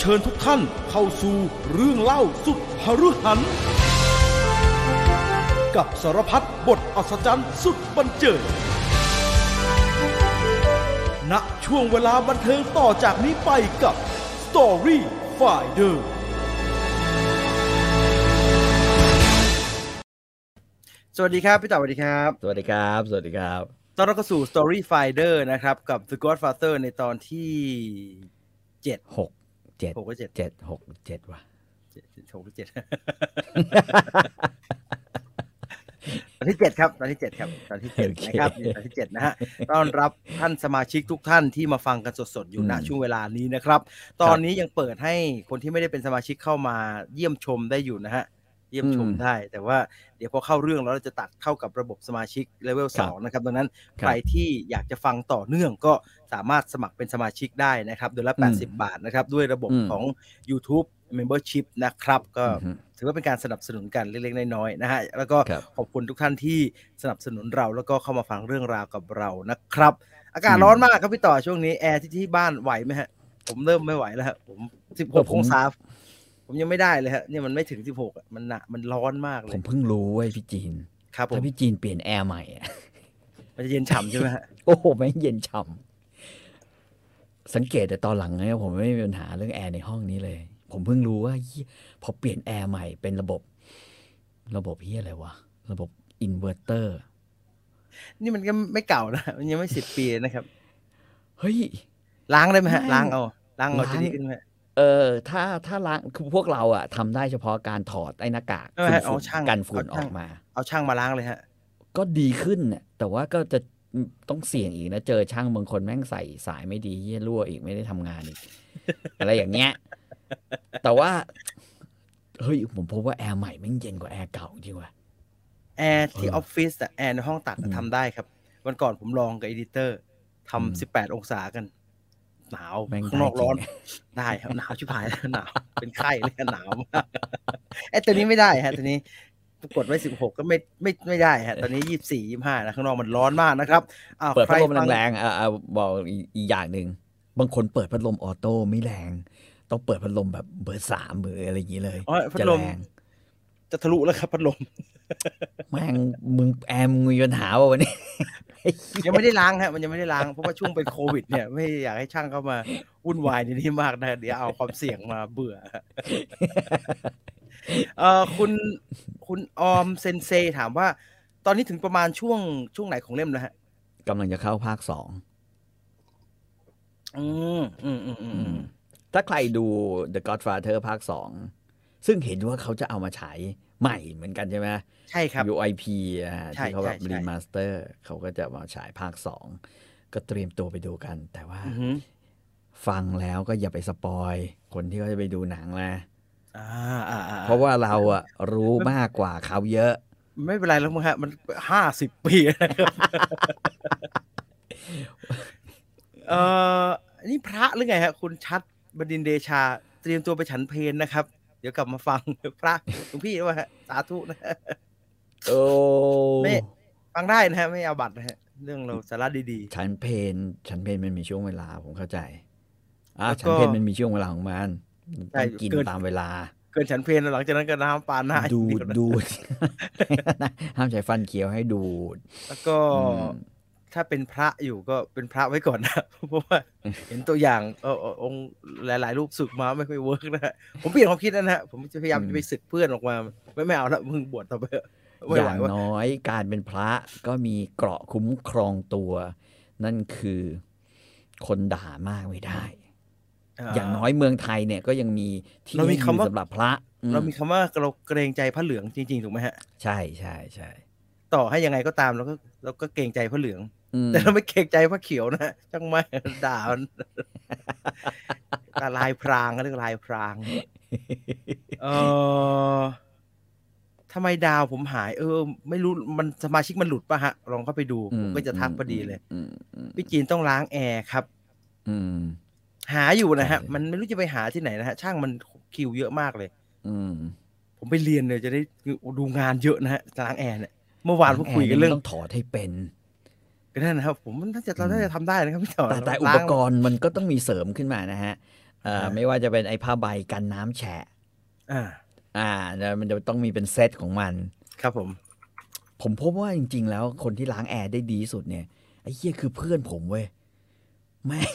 เชิญทุกท่านเข้าสู่เรื่องเล่าสุดหฤหัน กับสารพัดบทอัศจรรย์สุดบันเจิด ณช่วงเวลาบันเทิงต่อจากนี้ไปกับ Story Finder สวัสดีครับ พี่ต่อสวัสดีครับ สวัสดีครับ สวัสดีครับ ตอนเราก็สู่ Story Finder นะครับ กับ The Godfather ในตอนที่เจ็ด หก เจ็ด หกก็เจ็ด เจ็ดหกเจ็ดว่ะ เจ็ดหกหรือเจ็ด ตอนที่เจ็ดครับ ตอนที่เจ็ดครับ ตอนที่เจ็ด โอเค นะครับตอนที่เจ็ดนะฮะ ต้อนรับท่านสมาชิกทุกท่านที่มาฟังกันสดๆอยู่ อืม ณช่วงเวลานี้นะครับ ตอนนี้ยังเปิดให้คนที่ไม่ได้เป็นสมาชิกเข้ามาเยี่ยมชมได้อยู่นะฮะ เยี่ยมชม อืม ได้ แต่ว่าเดี๋ยวพอเข้าเรื่องแล้วเราจะตัดเข้ากับระบบสมาชิกเลเวล ค ส รั อบ งนะครับดังนั้น ครับ ใครที่อยากจะฟังต่อเนื่องก็สามารถสมัครเป็นสมาชิกได้นะครับเดือนละ อืม 80 บาทนะครับ ด้วยระบบ อืม ของ YouTube Membership นะครับก็ อือฮึ ถือว่าเป็นการสนับสนุนกันเล็กๆน้อยๆนะฮะแล้วก็ ครับ ขอบคุณทุกท่านที่สนับสนุนเราแล้วก็เข้ามาฟังเรื่องราวกับเรานะครับ อากาศ อืม ร้อนมากครับพี่ต่อช่วงนี้แอร์ที่ที่บ้านไหวไหมฮะ ผมเริ่มไม่ไหวแล้วฮะผมสิบห เออก ผอมงศาผมยังไม่ได้เลยฮะเนี่ยมันไม่ถึงสิบหกอ่ะมันหนะมันร้อนมากเล ผ ย มเพิ่งรู้เว้ยพี่จีน ครับผม ถ้าพี่จีนเปลี่ยนแอร์ใหม่อะ มันจะเย็นฉ่ำใช่ไหมฮะ โอ้โหแม่งเย็นฉ่ำสังเกตแต่ตอนหลังเนี่ยผมไม่มีปัญหาเรื่องแอร์ในห้องนี้เลย ผมเพิ่งรู้ว่าเหี้ยพอเปลี่ยนแอร์ใหม่เป็นระบบ ระบบเฮียอะไรวะ ระบบอินเวอร์เตอร์ นี่มันก็ไม่เก่านะมันยังไม่สิบปีนะครับ เฮ้ย ล้างได้ไหมฮะ ไม่ ล้างเอาล้างเอา ล้าง จะดีขึ้นไหม เออถ้าถ้าล้างคือพวกเราอะทำได้เฉพาะการถอดไอ้หน้ากาก เออ ฝุ่น เอาช่าง กันฝุ่น เอา อ ช่าง อกมา เอาช่างมาล้างเลยฮะ ก็ดีขึ้นน่ะแต่ว่าก็จะต้องเสี่ยงอีกนะ เจอช่างบางคนแม่งใส่สายไม่ดีเยี่ยรั่วอีกไม่ได้ทำงานอีก อะไรอย่างเงี้ย แต่ว่า เฮ้ย ผมพบว่าแอร์ใหม่แม่งเย็นกว่าแอร์เก่าจริงว่ะ แอร์ที่ เอ อ อ อฟฟิศอะแอร์ในห้องตัดอะ อืม ทำได้ครับ วันก่อนผมลองกับเอดิเตอร์ อืม ทำสิบแปดองศากัน หนาว แม่ง ข้างนอก ได้จริง ร้อน ได้ครับหนาวชิบหาย แล้วหนาว เป็นไข้เลยหนาวมาก ไอ้ตัวนี้ไม่ได้ฮะตัวนี้กดไว้สิบหกก็ไม่ไม่ไม่ได้ฮะตอนนี้ยี่สิบสี่ยี่ห้านะข้างนอกมันร้อนมากนะครับอ้าว เปิด ใค พัดลม ฟัง แรงๆอ่าบอกอีกอีกอย่างหนึ่งบางคนเปิดพัดลมออโต้ไม่แรง ต้องเปิดพัดลมแบบเบอร์สามหรืออะไรอย่างงี้เลย อ๋อพัด จะ ลม แรง จะทะลุแล้วครับพัดลม แม่งมึงแอร์มึงมีปัญหาป่ะวันนี้ ยังไม่ได้ล้างฮะมันยังไม่ได้ล้างเพราะว่าช่วงเป็นโควิดเนี่ยไม่อยากให้ช่างเข้ามาวุ่นวายในนี้มากนะเดี๋ยวเอาความเสี่ยงมาเบื่อเออคุณคุณออมเซนเซถามว่า ตอนนี้ถึงประมาณช่วงช่วงไหนของเล่มแล้วฮะ กำลังจะเข้าภาคสอง อืมอืมอืมอืมอืม ถ้าใครดู The Godfather ภาคสองซึ่งเห็นว่าเขาจะเอามาฉายใหม่เหมือนกันใช่ไหม ใช่ครับ UIP อ่ะ ใช่ ที่เขาแบบ ใช่ใช่ รีมาสเตอร์เขาก็จะมาฉายภาคสองก็เตรียมตัวไปดูกัน แต่ว่า อือหือ ฟังแล้วก็อย่าไปสปอยคนที่เขาจะไปดูหนังนะ อ่าอ่าอ่ เพราะว่าเราอะรู้มากกว่าเขาเยอะ ไม่เป็นไรแล้วมั้งฮะ มันห้าสิบปี นะครับเออนี่พระหรือไงฮะ คุณชัดบดินทร์เดชา เตรียมตัวไปฉันเพนนะครับ เดี๋ยวกลับมาฟัง พระหลวงพี่ว่าฮะสาธุนะฮะ โอ้ ไม่ ฟังได้นะฮะ ไม่เอาบัตรนะฮะ เรื่องเราสาระดี ฉันเพนฉันเพนมันมีช่วงเวลาผมเข้าใจอ่ะ แล้วก็ ฉันเพนมันมีช่วงเวลาของมันมัน ใช่ ต้องกิน เกิน ตามเวลา ๆ เกินฉันเพนแล้วหลังจากนั้นก็น้ำปานหน้า ดู อย่างเยวดนะ ดู ด ห้ามใช้ฟันเคี้ยวให้ดูด แล้วก็ ม ถ้าเป็นพระอยู่ก็เป็นพระไว้ก่อนนะ เพ ราะว่าเห็นตัวอย่างเออเอ่อองค์หลายๆรูปศึกมาไม่ค่อยเวิร์กนะฮ ะผมเปลี่ยนความคิดแล้วนะฮะผมจะพยายามจะไปศึกเพื่อนออกมาไม่ไม่เอาละมึงบวชต่อไป เถอะไม่ อ ไหว ย่าง ว่า น้อยการเป็นพระก็มีเกราะคุ้มครองตัว นั่นคือคนด่ามากไม่ได้ อย่างน้อยเมืองไทยเนี่ยก็ยังมีที่ เรามี ให้อ คำ ยู่ ว่า สำหรับพระอืม เรามีคำว่าเราเกรงใจพระเหลืองจริงๆถูกไหมฮะ ใช่ใช่ใช่ ต่อให้ยังไงก็ตามเราก็เราก็เกรงใจพระเหลือง อืม แต่เราไม่เกรงใจพระเขียวนะ จังไม่ด่ามันลายพรางเขาเรียกลายพราง เออทำไมดาวผมหาย เออ ไม่รู้มันสมาชิกมันหลุดปะฮะ ลองเข้าไปดู ผมก็จะทักพอดีเลย อืมอืม พี่จีนต้องล้างแอร์ครับ อืม หาอยู่นะฮะ ใช่ มันไม่รู้จะไปหาที่ไหนนะฮะ ช่างมันคิวเยอะมากเลย อืม ผมไปเรียนเลยจะได้ดูงานเยอะนะฮะล้างแอร์เนี่ยเมื่อวานผมคุยกันเรื่อง ต้องถอดให้เป็น กันนั่นนะครับ ผมมันน่าจะเราน่าจะทำได้นะครับพี่ต่อ แต่แต่อุ ล้า ป ง กรณ์มันก็ต้องมีเสริมขึ้นมานะฮะ อ่า อ่า ไม่ว่าจะเป็นไอ้ผ้าใบกันน้ำแฉะ อ่า อ่าแล้วมันจะต้องมีเป็นเซตของมัน ครับผม ผมพบว่าจริง ๆ แล้วคนที่ล้างแอร์ได้ดีที่สุดเนี่ยไอ้เหี้ยคือเพื่อนผมเว้ยแม่ง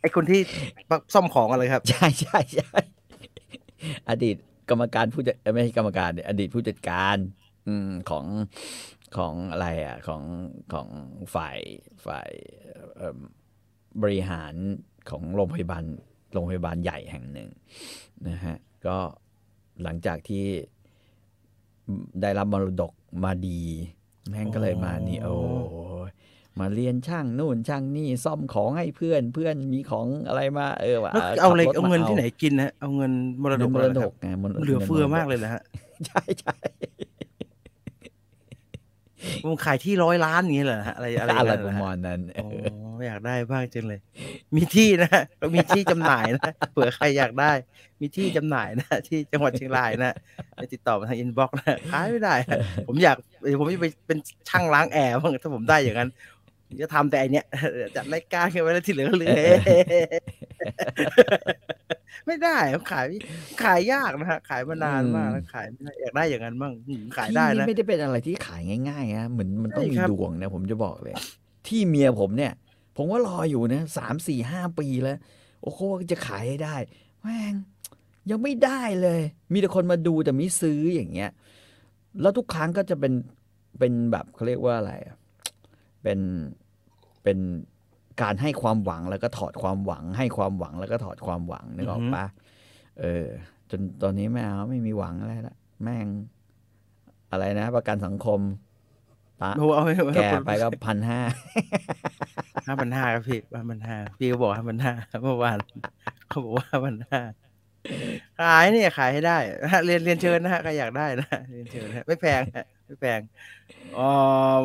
ไอ้คนที่ซ่อมของอะไรครับ ใช่ใช่ใช่อดีตกรรมการผู้จัดเอ้ยไม่ใช่กรรมการดิอดีตผู้จัดการ อืมของของอะไรอ่ะ ของของฝ่ายฝ่ายเอิ่มบริหารของโรงพยาบาลโรงพยาบาลใหญ่แห่งหนึ่งนะฮะ ก็หลังจากที่ได้รับมรดกมาดี แม่งก็เลยมานี่โอ้ยมาเรียนช่างนู่นช่างนี่ซ่อมของให้เพื่อนเพื่อนมีของอะไรมาเออว่ะ เอาอะไร ขับถ เอา ม เงินที่ไหนกินนะฮะเอาเงินมรด เงิ ก นม มาร เห ด รอค ก รับ ไงมรดก เหลือเฟือมาก เลย เลยนะฮะ ใช่ใช่ ผมขายที่ร้อยล้านอย่างเงี้ยเหรอฮะอะไรอะไรออะไรย่าง ประ เงี้ยเหอฮ มาณนั้น อ๋ออยากได้บ้างจังเลย มีที่นะฮะเรามีที่จำหน่ายนะ เผื่อใครอยากได้ มีที่จำหน่ายนะ ที่จังหวัดเชียงรายนะไปติดต่อมาทางอินบ็อกซ์นะขายไม่ได้ ฮะผมอยากเดี๋ยวผมจะไปเป็นช่างล้างแอร์บ้างถ้าผมได้อย่างนั้นผมจะทำแต่อันเนี้ย จัดรายการกันไว้แล้วที่เหลือ ก็เหลย ไม่ได้ครับขายขายยากนะฮะขายมานานมากแล้วขายไม่ได้อยากได้อย่างนั้นบ้างอืมขายได้ ที่ นะ ไม่ได้เป็นอะไรที่ขายง่ายๆนะเหมือนมันต้องมี ใช่ครับ ดวงนะผมจะบอกเลย ที่เมียผมเนี่ย ผมว่ารออยู่นะสามสี่ห้าปีแล้ว โอ้โหจะขายให้ได้แม่งยังไม่ได้เลย มีแต่คนมาดูแต่ไม่ซื้ออย่างเงี้ย แล้วทุกครั้งก็จะเป็นเป็นแบบเขาเรียกว่าอะไรอะเป็นเป็นการให้ความหวังแล้วก็ถอดความหวัง ให้ความหวังแล้วก็ถอดความหวังนึกออกปะเออ จนตอนนี้แม่เอาไม่มีหวังอะไรละแม่ง อะไรนะ ประกันสังคมปะ โอ้เอาไม่ แกไปก็พันห้า ห้าพันห้าครับพี่ห้าพันห้าพี่ก็บอกห้าพันห้าเมื่อวานเขาบอกว่าห้าพันห้าขายเนี่ยขายให้ได้นะฮะเรียนเรียนเชิญนะฮะใครอยากได้นะฮะเรียนเชิญนะฮะไม่แพงฮะไม่แพงอ๋อ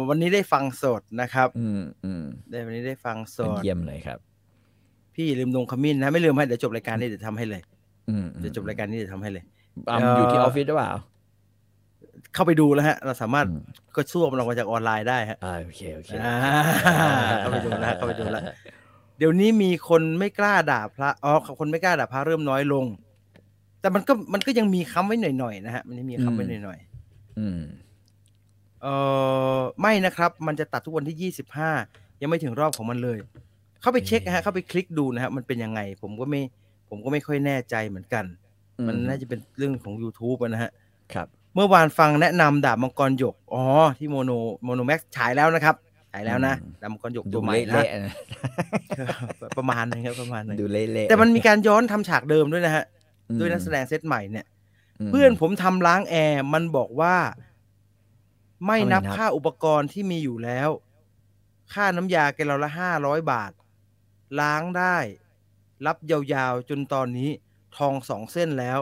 วันนี้ได้ฟังสดนะครับ อืมอืม ได้วันนี้ได้ฟังสด เยี่ยมเลยครับ พี่อย่าลืมลงขมิ้นนะไม่ลืมให้เดี๋ยวจบรายการนี้เดี๋ยวทำให้เลย อืมอืม เดี๋ยวจบรายการนี้เดี๋ยวทำให้เลย อ่ะ เอ่ออ อยู่ที่ออฟฟิศหรือเปล่า เข้าไปดูแล้วฮะ เราสามารถ อืม ก็ซ่วมมันออกมาจากออนไลน์ได้ฮะ อ่าโอเคโอเค อ่าเข้าไปดูนะเข้าไปดูละ เดี๋ยวนี้มีคนไม่กล้าด่าพระอ๋อคนไม่กล้าด่าพระเริ่มน้อยลง แต่มันก็มันก็ยังมีค้ำไว้หน่อยๆนะฮะมันยังมีค้ำไว้หน่อย อืม ๆเออไม่นะครับ มันจะตัดทุกวันที่ยี่สิบห้ายังไม่ถึงรอบของมันเลย เข้าไปเช็คนะฮะเข้าไปคลิกดูนะฮะมันเป็นยังไง ผมก็ไม่ผมก็ไม่ค่อยแน่ใจเหมือนกัน มันน่าจะเป็นเรื่องของ YouTube อะนะฮะ ครับ เมื่อวานฟังแนะนำดาบมังกรหยกอ๋อที่โมโนโมโนแม็กฉายแล้วนะครับฉายแล้วนะดาบมังกรหยก ดู ตัวใหม่นะ เละๆนะ ประมาณนึงครับประมาณนึง ดูเละๆ แต่มันมีการย้อนทำฉากเดิมด้วยนะฮะ อืม ด้วยนักแสดงเซตใหม่เนี่ย ม เพื่อนผมทำล้างแอร์ มันบอกว่า ไม่นับ ไม่นับ ค่าอุปกรณ์ที่มีอยู่แล้ว ค่าน้ำยาแกลเราละห้าร้อยบาท ล้างได้ รับยาวๆ จนตอนนี้ ทองสองเส้นแล้ว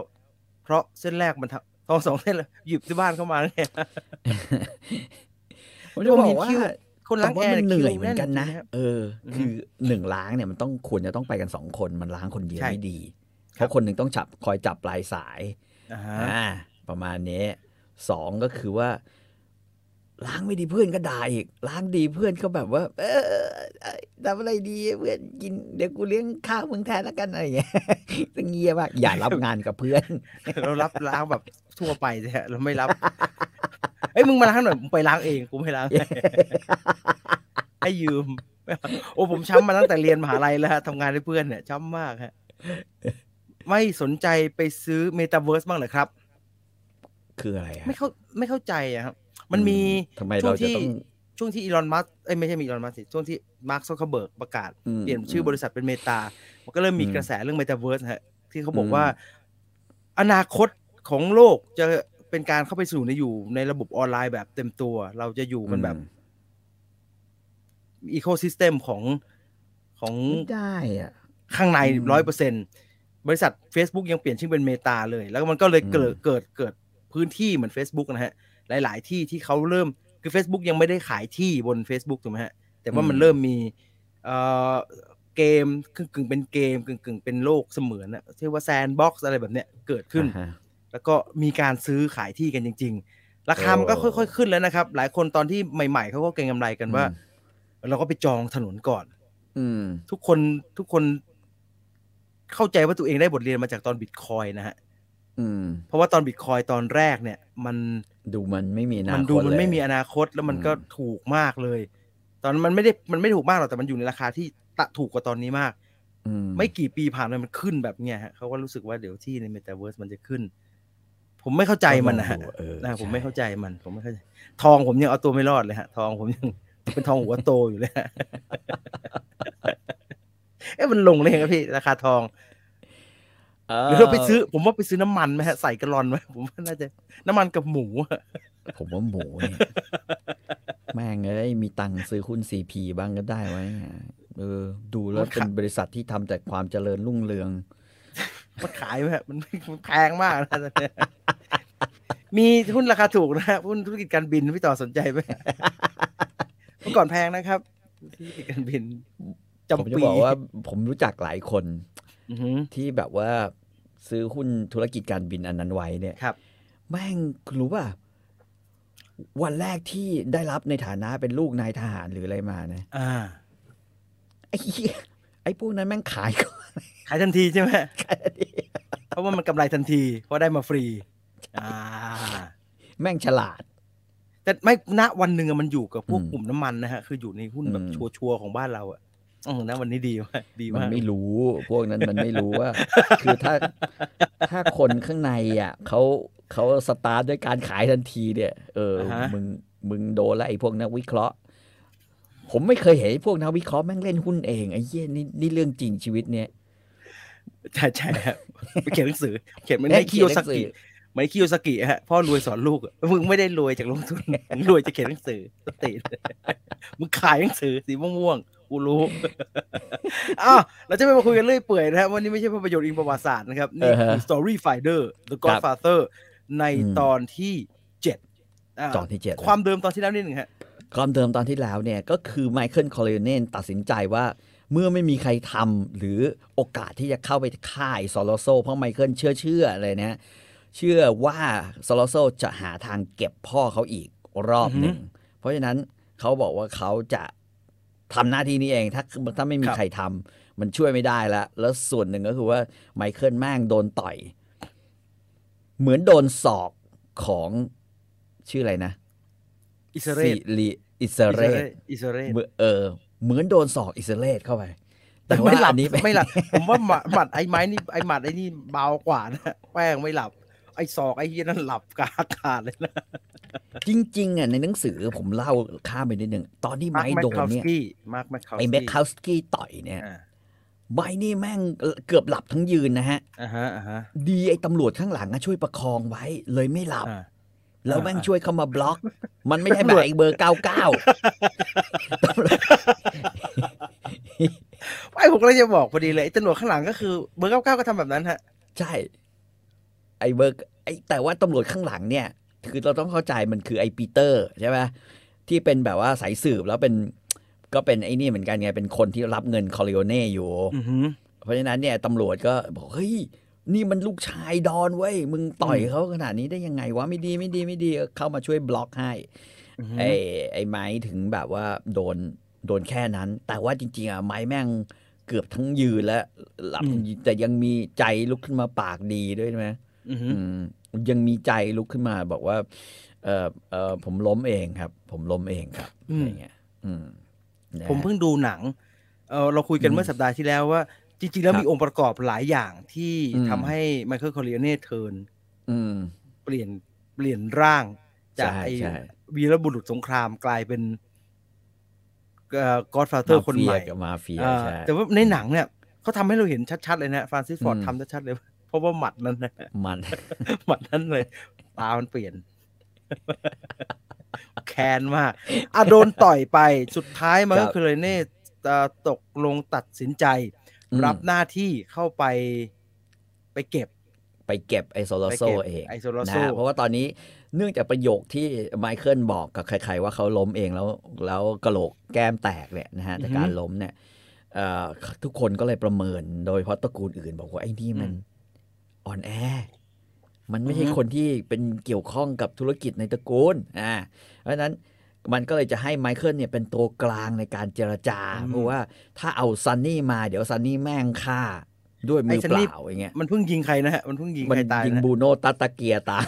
เพราะเส้นแรกมันทำทองสองเส้นแล้วหยิบที่บ้านเข้ามาเนี่ย ผมจะบอกผมเห็นว่าคิว คนล้าง แต่ แอ ว่า ร์ มันเหนื่อยเหมื คิว อนกันนะ แจริงๆครับ เออ คือหนึ่งล้างเนี่ยมันต้องควรจะต้องไปกันสองคนมันล้างคนเดียว ใช่ ไม่ดี ครับ เพราะคนหนึ่งต้องจับคอยจับปลายสาย อ่าฮะ อ่า ประมาณนี้สองก็คือว่า ล้างไม่ดีเพื่อนก็ด่าอีก ล้างดีเพื่อนก็แบบว่า เออเออเออทำอะไรดีเพื่อนกินเดี๋ยวกูเลี้ยงข้าวมึงแทนแล้วกันอะไรอย่างเงี้ย ตั้งเงียบมากอย่ารับงานกับเพื่อน เรารับล้างแบบทั่วไปเลยฮะเราไม่รับ เอ้ยมึงมาล้างหน่อยมึงไปล้างเองกูไม่ล้ าง ให้ยืม โอ้ผมช้ำมาตั้งแต่เรียนมหาลัยแล้วฮะทำงานให้เพื่อนเนี่ยช้ำมากฮะ ไม่สนใจไปซื้อเมตาเวิร์สบ้างเหรอครับ คืออะไรอะ ไม่เข้าไม่เข้าใจอะครับ มันมี ทำไมเราจะต้อง ช่วงที่อีลอนมัสเอ้ยไม่ใช่มีอีลอนมัสสิช่วงที่มาร์คซักเคเบิร์กประกาศ เปลี่ยนชื่อบริษัทเป็นเมตา มันก็เริ่มมีกระแสเรื่องเมตาเวิร์สฮะ ที่เขาบอกว่า อนาคตของโลกจะเป็นการเข้าไปสู่ในอยู่ในระบบออนไลน์แบบเต็มตัว เราจะอยู่กันแบบอีโคซิสเต็มของของ ไม่ได้อ่ะ ข้างใน อืม ร้อยเปอร์เซ็นบริษัท Facebook ยังเปลี่ยนชื่อเป็นเมตาเลย แล้วมันก็เลยเกิด อืม เกิดเกิดพื้นที่เหมือน Facebook นะฮะ หลาย ๆ ที่ที่เขาเริ่มคือ Facebook ยังไม่ได้ขายที่บน Facebook ถูกไหมฮะ แต่ว่ามันเริ่มมีเอ่อเกมกึ่งกึ่งๆเป็นเกมกึ่งกึ่งๆเป็นโลกเสมือนนะที่ว่าแซนบ็อกซ์อะไรแบบเนี้ยเกิดขึ้น อ่าฮะ แล้วก็มีการซื้อขายที่กันจริง ๆ ราคามันก็ โอ้ ค่อยๆขึ้นแล้วนะครับ หลายคนตอนที่ใหม่ๆเขาก็เก็งกำไรกันว่า อื เราก็ไปจองถนนก่อน อืม ทุกคนทุกคน เข้าใจว่าตัวเองได้บทเรียนมาจากตอนบิตคอยนะฮะ อืม เพราะว่าตอนบิตคอยตอนแรกเนี่ย มัน ดูมันไม่มีอนาคต มันดูมันไม่มี เลย อนาคตแล้วมันก็ อืม ถูกมากเลย ตอนนั้นมันไม่ได้มันไม่ได้ถูกมากหรอกแต่มันอยู่ในราคาที่ตะถูกกว่าตอนนี้มาก อืม ไม่กี่ปีผ่านไปมันขึ้นแบบเนี้ยฮะเขาก็รู้สึกว่าเดี๋ยวที่ในเมตาเวิร์สมันจะขึ้น ผมไม่เข้าใจมันนะฮะ ก็ลองดูเออ นะผม ใช่ ไม่เข้าใจมัน ผมไม่เข้าใจ ทองผมยังเอาตัวไม่รอดเลยฮะ ทองผมยัง เป็นทองหัวโตอยู่เลยฮะ เอ๊ะมันลงเลยครับพี่ราคาทองหรือเราไปซื้อ ผมว่าไปซื้อน้ำมันไหมฮะใส่กะลอนไหมผมว่าน่าจะ น้ำมันกับหมูอะ ผมว่าหมูเนี่ย แม่งเอ้ยมีตังค์ซื้อหุ้นซีพีบ้างก็ได้ไว้เนี่ยเออ ดูแล้วเป็นบริษัทที่ทำแต่ความเจริญรุ่งเรือง มันขายไหมฮะมันมันแพงมากนะ ตอนเนี้ยมีหุ้นราคาถูกนะฮะหุ้นธุรกิจการบินพี่ต่อสนใจไหม เมื่อก่อนแพงนะครับธุรกิจการบินจำ ผมจะ ปี บอกว่าผมรู้จักหลายคน อือหือ ที่แบบว่าซื้อหุ้นธุรกิจการบินอันนั้นไว้เนี่ย ครับ แม่งรู้ป่ะ วันแรกที่ได้รับในฐานะเป็นลูกนายทหารหรืออะไรมานะ อ่า ไอ้เหี้ยไอ้พวกนั้นแม่งขาย ก่อน ขายทันทีใช่ไหม เพราะว่ามันกำไรทันที เพราะได้มาฟรี อ่า แม่งฉลาด แต่ไม่ณวันหนึ่งอะมันอยู่กับพวก อืม กลุ่มน้ำมันนะฮะ คืออยู่ในหุ้นแบบ อืม ชัวร์ๆของบ้านเราอ่ะเอือนะวันนี้ดีมากดี มัน มาก ไม่รู้ พวก นั้นมันไม่รู้ว่า คือถ้าถ้าคนข้างในอ่ะเขาเขาสตาร์ทด้วยการขายทันทีเนี่ย เออ อ่าฮะ มึงมึงโดนแล้วไอ้พวกนักวิเคราะห์ ผมไม่เคยเห็นไอ้พวกนักวิเคราะห์แม่งเล่นหุ้นเองไอ้เหี้ยนี่นี่เรื่องจริงชีวิตเนี่ย ใช่ใช่ครับไปเขียนหนังสือ เขียนเหมันได้คิโยสกิเหมันได้คิโยสกิฮะพ่อรวยสอนลูกอะมึงไม่ได้รวยจากลงทุนมึงรวยจากเขียนหนังสือสติมึงขายหนังสือสีม่วงๆกูรู้ อ้าวเราจะไม่มาคุยกันเรื่อยเปื่อยนะครับวันนี้ไม่ใช่ภาพยนตร์อิงประวัติศาสตร์นะครับ นี่คือ Story Finder The Godfather ในตอนที่เจ็ดา ตอนที่เจ็ด ความเดิมตอนที่แล้วนิดหนึ่งฮะ ความเดิมตอนที่แล้วเนี่ย ก็คือไมเคิลคอลเลนเนนตัดสินใจว่า เมื่อไม่มีใครทำหรือโอกาสที่จะเข้าไปฆ่าไอ้ซอลโลโซ เพราะไมเคิลเชื่อเชื่ออะไรนะ เชื่อว่าซอลโลโซจะหาทางเก็บพ่อเขาอีกรอบหนึ่ง เพราะฉะนั้นเขาบอกว่าเขาจะทำหน้าที่นี้เองถ้าถ้าไม่มี ครับ ใครทำมันช่วยไม่ได้แล้ว แล้วส่วนหนึ่งก็คือว่าไมเคิลแม่งโดนต่อย เหมือนโดนศอกของชื่ออะไรนะ อิสราเอล สิริอิสเรต อิสราเอล เหมือนเออเหมือนโดนสอกอิสราเอลเข้าไป แต่ไม่หลับ ว่าอันนี้เป็น ไม่หลับ ผมว่าหมัดหมัดไอ้ไม้นี่ไอ้หมัดไอ้นี่เบากว่า นะแป้งไม่หลับ ไอ้ศอกไอ้เฮี ยนั่นหลับกลางอากาศเลยนะ จริงๆอ่ะในหนังสือผมเล่าข้ามไปนิดนึง ตอนที่ มาร์ ไม้ คแมค โด คนลาวส เนี่ย กี้มาร์คแมคคลาวส ไอ้ กี้ แมคคาวสกี้ต่อยเนี่ย อ่า ไม้นี่แม่งเกือบหลับทั้งยืนนะฮะ อ่าฮะอ่าฮะ ดีไอ้ตำรวจข้างหลังอะช่วยประคองไว้เลยไม่หลับ อ่า แล้วแม่ง อ่า ช่วยเข้ามาบล็อก มันไม่ใช่แบบไอ้เบอร์เก้าเก้า ไอ้ผมก็เลยจะบอกพอดีเลยไอ้ตำรวจข้างหลังก็คือเบอร์เก้าเก้าก็ทำแบบนั้นฮะ ใช่ ไอ้เบิร์กไอ้แต่ว่าตำรวจข้างหลังเนี่ย คือเราต้องเข้าใจมันคือไอ้ปีเตอร์ใช่ไหมที่เป็นแบบว่าสายสืบแล้วเป็นก็เป็นไอ้นี่เหมือนกันไง เป็นคนที่รับเงินคอริโอเน่อยู่ อือหือ เพราะฉะนั้นเนี่ยตำรวจก็บอกเฮ้ย นี่มันลูกชายดอนเว้ย มึงต่อย อืม เขาขนาดนี้ได้ยังไงวะไม่ดีไม่ดีไม่ดีก็เข้ามาช่วยบล็อกให้ อือหือ ไอ้ไอ้ไม้ถึงแบบว่าโดนโดนแค่นั้น แต่ว่าจริงๆอ่ะไม้แม่งเกือบทั้งยืนแล้วหลับทั้งยืนแต่ยังมีใจลุกขึ้นมาปากดีด้วยใช่ไหม อือหือ อืมยังมีใจลุกขึ้นมาบอกว่า เออเออผมล้มเองครับ ผมล้มเองครับ อื อะไร ม เงี้ยอืมนะฮะ ผมเพิ่งดูหนัง เออเราคุยกัน อืม เมื่อสัปดาห์ที่แล้วว่า จริง ๆ แล้ว ครับ มีองค์ประกอบหลายอย่างที่ อืม ทำให้ไมเคิลคอริโอเน่เทิร์น อืม เปลี่ยนเปลี่ยนร่างจาก ใช่ ไอ้ ใช่ วีรบุรุษสงครามกลายเป็นก็อดฟาเธอร์คนใหม่ มาเฟียกับมาอ่าเฟียใช่ แต่ว่าในหนังเนี่ยเขาทำให้เราเห็นชัด ๆ เลยนะฟรานซิสฟอร์ดทำชัดๆเลย เพราะว่าหมัดนั้น นะ มัน หมัดนั้นเลย ตามันเปลี่ยน แค้นมากอ่ะโดนต่อยไปสุดท้ายมัน ครั ก็ บ คือเลยเน่เอ่อตกลงตัดสินใจ อืม รับหน้าที่เข้าไปไปเก็บ ไปเก็บไอโซโลโซ ไปเก็บ เอง ไอ้โซโลโซ่ นะเพราะว่าตอนนี้เนื่องจากประโยคที่ไมเคิลบอกกับใครๆว่าเขาล้มเองแล้วแล้วกระโหลกแก้มแตกเนี่ยนะฮะจากการล้มเนี่ยเอ่อทุกคนก็เลยประเมินโดยเฉพราะตระกูลอื่น บอกว่าไอ้นี่มันอ่อนแอ มันไม่ใช่ อือฮึ คนที่เป็นเกี่ยวข้องกับธุรกิจในตระกูลอ่าเพราะฉะนั้นมันก็เลยจะให้ไมเคิลเนี่ยเป็นตัวกลางในการเจรจา เพราะว่าถ้าเอาซันนี่มาเดี๋ยวซันนี่แม่งฆ่า ด้วยมือ ไอ้ฉัน เป นี่ ล่าอย่างเงี้ย มันเพิ่งยิงใครนะฮะมันเพิ่งยิง มัน ใครตาย ยิง นะฮะ บูโน่ตัตตาเกียตาย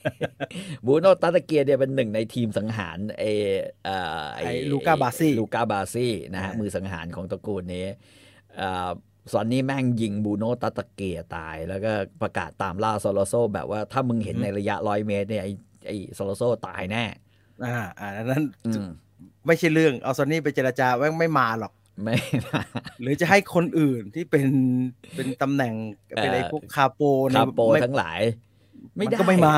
บูโน่ตัตตาเกียเนี่ยเป็นหนึ่งในทีมสังหารเอเอ่อ ไอ้ลูก้าบาซี่ ลูก้าบาซี่นะฮะ อ่ามื มือสังหารของตระกูลนี้เอ่อซอนนี่แม่งยิงบูโน่ตัตตาเกียตาย แล้วก็ประกาศตามล่าโซโลโซ แบบว่าถ้ามึงเห็นในระยะร้อยเมตรเนี่ยไอ้ไอ้โซโลโซตายแน่ อ่าอ่าอันนั้น อืม ไม่ใช่เรื่องเอาซอนนี่ไปเจรจาแม่งไม่มาหรอก ไม่ หรือจะให้คนอื่นที่เป็นเป็นตำแหน่งเป็นไอ้ เอ่อ พวกคาโป คาโป ไม่ ทั้งหลาย ไม่ มัน ได้ ก็ไม่มา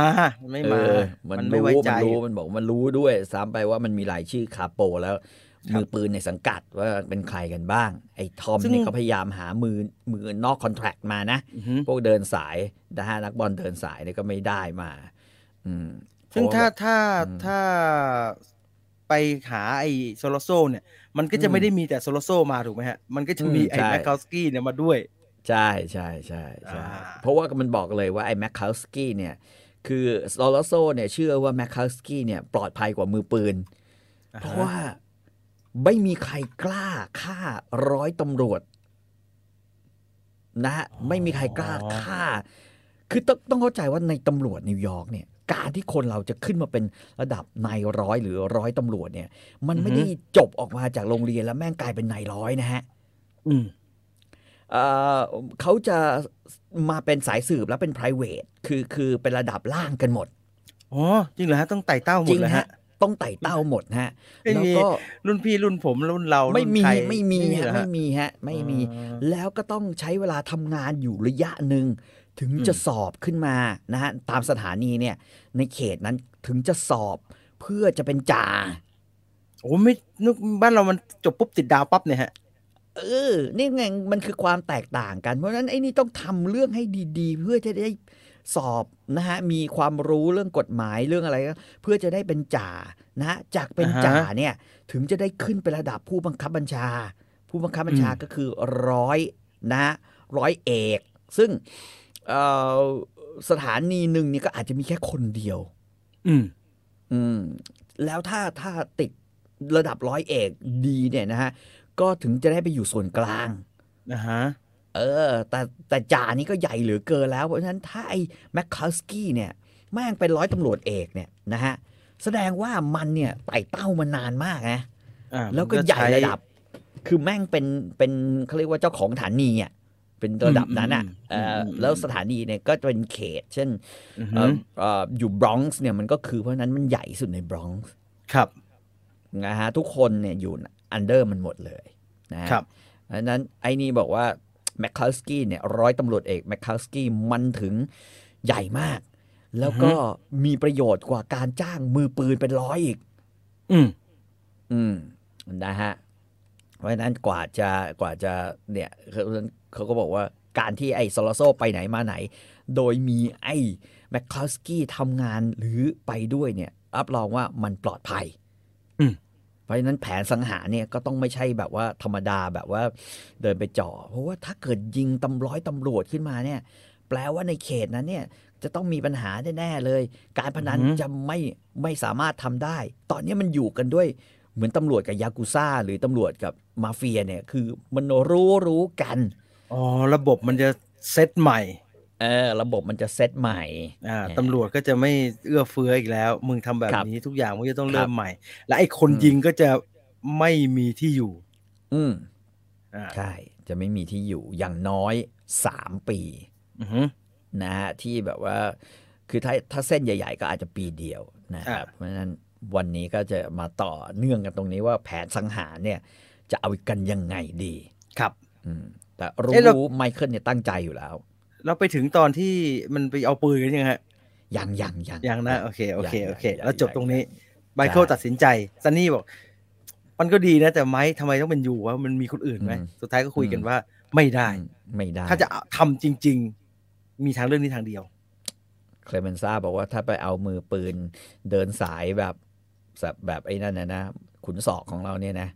ไม่มา เออมัน มันไม่ รู้ ไว้ใจ มันรู้มันบอกมันรู้ด้วยซ้ำไปว่ามันมีรายชื่อคาโปแล้ว ครับ มือปืนในสังกัดว่าเป็นใครกันบ้าง ไอ้ทอม ซึ่ง เนี่ยก็พยายามหามือมือนอกคอนแทคมานะ อือฮึ พวกเดินสายนะฮะนักบอลเดินสายเนี่ยก็ไม่ได้มา อืม ซึ่งถ้า เพระว่ ถ้า อืม ถ้าไปหาไอ้โซโลโซเนี่ย มันก็จะ อืม ไม่ได้มีแต่โซโลโซมาถูกไหมฮะ มันก็จะ อืม มีไอ้ ใช่ แมคคาสกี้เนี่ยมาด้วย ใช่ใช่ใช่ใช่ อ่า เพราะว่ามันบอกเลยว่าไอ้แมคคาสกี้เนี่ย คือลอลโซเนี่ยเชื่อว่าแมคคาสกี้เนี่ยปลอดภัยกว่ามือปืน เพราะว่าไม่มีใครกล้าฆ่าร้อยตำรวจ นะฮะไม่มีใครกล้าฆ่า คือต้องต้องเข้าใจว่าในตำรวจนิวยอร์กเนี่ย การที่คนเราจะขึ้นมาเป็นระดับนายร้อยหรือร้อยตำรวจเนี่ย มันไม่ อือฮึ ได้จบออกมาจากโรงเรียนแล้วแม่งกลายเป็นนายร้อยนะฮะ อืม เอ่อเขาจะมาเป็นสายสืบแล้วเป็น p r i v a t คือคือเป็นระดับล่างกันหมด อ๋อจริงเหรอฮะต้องไต่เต้าหม จ ด ริง เลย ฮะ ฮะ ต้องไต่เต้าหมดฮะ ไม่ แล้ว มี ก็ รุ่นพี่รุ่นผมรุ่นเรา ไม่ รุ่น มี ใคร ไม่มี เห ฮะ รอฮะ ไม่มีฮะไม่มี อ่า แล้วก็ต้องใช้เวลาทำงานอยู่ระยะหนึ่ง ถึง อืม จะสอบขึ้นมานะฮะตามสถานีเนี่ย ในเขตนั้นถึงจะสอบเพื่อจะเป็นจ่า โอ้ไม่นึกบ้านเรามันจบปุ๊บติดดาวปั๊บเนี่ยฮะ เออนี่ไงมันคือความแตกต่างกัน เพราะฉะนั้นไอ้นี่ต้องทำเรื่องให้ดีๆ เพื่อจะได้สอบนะฮะมีความรู้เรื่องกฎหมายเรื่องอะไรก็เพื่อจะได้เป็นจ่านะฮะจากเป็นจ่า อ่าฮะ เนี่ยถึงจะได้ขึ้นไประดับผู้บังคับบัญชา ผู้บังคับบัญชา อืม ก็คือร้อยนะฮะร้อยเอก ซึ่งเอ่อสถานีหนึ่งเนี่ยก็อาจจะมีแค่คนเดียว อืม อืมแล้วถ้าถ้าติดระดับร้อยเอกดีเนี่ยนะฮะ ก็ถึงจะได้ไปอยู่ส่วนกลาง นะฮะ เออ แต่แต่จ่านี่ก็ใหญ่เหลือเกินแล้ว เพราะฉะนั้นถ้าไอ้แมคคาสกี้เนี่ยแม่งเป็นร้อยตำรวจเอกเนี่ยนะฮะ แสดงว่ามันเนี่ยไต่เต้ามานานมากนะ อ่า แล้วก็ มัน ใหญ่ ช้ ระดับ คือแม่งเป็นเป็นเขาเรียกว่าเจ้าของสถานีอ่ะ เป็นระดับนั้นอ่ะ อืม เอ่ออ มอืม แล้วสถานีเนี่ยก็จะเป็นเขต เช่น อือ เอ่ หื อ อ เอ่ออยู่บรอนซ์เนี่ยมันก็คือเพราะฉะนั้นมันใหญ่สุดในบรอนซ์ ครับ นะฮะทุกคนเนี่ยอยู่อันเดอร์มันหมดเลยนะฮะ ครับ เพราะฉะนั้นไอ้นี่บอกว่าแมคคาสกี้เนี่ยร้อยตำรวจเอกแมคคาสกี้มันถึงใหญ่มาก แล้วก็มีประโยชน์กว่าการจ้างมือปืนเป็นร้อยอีก อืม อืมนะฮะเพราะฉะนั้นกว่าจะกว่าจะเนี่ยเขาเขาก็บอกว่าการที่ไอ้ซอลโซไปไหนมาไหน โดยมีไอ้แมคคาสกี้ทำงานหรือไปด้วยเนี่ยรับรองว่ามันปลอดภัย อืม เพราะฉะนั้นแผนสังหารเนี่ยก็ต้องไม่ใช่แบบว่าธรรมดาแบบว่าเดินไปจ่อ เพราะว่าถ้าเกิดยิงตำร้อยตำรวจขึ้นมาเนี่ย แปลว่าในเขตนั้นเนี่ย จะต้องมีปัญหาแน่ๆเลย การพนัน อือหือ จะไม่ไม่สามารถทำได้ ตอนนี้มันอยู่กันด้วย เหมือนตำรวจกับยากุซ่า หรือตำรวจกับมาเฟียเนี่ยคือมันรู้รู้กัน อ๋อ ระบบมันจะเซตใหม่ เออระบบมันจะเซตใหม่ อ่า อ่า ตำรวจก็จะไม่เอื้อเฟื้ออีกแล้ว มึงทำแบบ ครับ นี้ทุกอย่างมึงจะต้อง ครับ เริ่มใหม่ และไอ้คน อืม ยิงก็จะไม่มีที่อยู่ อืม อ่า ใช่ จะไม่มีที่อยู่อย่างน้อย 3 ปี อือหือ นะฮะที่แบบว่า คือถ้าถ้าเส้นใหญ่ ๆ ก็อาจจะปีเดียวนะครับ เพราะฉะนั้นวันนี้ก็จะมาต่อเนื่องกันตรงนี้ว่าแผนสังหารเนี่ย จะเอากันยังไงดี ครับ อืมแต่รู้ เอ๊ะเรา รู้ไมเคิลเนี่ยตั้งใจอยู่แล้ว เราไปถึงตอนที่มันไปเอาปืนกันยังฮะ ยังยังยัง ยังนะ โอเค โอเค ยัง โอเค ยัง แล้วจบ ยัง ตรงนี้ ยั ไมเคิล ใช่ ตัดสินใจซันนี่บอก มันก็ดีนะ แต่ไม้ทำไมต้องเป็นอยู่วะมันมีคนอื่นไหม อืม สุดท้ายก็คุยกัน อืม ว่าไม่ได้ อืมไม่ได้ ถ้าจะทำจริง ๆ มีทางเรื่องนี้ทางเดียว เคลเมนซ่าบอกว่าถ้าไปเอามือปืนเดินสายแบบแบบแบบไอ้นั่นนะนะ ขุนศอกของเราเนี่ยนะ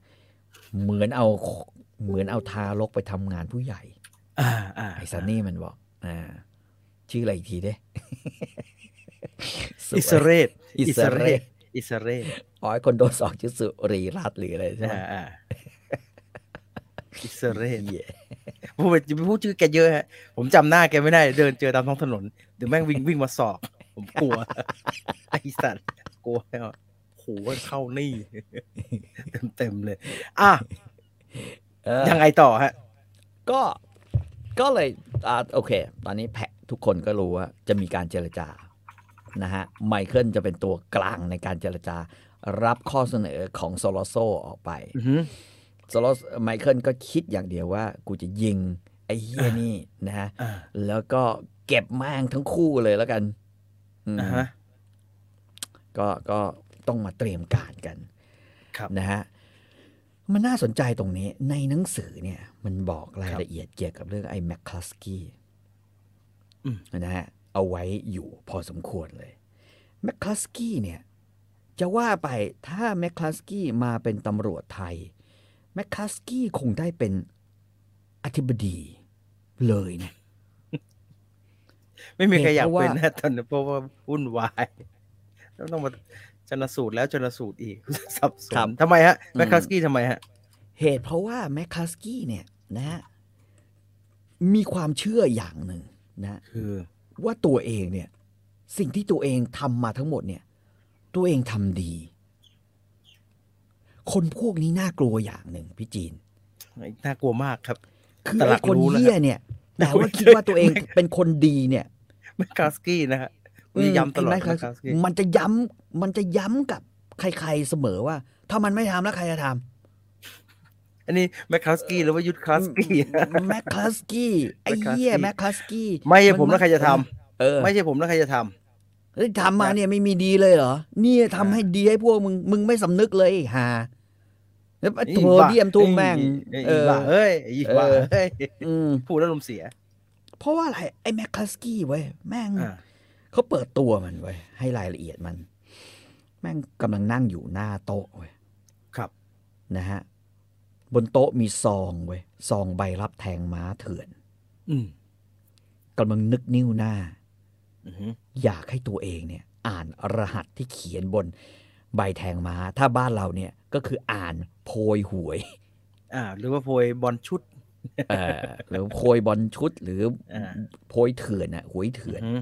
เหมือนเอาเหมือนเอาทารกไปทำงานผู้ใหญ่ อ่าอ่า ไอ้ซันนี่มันบอกอ่าชื่ออะไรอีกทีเด้ อิสเรศ อิสเรศ อิสเรศ อ๋อไอ้คนโดนสอกชื่อสุรีรัตน์หรืออะไรใช่ไหม อ่าอ่าอิสราเอล เหี้ย ผมจะไปพูดชื่อแกเยอะฮะ ผมจำหน้าแกไม่ได้ เดินเจอตามท้องถนนเดี๋ยวแม่งวิ่งวิ่งมาสอบ ผมกลัว ไอสัตว์กลัวแล้วโหเข้า นี่ เต็มๆเลย อ่ะ เออ ยังไงต่อฮะ ก็ก็เลยอ่าโอเค ตอนนี้แพะทุกคนก็รู้ว่าจะมีการเจรจานะฮะไมเคิลจะเป็นตัวกลางในการเจรจา รับข้อเสนอของโซโลโซออกไป อือหือ โซโลไมเคิลก็คิดอย่างเดียวว่า กูจะยิง ไอ้เฮียนี่นะฮะ อ่า แล้วก็เก็บแม่งทั้งคู่เลยแล้วกันอืม อ่าฮะ ก็ก็ต้องมาเตรียมการกัน ครับ นะฮะมันน่าสนใจตรงนี้ในหนังสือเนี่ย มันบอกรายละเอียดเกี่ยวกับเรื่องไอ้แมคคลัสกี้ อืม นะฮะเอาไว้อยู่พอสมควรเลยแมคคลัสกี้เนี่ย จะว่าไปถ้าแมคคลัสกี้มาเป็นตำรวจไทยแมคคลัสกี้คงได้เป็นอธิบดีเลยนะ ไม่มีใครอยาก เพราะว่า เป็นนะตอนนี้เพราะว่าวุ่นวายแล้วต้องมาชนะสูตรแล้วชนะสูตรอีก สับสนทำไมฮะแมคคัสกี้ทำไมฮะ เหตุเพราะว่าแมคคลัสกี้เนี่ยนะฮะมีความเชื่ออย่างหนึ่งนะ คือ ว่าตัวเองเนี่ย สิ่งที่ตัวเองทำมาทั้งหมดเนี่ย ตัวเองทำดี คนพวกนี้น่ากลัวอย่างหนึ่งพี่จีน น่ากลัวมากครับ คือ ตลา ไอ้ ด คน รู้แล้ว เหี้ยเนี่ย แต่ว่าคิดว่าตัวเอง ไม่ เป็นคนดีเนี่ย แมคคัสกี้นะฮะ อืม ย้ำตลอด เห็นไหม แมคคัสกี้ มันจะย้ำมันจะย้ำกับใครๆเสมอว่า ถ้ามันไม่ทำแล้วใครจะท อันนี้แมคคัสกี้หรือว่ายุทธคัสกี้ ำแมคคลัสกี้ไอ้เหี้ย แม แม ค ค ค ค ลั ลั ส ส กี้ กี้ ไม่ใช่ผมแล้วใครจะทำ เออ ไม่ใช่ผมแล้วใครจะทำ แล้วทำมาเนี่ยไม่มีดีเลยเหรอนี่ทำให้ดีให้พวกมึงมึงไม่สำนึกเลยไอ้ห่าแล้ว ไ โทรเดียมทุ่มแม่ง ไอ เอ อี อ บ้าเอ้ยไอีบ้า เออ เอ้ย อืม พูดแล้วลมณ์เสีย เพราะว่าอะไรไอ้แมคคลัสกี้เว้ยแม่ง อ่า เขาเปิดตัวมันไว้ยให้รายละเอียดมัน แม่งกำลังนั่งอยู่หน้าโต๊ะเว้ย ครับ นะฮะ บนโต๊ะมีซองเว้ยซองใบรับแทงม้าเถื่อน อืม กำลังนึกนิ้วหน้า อือหือ อยากให้ตัวเองเนี่ย อ่านรหัสที่เขียนบนใบแทงม้า ถ้าบ้านเราเนี่ยก็คืออ่านโพยห วย อ่า หรือว่าโพยบอลชุด เออหรือโพยบอลชุด หรืออา โพยเถื่อนอะหวยเถื่อน อืม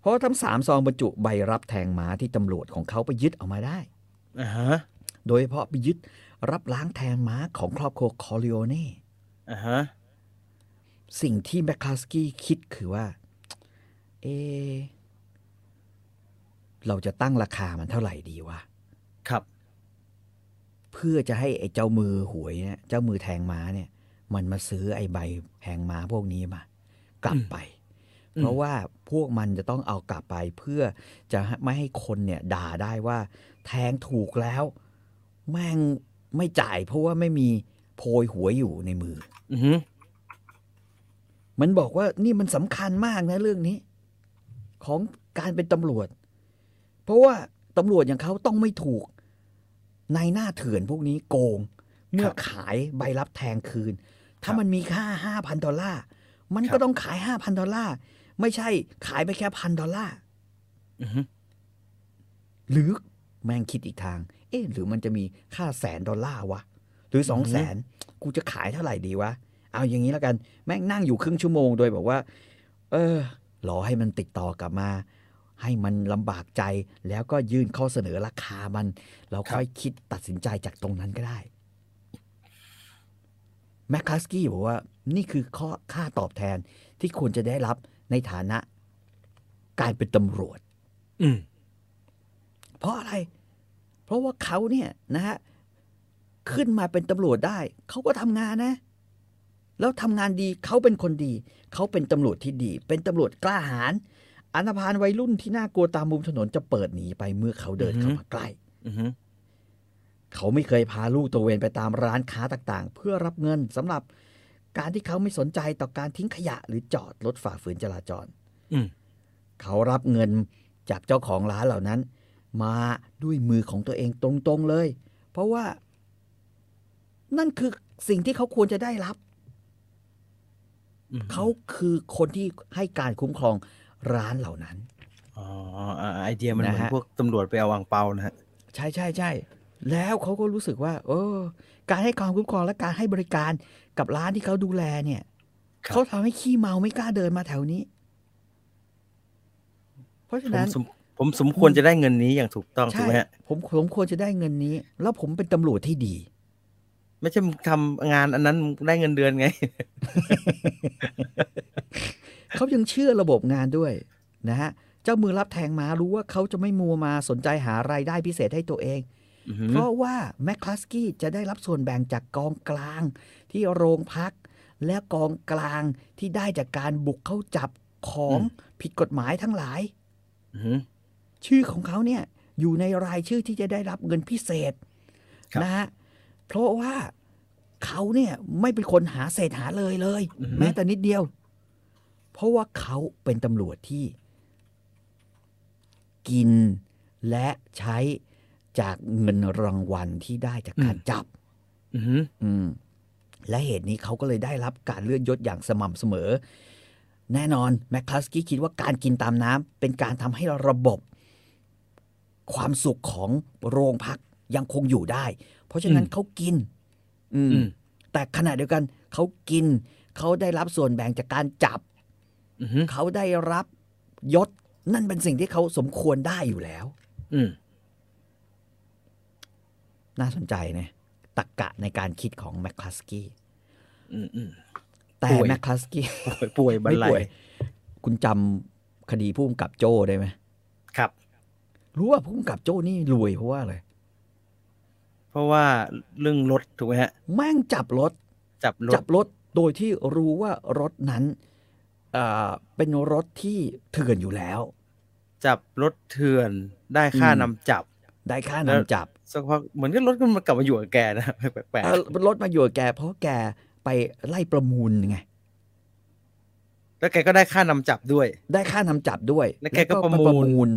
เพราะว่าทั้งสามซองบรรจุใบรับแทงม้าที่ตำรวจของเขาไปยึดเอามาได้ อ่าฮะ โดยเฉพาะไปยึดรับล้างแทนม้าของครอบครัวคอริโอเน่ อ่าฮะ สิ่งที่แมคคาสกี้คิดคือว่า เอะเราจะตั้งราคามันเท่าไหร่ดีวะ ครับ เพื่อจะให้ไอ้เจ้ามือหวยเนี่ยเจ้ามือแทงม้าเนี่ย มันมาซื้อไอ้ใบแทงม้าพวกนี้มา กลับไป อืม เพราะว่าพวกมันจะต้องเอากลับไป เพื่อจะไม่ให้คนเนี่ย ด่าได้ว่า แทงถูกแล้ว แม่งไม่จ่าย เพราะว่าไม่มีโพยหวยอยู่ในมือ อือหือ มันบอกว่านี่มันสำคัญมากนะเรื่องนี้ ของการเป็นตำรวจ เพราะว่าตำรวจอย่างเขาต้องไม่ถูกในายหน้าเถื่อนพวกนี้โกง เมื่อขายใบรับแทงคืน ถ้ามันมีค่าห้าพันดอลลาร์มันก็ต้องขายห้าพันดอลลาร์ไม่ใช่ขายไปแค่พันดอลลาร์ อือหือ หรือแม่งคิดอีกทาง เอ๊ะหรือมันจะมีค่าแสนดอลลาร์วะ หรือสองแสนกูจะขายเท่าไหร่ดีวะ เอาอย่างนี้แล้วกัน แม่งนั่งอยู่ครึ่งชั่วโมงโดยบอกว่า เออ รอให้มันติดต่อกลับมา ให้มันลำบากใจแล้วก็ยื่นข้อเสนอราคามัน เราค่อยคิดตัดสินใจจากตรงนั้นก็ได้แมคคาสกี้บอกว่า นี่คือข้อค่าตอบแทนที่ควรจะได้รับในฐานะการเป็นตำรวจ อืม เพราะอะไร เพราะว่าเขาเนี่ยนะฮะขึ้นมาเป็นตำรวจได้ เขาก็ทำงานนะ แล้วทำงานดีเขาเป็นคนดี เขาเป็นตำรวจที่ดี เป็นตำรวจกล้าหาญอันธพาลวัยรุ่นที่น่ากลัวตามมุมถนนจะเปิดหนีไปเมื่อเขาเดินเข้ามาใกล้ อือหือ เขาไม่เคยพาลูกตัวเวนไปตามร้านค้าต่างๆ เพื่อรับเงินสำหรับการที่เขาไม่สนใจต่อการทิ้งขยะหรือจอดรถฝ่าฝืนจราจร อืม เขารับเงินจากเจ้าของร้านเหล่านั้น มาด้วยมือของตัวเองตรงๆเลย เพราะว่า นั่นคือสิ่งที่เขาควรจะได้รับ อืม เขาคือคนที่ให้การคุ้มครองร้านเหล่านั้น อ๋ออ่าไอเดียมันเหมือน นะฮะ พวกตำรวจไปเอาวางเปานะฮะ ใช่ใช่ใช่แล้วเขาก็รู้สึกว่า เออ การให้ความคุ้มครองและการให้บริการกับร้านที่เขาดูแลเนี่ย ครับ เขาทำให้ขี้เมาไม่กล้าเดินมาแถวนี้ เพราะฉะ ผม นั้น สมผมสมควรจะได้เงินนี้อย่างถูกต้องถู ใช่ กไหมฮะ ผมผมควรจะได้เงินนี้ แล้วผมเป็นตำรวจที่ดี ไม่ใช่มึงทำงานอันนั้นมึงได้เงินเดือนไง เขายังเชื่อระบบงานด้วยนะฮะ เจ้ามือรับแทงม้ารู้ว่าเขาจะไม่มัวมาสนใจหารายได้พิเศษให้ตัวเอง อื้อหือ เพราะว่าแมคคลัสกี้จะได้รับส่วนแบ่งจากกองกลางที่โรงพัก และกองกลางที่ได้จากการบุกเข้าจับของผิดกฎหมายทั้งหลาย อื้อหือ ชื่อของเขาเนี่ยอยู่ในรายชื่อที่จะได้รับเงินพิเศษ ครับ นะฮะเพราะว่าเขาเนี่ยไม่เป็นคนหาเศษหาเลยเลย แม้แต่นิดเดียว เพราะว่าเขาเป็นตำรวจที่ กินและใช้จากเงินรางวัลที่ได้จากการจับ อื้อหือ อืมและเหตุนี้เขาก็เลยได้รับการเลื่อนยศอย่างสม่ำเสมอ แน่นอนแมคคลัสกี้คิดว่าการกินตามน้ำเป็นการทำให้ระบบ ความสุขของโรงพักยังคงอยู่ได้ เพราะฉะนั้น อืม เขากิน อืม อืม แต่ขณะเดียวกันเขากิน เขาได้รับส่วนแบ่งจากการจับ อื้อหือ เขาได้รับยศ นั่นเป็นสิ่งที่เขาสมควรได้อยู่แล้ว อืม น่าสนใจนะตรกกะในการคิดของแมคคลัสกี้ อืมอืม แต่ ป่วย แมคคลัสกี้ ป่วยป่วยบรรลั ไม่ป่วย ย คุณจำคดีผู้กำกับโจ้ได้ไหม ครับ รู้ว่าผู้กำกับโจ้นี่รวยเพราะว่าอะไร เพราะว่าเรื่องรถถูกไหมฮะ แม่งจับรถ จับร จั ถ บรถโดยที่รู้ว่ารถนั้นเอ่อเป็นรถที่เถื่อนอยู่แล้ว จับรถเถื่อนได้ค่า อืม นำจับ ได้ค่า แล้ว นำจับ สักพักเหมือนก็รถมันกลับมาอยู่กับแกนะ แปลก เอ่อรถมาอยู่กับแกเพราะแกไปไล่ประมูลไง ๆแล้วแกก็ได้ค่านำจับด้วย ได้ค่านำจับด้วย แล้วแกก็ ไป ประมูล ล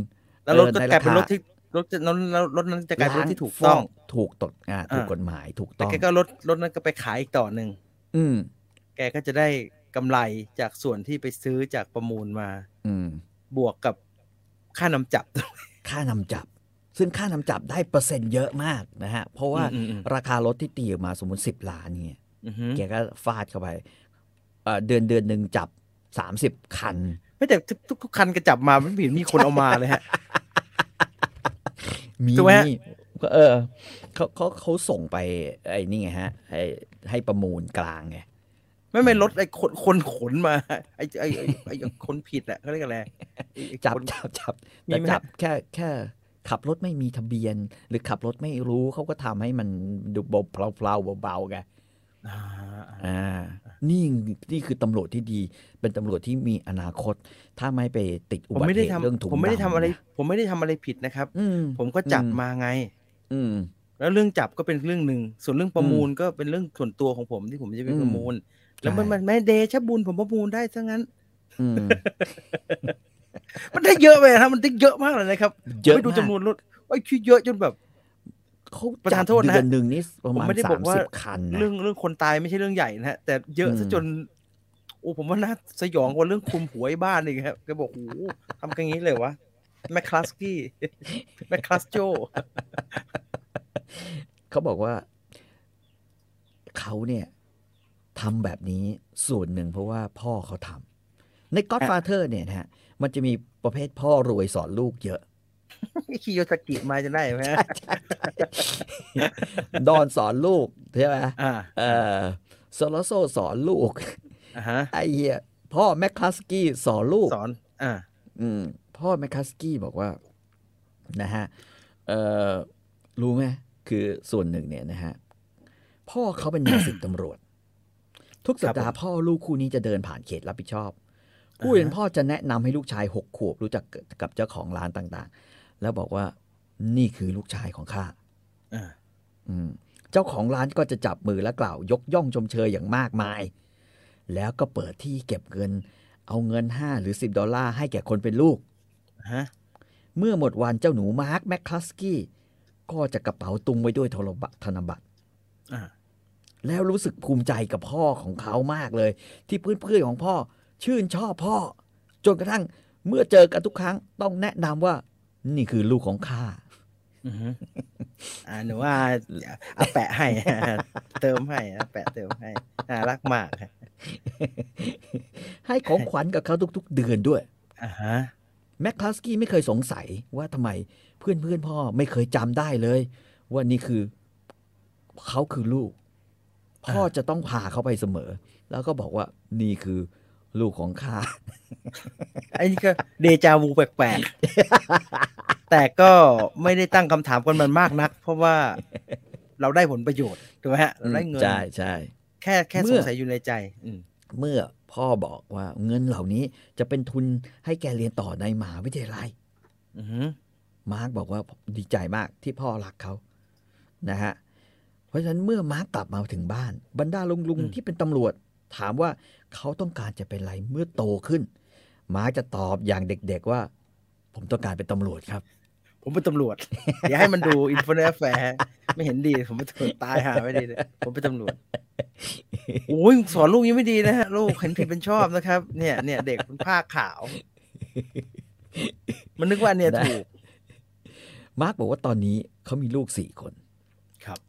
แล้วรถ เออ ก็ ใน กลายเป็นรถ ค ที่รถจะแล้วแล้วรถนั้นจะกลายเป็นรถที่ถูก ล้า ต้อง ถูกตกอ่าถูก อ่าก ก ฎหมายถูก แต่ ต้อง แกก็รถรถนั้นก็ไปขายอีกต่อหนึ่ง อืม แกก็จะได้กำไรจากส่วนที่ไปซื้อจากประมูลมา อืม บวกกับค่านำจับ ค่านำจับ ซึ่งค่านำจับได้เปอร์เซ็นต์เยอะมากนะฮะ เพราะว่า อืมอืมอืม ราคารถที่ตีออกมาสมมติ 10 ล้านเนี่ย อือหือ แกก็ฟาดเข้าไปเอ่อเดือนเดือนหนึ่งจับ 30 คัน ไม่แต่ทุกทุกคันก็จับมาไม่เห็นมีคนเอามาเลย ฮะ มี ถูกไหมฮะ เออเขาเขาเขาส่งไปไอ้นี่ไงฮะไอ้ให้ประมูลกลางไง ไม่ไม่รถไอ้คนคนขนมาไอ้ไอ้ไอ้ไอ้คนผิดอะเขาเรียกอะไรไอ้ไอ้ จับ คน จับจับ มี แต่ ไหม จับ ฮะ แค่แค่ขับรถไม่มีทะเบียน หรือขับรถไม่รู้เขาก็ทำให้มันดูเบาๆเบาๆไง อ่า อ่านี่นี่คือตำรวจที่ดี เป็นตำรวจที่มีอนาคต ถ้าไม่ไปติดอุ ผม บัติ ไม่ เห ได้ ตุ ทำ เรื่องถุง ผมไม่ได้ทำ ำ อะไร น ผมไม่ได้ทำอะไรผิดนะครับ อืม ผมก็จับ อืม มาไง อืม แล้วเรื่องจับก็เป็นเรื่องหนึ่ง ส่วนเรื่องประมูลก็เป็นเรื่องส่วนตัวของผมที่ผมจะไป อืม ประมูล แล้วมัน ใช่ มันแม่เดชะบุญผมประมูลได้ซะงั้น อืม มันได้เยอะไปนะมันได้เยอะมากเลยนะครับ เยอะ ไม่ดู มาก จำนวนรถไอ้คือเยอะจนแบบ เขา ประ จั ธาน บ โทษนะ เดือนหนึ่งนี่ประมา ผ ณ มไม่ได้บ สา อ ม กว่า สิบคันนะ เรื่องเรื่องคนตายไม่ใช่เรื่องใหญ่นะฮะแต่เยอะ อืม ซะจน โอ้ผมว่าน่าสยองกว่าเรื่องคุมหัวไอ้บ้านอีกครับแกบอกโอ้โหทำกันงี้เลยวะแมคคลัสกี้ แมคคลัส โจ เขาบอกว่า เขาเนี่ยทำแบบนี้ส่วนหนึ่งเพราะว่าพ่อเขาทำใน Godfather เนี่ยนะฮะ มันจะมีประเภทพ่อรวยสอนลูกเยอะ คิโยสกิมาจะได้ไหมฮะ ดอนสอนลูกใช่ไหม อ่า เออโซโลโซสอนลูก อ่าฮะ ไอ้เหี้ยพ่อแมคคลัสกี้สอนลูก สอนอ่า อืมพ่อแมคคลัสกี้บอกว่านะฮะเอ่อรู้ไหมคือส่วนหนึ่งเนี่ยนะฮะพ่อเขาเป็นนายสิบตำรวจ ทุกสัปดาห์พ่อลูกคู่นี้จะเดินผ่านเขตรับผิดชอบ ผู้เป็นพ่อจะแนะนำให้ลูกชายหกขวบรู้จักกับเจ้าของร้านต่างๆ แล้วบอกว่านี่คือลูกชายของข้า อ่า อืมเจ้าของร้านก็จะจับมือและกล่าวยกย่องชมเชยอย่างมากมาย แล้วก็เปิดที่เก็บเงิน เอาเงิน 5 หรือ 10 ดอลลาร์ให้แก่คนเป็นลูก ฮะ เมื่อหมดวันเจ้าหนูมาร์คแมคคลัสกี้ ก็จะกระเป๋าตุงไว้ด้วยโทรบัตรธนบัตร อ่า แล้วรู้สึกภูมิใจกับพ่อของเขามากเลย ที่เพื่อนๆของพ่อชื่นชอบพ่อ จนกระทั่งเมื่อเจอกันทุกครั้งต้องแนะนำว่า นี่คือลูกของข้า อือฮึอ่าหนู ว่าเอาแปะให้ เติมให้อ่ะแปะเติมให้อ่ารักมาก ให้ของขวัญกับเขาทุก ๆ เดือนด้วย อ่าฮะ แม็กคลาสกี้ไม่เคยสงสัยว่าทำไมเพื่อนเพื่อนๆพ่อไม่เคยจำได้เลย ว่านี่คือเขาคือลูก พ่อจะต้องพาเขาไปเสมอ แล้วก็บอกว่านี่คือลูกของข้า ไอ้นี่ก็เดจาวูแปลกๆ แต่ก็ไม่ได้ตั้งคำถามกันมันมากนัก เพราะว่าเราได้ผลประโยชน์ถูกไหมฮะเราได้เงิน ใช่ใช่ แค่แค่ เมื่ ส อ งสัยอยู่ในใจ อืม เมื่อพ่อบอกว่าเงินเหล่านี้จะเป็นทุนให้แกเรียนต่อในมหาวิทยาลัย อือหือ มาร์กบอกว่าดีใจมากที่พ่อรักเขานะฮะ เพราะฉะนั้นเมื่อมาร์กกลับมาถึงบ้าน บรรดาลุงลุง อืม ที่เป็นตำรวจ ถามว่าเขาต้องการจะเป็นอะไรเมื่อโตขึ้น มาร์กจะตอบอย่างเด็กๆว่า ผมต้องการเป็นตำรวจครับ ผมเป็นตำรวจ อย่าให้มันดูอินฟ n เ e แฟร์ไม่เห็นดีผมเป็นตำรวจตายหาไม่ดีเลยผมเป็นตำรวจโอ้ยสอนลูกยังไม่ดีนะฮะลูกเห็นผิดเป็นชอบนะครับ เนี่ยเนี่ยเด็กมันผ้าขาว มันนึกว่าเนี่ย นะ ถูก มาร์กบอกว่าตอนนี้เขามีลูกสี่คน ครับ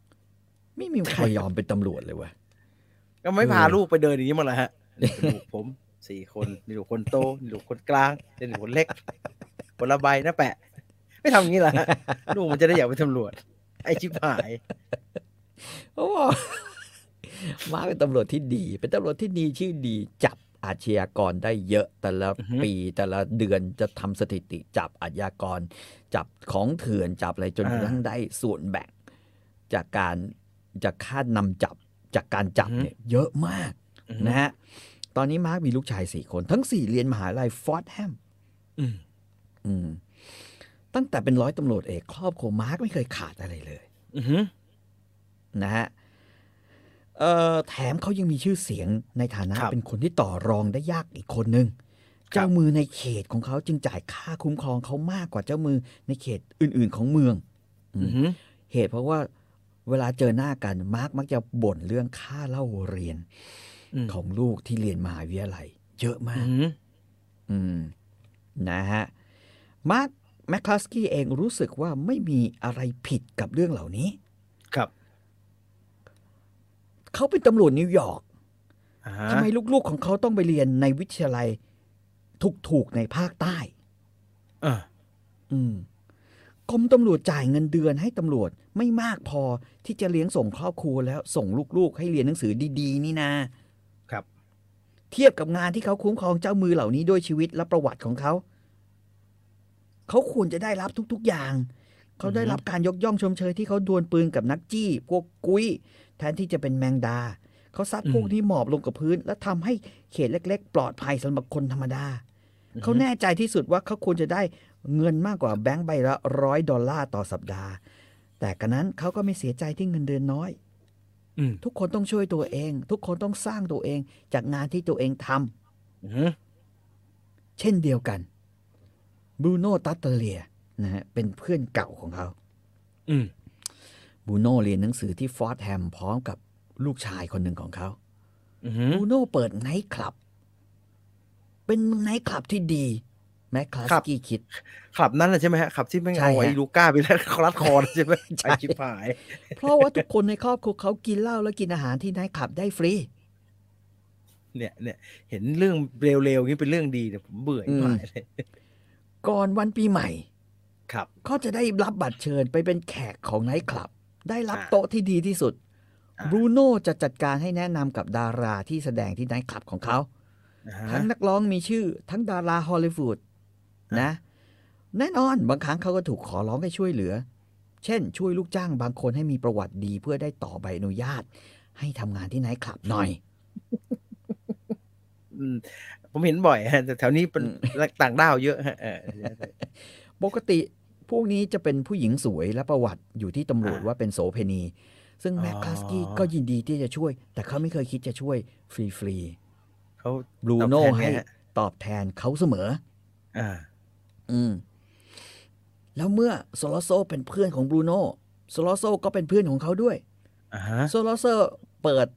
ไม่มีใครยอมเป็นตำรวจเลยเวะ ก็ไม่พา เออ ลูกไปเดินอย่างนี้มั้งเหรอฮะนี่เป็นลูกผมสี่คนนี่ลูกคนโตนี่ลูกคนกลางนี่ลูกคนเล็กคนละใบนะแปะ ไม่ทำอย่างนี้เหรอฮะลูกมันจะได้อยากเป็นตำรวจ ไอชิบหาย โอ้ มาร์กเป็นตำรวจที่ดี เป็นตำรวจที่ดีชื่อดีจับอาชญากรได้เยอะแต่ละ อือฮึ ปีแต่ละเดือนจะทำสถิติจับอาชญากร จับของเถื่อนจับอะไรจนกระทั่งได้ส่วนแบ่ง จากการจากค่านำจับจากการจับเนี่ยเยอะมากนะฮะตอนนี้มาร์กมีลูกชายสี่คน ทั้งสี่เรียนมหาลัยฟอร์ดแฮม อืม อืมตั้งแต่เป็นร้อยตำรวจเอกครอบครัวมาร์กไม่เคยขาดอะไรเลย อือหือ นะฮะเอ่อแถมเขายังมีชื่อเสียงในฐานะครับ เป็นคนที่ต่อรองได้ยากอีกคนหนึ่ง ครับ เจ้ามือในเขตของเขาจึงจ่ายค่าคุ้มครองเขามากกว่าเจ้ามือในเขตอื่นๆของเมือง อือหือ เหตุเพราะว่าเวลาเจอหน้ากันมาร์กมักจะบ่นเรื่องค่าเล่าเรียน อืม ของลูกที่เรียนมหาวิทยาลัย เยอะมา อือกหือ อืมนะฮะมาร์กแมคคลาสกี้เองรู้สึกว่าไม่มีอะไรผิดกับเรื่องเหล่านี้ ครับ เขาเป็นตำรวจนิวยอร์ก อ่าฮะ ทำไมลูกๆของเขาต้องไปเรียนในวิทยาลัยถูกๆในภาคใต้ อ่า อืมกรมตำรวจจ่ายเงินเดือนให้ตำรวจไม่มากพอที่จะเลี้ยงส่งครอบครัวแล้วส่งลูกๆ ให้เรียนหนังสือดีๆ นี่นา ครับ เทียบกับงานที่เขาคุ้มครองเจ้ามือเหล่านี้ด้วยชีวิตและประวัติของเขา เขาควรจะได้รับทุกๆอย่าง เขาได้รับการยกย่องชมเชยที่เขาดวลปืนกับนักจี้ พวกกุ้ย แทนที่จะเป็นแมงดา เขาซัด อืม พวกนี้หมอบลงกับพื้น และทำให้เขตเล็ก ๆ ปลอดภัยสำหรับคนธรรมดา เขาแน่ใจที่สุดว่าเขาควรจะได้เงินมากกว่าแบงค์ใบละร้อยดอลลาร์ต่อสัปดาห์ แต่กระนั้นเขาก็ไม่เสียใจที่เงินเดือนน้อย อืม ทุกคนต้องช่วยตัวเอง ทุกคนต้องสร้างตัวเองจากงานที่ตัวเองทำ อือหือ เช่นเดียวกันบรูโน่ตัตเตเลียนะฮะเป็นเพื่อนเก่าของเขา อืม บรูโน่เรียนหนังสือที่ฟอร์ดแฮมพร้อมกับลูกชายคนหนึ่งของเขา อือหือบรูโน่เปิดไนท์คลับ เป็นไนท์คลับที่ดี แมคคลาส ครับ กี้คิด ขับนั้นแหละใช่ไหมฮะขับที่ไม่ง ใช่ เอา ฮะ ไอ้ลูก้าไปแล้วคลัดคอ ใช่ไหม ใช่ ไอชิบหาย เพราะว่าทุกคนในครอบครัวเขากินเหล้าและกินอาหารที่ไนท์คลับได้ฟรี เนี่ยเนี่ยเห็นเรื่องเร็วๆนี้เป็นเรื่องดีเนี่ยผมเบื่อชิบหายเลย ก่อนวันปีใหม่ ครับ ก็จะได้รับบัตรเชิญไปเป็นแขกของไนท์คลับ ได้รับ อ่า โต๊ะที่ดีที่สุด อ่า บรูโน่จะจัดการให้แนะนำกับดาราที่แสดงที่ไนท์คลับของเขา นะฮะ ทั้งนักร้องมีชื่อ ทั้งดาราฮอลลีวูดนะ แน่นอนบางครั้งเขาก็ถูกขอร้องให้ช่วยเหลือ เช่น ช่วยลูกจ้างบางคนให้มีประวัติดีเพื่อได้ต่อใบอนุญาต ให้ทำงานที่ไนท์คลับหน่อย อืมผมเห็นบ่อยฮะแต่แถวนี้เป็นต่างด้าวเยอะฮะเออ ปกติพวกนี้จะเป็นผู้หญิงสวยและประวัติอยู่ที่ตำรวจ อ่า ว่าเป็นโสเพณี ซึ่ง อ๋อ แม็กคลาสกี้ก็ยินดีที่จะช่วย แต่เขาไม่เคยคิดจะช่วยฟรี เขา ๆบรูโน่ ตอบแท ให้ ไงฮะ ตอบแทนเขาเสมอ อ่า อืม แล้วเมื่อโซโลโซเป็นเพื่อนของบรูโน่โซโลโซก็เป็นเพื่อนของเขาด้วย อ่าฮะ โซโลโซเปิด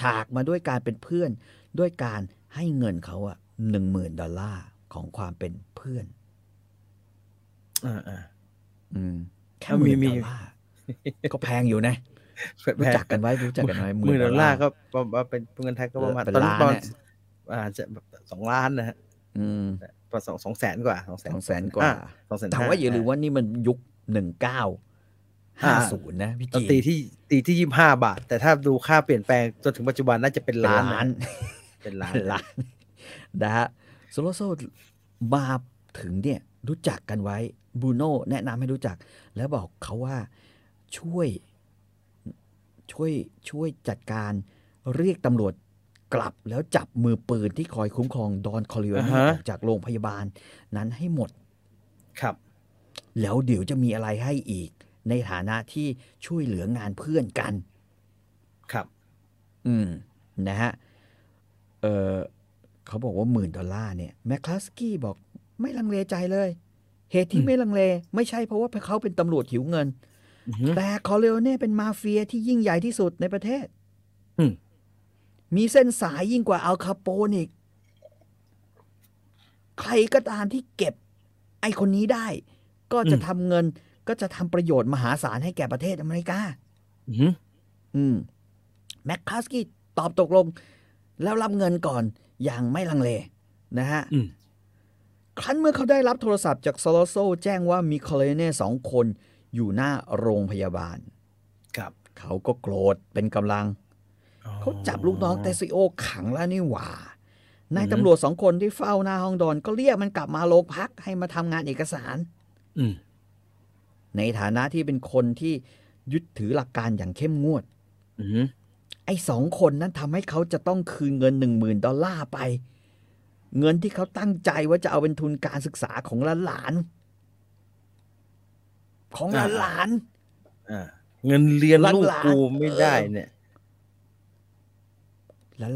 ฉากมาด้วยการเป็นเพื่อน ด้วยการให้เงินเขาอะหนึ่งหมื่นดอลลาร์ของความเป็นเพื่อน อ่าอ่า อืมแค่ เอา ห มี มื่น มี ดอลลาร์ก็แพงอยู่นะ รู้จักกันไว้รู้จักกันไว้ หมื่นดอลลาร์ กว่า ก็ประมาณเป็นเงินไทยก็ประมาณ เป็น ตอน ล้าน ตอน เนี่ย อาจจะสองล้านนะฮะ อืม ประมาณสองสองแสนกว่าสองแสน สองแสนกว่า สองแสน แต่ว่าอย่าลืมว่านี่มันยุคหนึ่งเก้า อ่า ห้าศูนย์นะพี่ เรา จี ตีที่ตีที่ยี่ห้าบาท แต่ถ้าดูค่าเปลี่ยนแปลงจนถึงปัจจุบันน่าจะเป็น เป็น ล้าน ล้า นะ น เป็นล้าน ล้าน นะฮะโซโลโซมาถึงเนี่ยรู้จักกันไว้บรูโน่แนะนำให้รู้จัก แล้วบอกเขาว่าช่วยช่วยช่วยจัดการเรียกตำรวจกลับแล้วจับมือปืนที่คอยคุ้มครองดอนคอริโอนี อ่าฮะ ออกจากโรงพยาบาลนั้นให้หมด ครับ แล้วเดี๋ยวจะมีอะไรให้อีก ในฐานะที่ช่วยเหลืองานเพื่อนกัน ครับ อืม นะฮะ เออเขาบอกว่าหมื่นดอลลาร์เนี่ย แมคคลาสกี้บอกไม่ลังเลใจเลย เหตุที่ไม่ลังเล ไม่ใช่เพราะว่าเขาเป็นตำรวจหิวเงิน อือฮึ แต่คอร์เลโอเน่เป็นมาเฟียที่ยิ่งใหญ่ที่สุดในประเทศ อืม มีเส้นสายยิ่งกว่าอัลคาโปนอีก ใครก็ตามที่เก็บ ไอคนนี้ได้ ก็จะทำเงิน ก็จะทำประโยชน์มหาศาลให้แก่ประเทศอเมริกา อือหือ อืมแมคคาสกี้ตอบตกลง แล้วรับเงินก่อนอย่างไม่ลังเล นะฮะ อืม ครั้นเมื่อเขาได้รับโทรศัพท์จากซ o โลโซแจ้งว่ามีคอลเลเน่สองคนอยู่หน้าโรงพยาบาล ครับ เขาก็โกรธเป็นกำลัง เขาจับลูกน้องเตซิโอขังแล้วนี่หว่านายตำรวจสองคนที่เฝ้าหน้าห้องดอนก็เรียกมันกลับมาโรงพักให้มาทำงานเอกสาร อืม ในฐานะที่เป็นคนที่ยึดถือหลักการอย่างเข้มงวด อือหือ ไอ้สองคนนั้นทำให้เขาจะต้องคืนเงินหนึ่งหมื่นดอลลาร์ไป เงินที่เขาตั้งใจว่าจะเอาเป็นทุนการศึกษาของหลานๆของหลาน อ่าเงินเรียนลูก ล้านๆ กูไม่ได้เนี่ย ๆ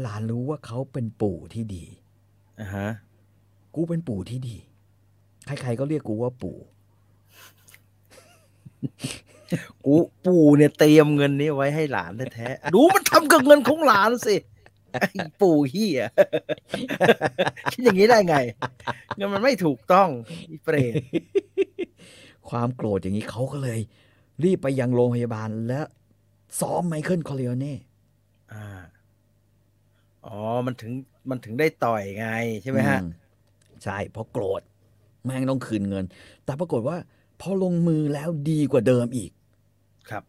หลานๆรู้ว่าเขาเป็นปู่ที่ดี อ่าฮะ กูเป็นปู่ที่ดี ใครๆก็เรียกกูว่าปู่ กูปู่เนี่ยเตรียมเงินนี้ไว้ให้หลานแท้ๆ ดูมันทำกับเงินของหลานสิไอ้ปู่เฮีย คิดอย่างนี้ได้ไงเงินมันไม่ถูกต้องอีเปรต ความโกรธอย่างนี้เขาก็เลย รีบไปยังโรงพยาบาลและซ้อมไมเคิลคอร์เลโอเน่ อ่าอ๋อ มันถึงมันถึงได้ต่อยไงใช่ไหมฮะ อืใช่เพราะโกรธแม่งต้องคืนเงิน แต่ปรากฏว่า พอลงมือแล้วดีกว่าเดิมอีก ครับ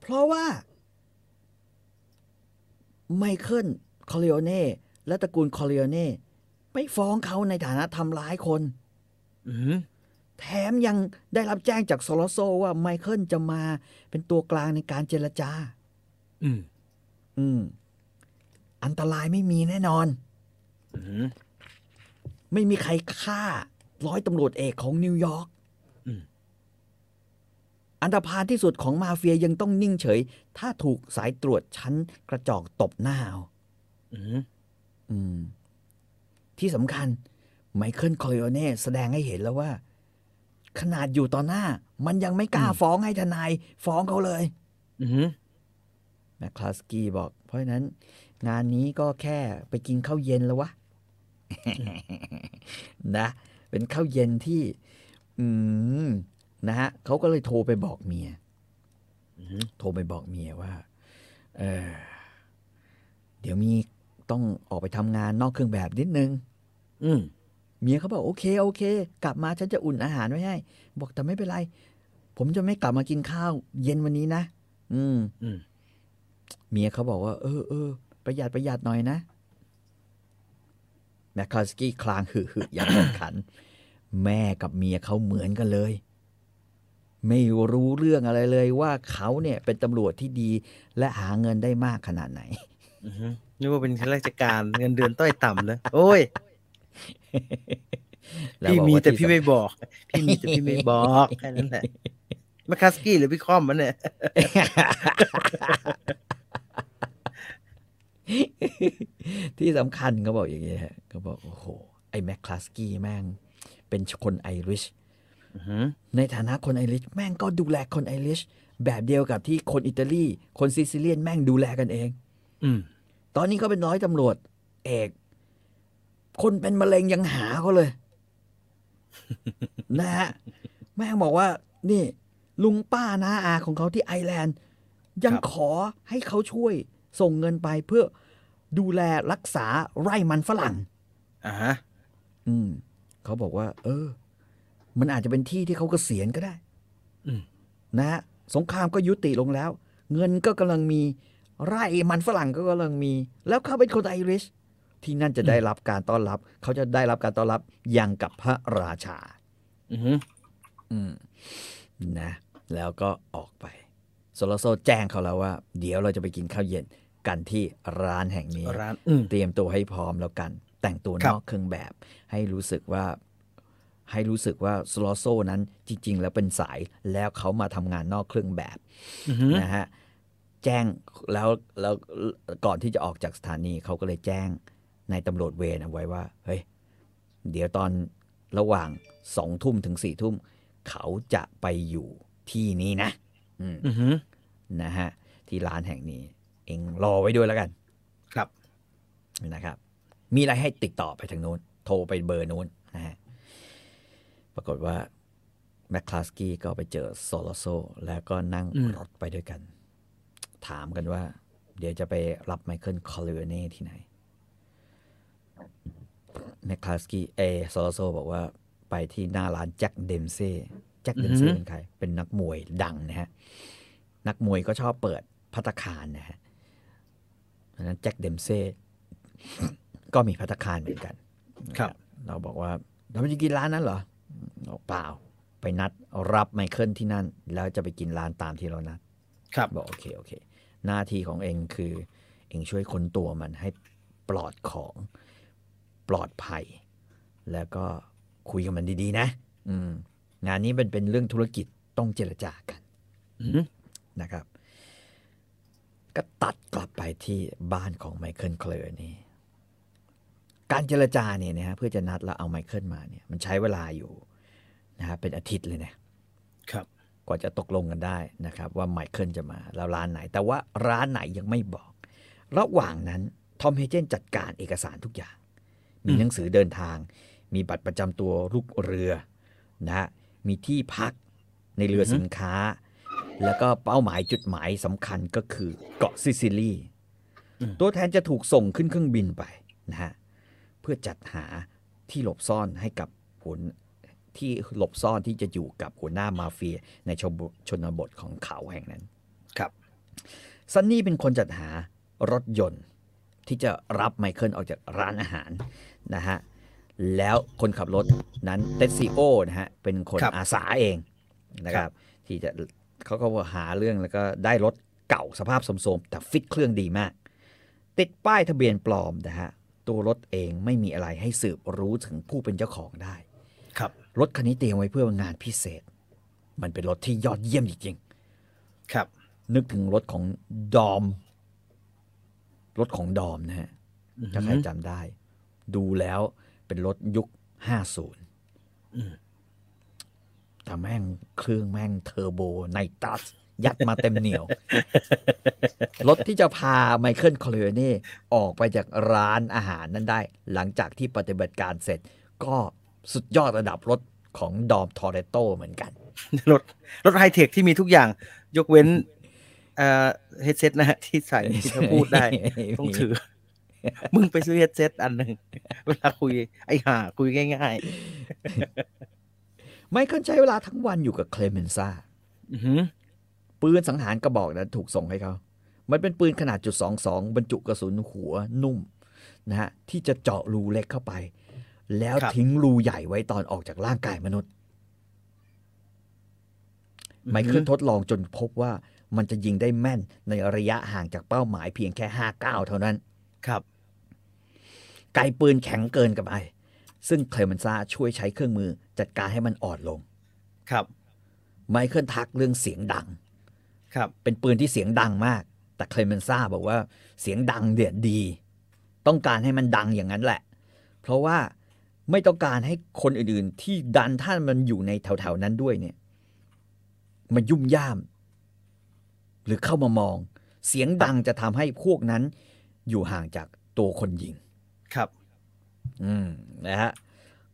เพราะว่า ไมเคิลคอร์เลโอเน่และตระกูลคอร์เลโอเน่ไม่ฟ้องเขาในฐานะทำร้ายคน อือหือ แถมยังได้รับแจ้งจากโซโลโซว่าไมเคิลจะมาเป็นตัวกลางในการเจรจา อืม อืม อันตรายไม่มีแน่นอน อือหือ ไม่มีใครฆ่า ร้อยตำรวจเอกของนิวยอร์ก อืม อันตรพานที่สุดของมาเฟียยังต้องนิ่งเฉย ถ้าถูกสายตรวจชั้นกระจอกตบหน้าเอา อือหือ อืม ที่สำคัญ ไมเคิลคอริโอเน่แสดงให้เห็นแล้วว่า ขนาดอยู่ต่อหน้า มันยังไม่กล้าฟ้องให้ทนาย ฟ้องเขาเลย อือหือ แมคคลาสกี้บอก เพราะฉะนั้น งานนี้ก็แค่ไปกินข้าวเย็นแล้ววะ นะ เป็นข้าวเย็นที่ อืมนะฮะเขาก็เลยโทรไปบอกเมีย อือหือ โทรไปบอกเมียว่าเออเดี๋ยวมีต้องออกไปทำงานนอกเครื่องแบบนิดนึง อืม เมียเขาบอกโอเคโอเค กลับมาฉันจะอุ่นอาหารไว้ให้ บอกแต่ไม่เป็นไร ผมจะไม่กลับมากินข้าว เย็นวันนี้นะอืม อืม เมียเขาบอกว่า เออเออประหยัดประหยัดหน่อยนะ แมคคาสกี้คลางหึหึอย่างแข่งขัน แม่กับเมียเขาเหมือนกันเลย ไม่รู้เรื่องอะไรเลยว่าเขาเนี่ยเป็นตำรวจที่ดีและหาเงินได้มากขนาดไหน อือหือนึกว่าเป็นข้าราชการเงินเดือนต้อยต่ำเลยโอ้ย ล้ว พี่ บอก มี ว่า แต่ ที่ พี่ สำ ไม่บอก พี่มีแต่พี่ไม่บอกแค่นั้นแหละแมคคัสกี้หรือพี่คอมมันเนี่ย ที่สำคัญเขาบอกอย่างนี้ฮะเขาบอก โอ้โห ไอ้แมคคลาสกี้แม่ง เป็นคนไอริช ในฐานะคนไอริชแม่งก็ดูแลคนไอริชแบบเดียวกับที่คนอิตาลี คนซิซิเลียนแม่งดูแลกันเอง อืม ตอนนี้เขาเป็นร้อยตำรวจ เอก คนเป็นมะเร็งยังหาเขาเลย นะฮะ แม่งบอกว่า นี่ ลุงป้าน้าอาของเขาที่ไอร์แลนด์ ยัง ครับ ขอให้เขาช่วยส่งเงินไปเพื่อดูแลรักษาไร่มันฝรั่ง อ่าฮะ อืมเขาบอกว่า เออ มันอาจจะเป็นที่ที่เขาเกษียณก็ได้ อืม นะฮะสงครามก็ยุติลงแล้ว เงินก็กำลังมีไร่มันฝรั่งก็กำลังมี แล้วเขาเป็นคนไอริช ที่นั่นจะได้รับการต้อนรับ เขาจะได้รับการต้อนรับอย่างกับพระราชา อือฮึ อืมนะ แล้วก็ออกไปโซโลโซแจ้งเขาแล้วว่า เดี๋ยวเราจะไปกินข้าวเย็นกันที่ร้านแห่งนี้ ร้านอืม เตรียมตัวให้พร้อมแล้วกัน แต่งตัวน ครั อก บ เครื่องแบบ ให้รู้สึกว่า ให้รู้สึกว่าสโลโซนั้นจริง ๆ แล้วเป็นสายแล้วเขามาทำงานนอกเครื่องแบบ อือฮึ นะฮะแจ้งแล้วแล้วก่อนที่จะออกจากสถานีเขาก็เลยแจ้งนายตำรวจเวรเอาไว้ว่าเฮ้ยเดี๋ยวตอนระหว่างสองทุ่มถึงสี่ทุ่มเขาจะไปอยู่ที่นี้นะ อืม อือฮึ นะฮะที่ร้านแห่งนี้ เองรอไว้ด้วยแล้วกัน ครับ นะครับ มีอะไรให้ติดต่อไปทางนู้น โทรไปเบอร์นู้นนะฮะ ปรากฏว่าแมคคลาสกี้ก็ไปเจอโซโลโซ แล้วก็นั่งรถไปด้วยกัน ถามกันว่า เดี๋ยวจะไปรับไมเคิลคอลเลเน่ที่ไหนแมคคลาสกี้เอโซโลโซบอกว่าไปที่หน้าร้านแจ็คเดมเซ่แจ็คเดมเซ่เป็นใคร เป็นนักมวยดังนะฮะ นักมวยก็ชอบเปิดพัตตาคารนะฮะเพราะฉะนั้นแจ็คเดมเซ่ ก็มีพัตตาคารเหมือนกัน ครับ เราบอกว่าเราไปกินร้านนั้นเหรอบอกเปล่า ไปนัดรับไมเคิลที่นั่น แล้วจะไปกินร้านตามที่เรานัด ครับ บอกโอเคโอเค หน้าที่ของเองคือ เองช่วยค้นตัวมันให้ปลอดของปลอดภัย แล้วก็คุยกับมันดีๆ นะ อืม งานนี้มันเป็นเรื่องธุรกิจต้องเจรจากัน อือฮึ นะครับ ก็ตัดกลับไปที่บ้านของไมเคิลเคลอร์นี่ การเจรจาเนี่ยนะฮะเพื่อจะนัดแล้วเอาไมเคิลมาเนี่ยมันใช้เวลาอยู่นะฮะเป็นอาทิตย์เลยนะครับ กว่าจะตกลงกันได้นะครับ ว่าไมเคิลจะมาแล้วร้านไหน แต่ว่าร้านไหนยังไม่บอก ระหว่างนั้นทอมเฮเจนจัดการเอกสารทุกอย่าง มี อืม หนังสือเดินทาง มีบัตรประจำตัวลูกเรือนะฮะมีที่พักในเรือสินค้า แล้วก็เป้าหมายจุดหมายสำคัญก็คือเกาะซิซิลี อืม ตัวแทนจะถูกส่งขึ้นเครื่องบินไปนะฮะเพื่อจัดหาที่หลบซ่อนให้กับหัวที่หลบซ่อนที่จะอยู่กับหัวหน้ามาเฟียในชนบชนบทของเขาแห่งนั้น ครับ ซันนี่เป็นคนจัดหารถยนต์ ที่จะรับไมเคิลออกจากร้านอาหารนะฮะ แล้วคนขับรถนั้นเตซิโอนะฮะ เป็นคน ครับ อาสาเองนะครับ ที่จะเขาก็หาเรื่องแล้วก็ได้รถเก่าสภาพสมโทรมแต่ฟิตเครื่องดีมาก ติดป้ายทะเบียนปลอมนะฮะ ตัวรถเองไม่มีอะไรให้สืบรู้ถึงผู้เป็นเจ้าของได้ ครับ รถคันนี้เตรียมไว้เพื่องานพิเศษ มันเป็นรถที่ยอดเยี่ยมจริงๆ ครับ นึกถึงรถของดอม รถของดอมนะฮะ อือฮึ ถ้าใครจำได้ ดูแล้วเป็นรถยุค 50 อืม แต่แม่งเครื่องแม่งเทอร์โบไนตรัส ยัดมาเต็มเหนียว รถที่จะพาไมเคิลคอลเลเน่ออกไปจากร้านอาหารนั้นได้ หลังจากที่ปฏิบัติการเสร็จ ก็สุดยอดระดับรถของดอมทอเรโตเหมือนกัน รถรถไฮเทคที่มีทุกอย่าง ยกเว้นเอ่อเฮดเซตนะฮะที่ใส่ที่จะพูด ได้ ต้องถือ มึงไปซื้อเฮดเซตอันหนึ่งเวลาคุย ไอ้ห่าคุยง่าย ไมเคิลใช้เวลาทั้งวันอยู่กับเคลเมนซ่า ๆ อือหือ ปืนสังหารกระบอกนั้นถูกส่งให้เขา มันเป็นปืนขนาดจุดสองสองบรรจุกระสุนหัวนุ่มนะฮะที่จะเจาะรูเล็กเข้าไป แล้ว ครับ ทิ้งรูใหญ่ไว้ตอนออกจากร่างกายมนุษย์ อือฮึ ไมเคิลทดลองจนพบว่ามันจะยิงได้แม่นในระยะห่างจากเป้าหมายเพียงแค่ 5 9 เท่านั้น ครับ ไกปืนแข็งเกินกับไป ซึ่งเคลเมนซ่าช่วยใช้เครื่องมือจัดการให้มันอ่อนลง ครับ ไมเคิลทักเรื่องเสียงดัง ครับ เป็นปืนที่เสียงดังมาก แต่เคลเมนซ่าบอกว่าเสียงดังเดียดี ต้องการให้มันดังอย่างนั้นแหละ เพราะว่าไม่ต้องการให้คนอื่นๆ ที่ดันท่านมันอยู่ในแถวๆนั้นด้วยเนี่ยมายุ่มย่าม หรือเข้ามามอง เสียงดังจะทำให้พวกนั้นอยู่ห่างจากตัวคนยิง ครับ อืมนะฮะ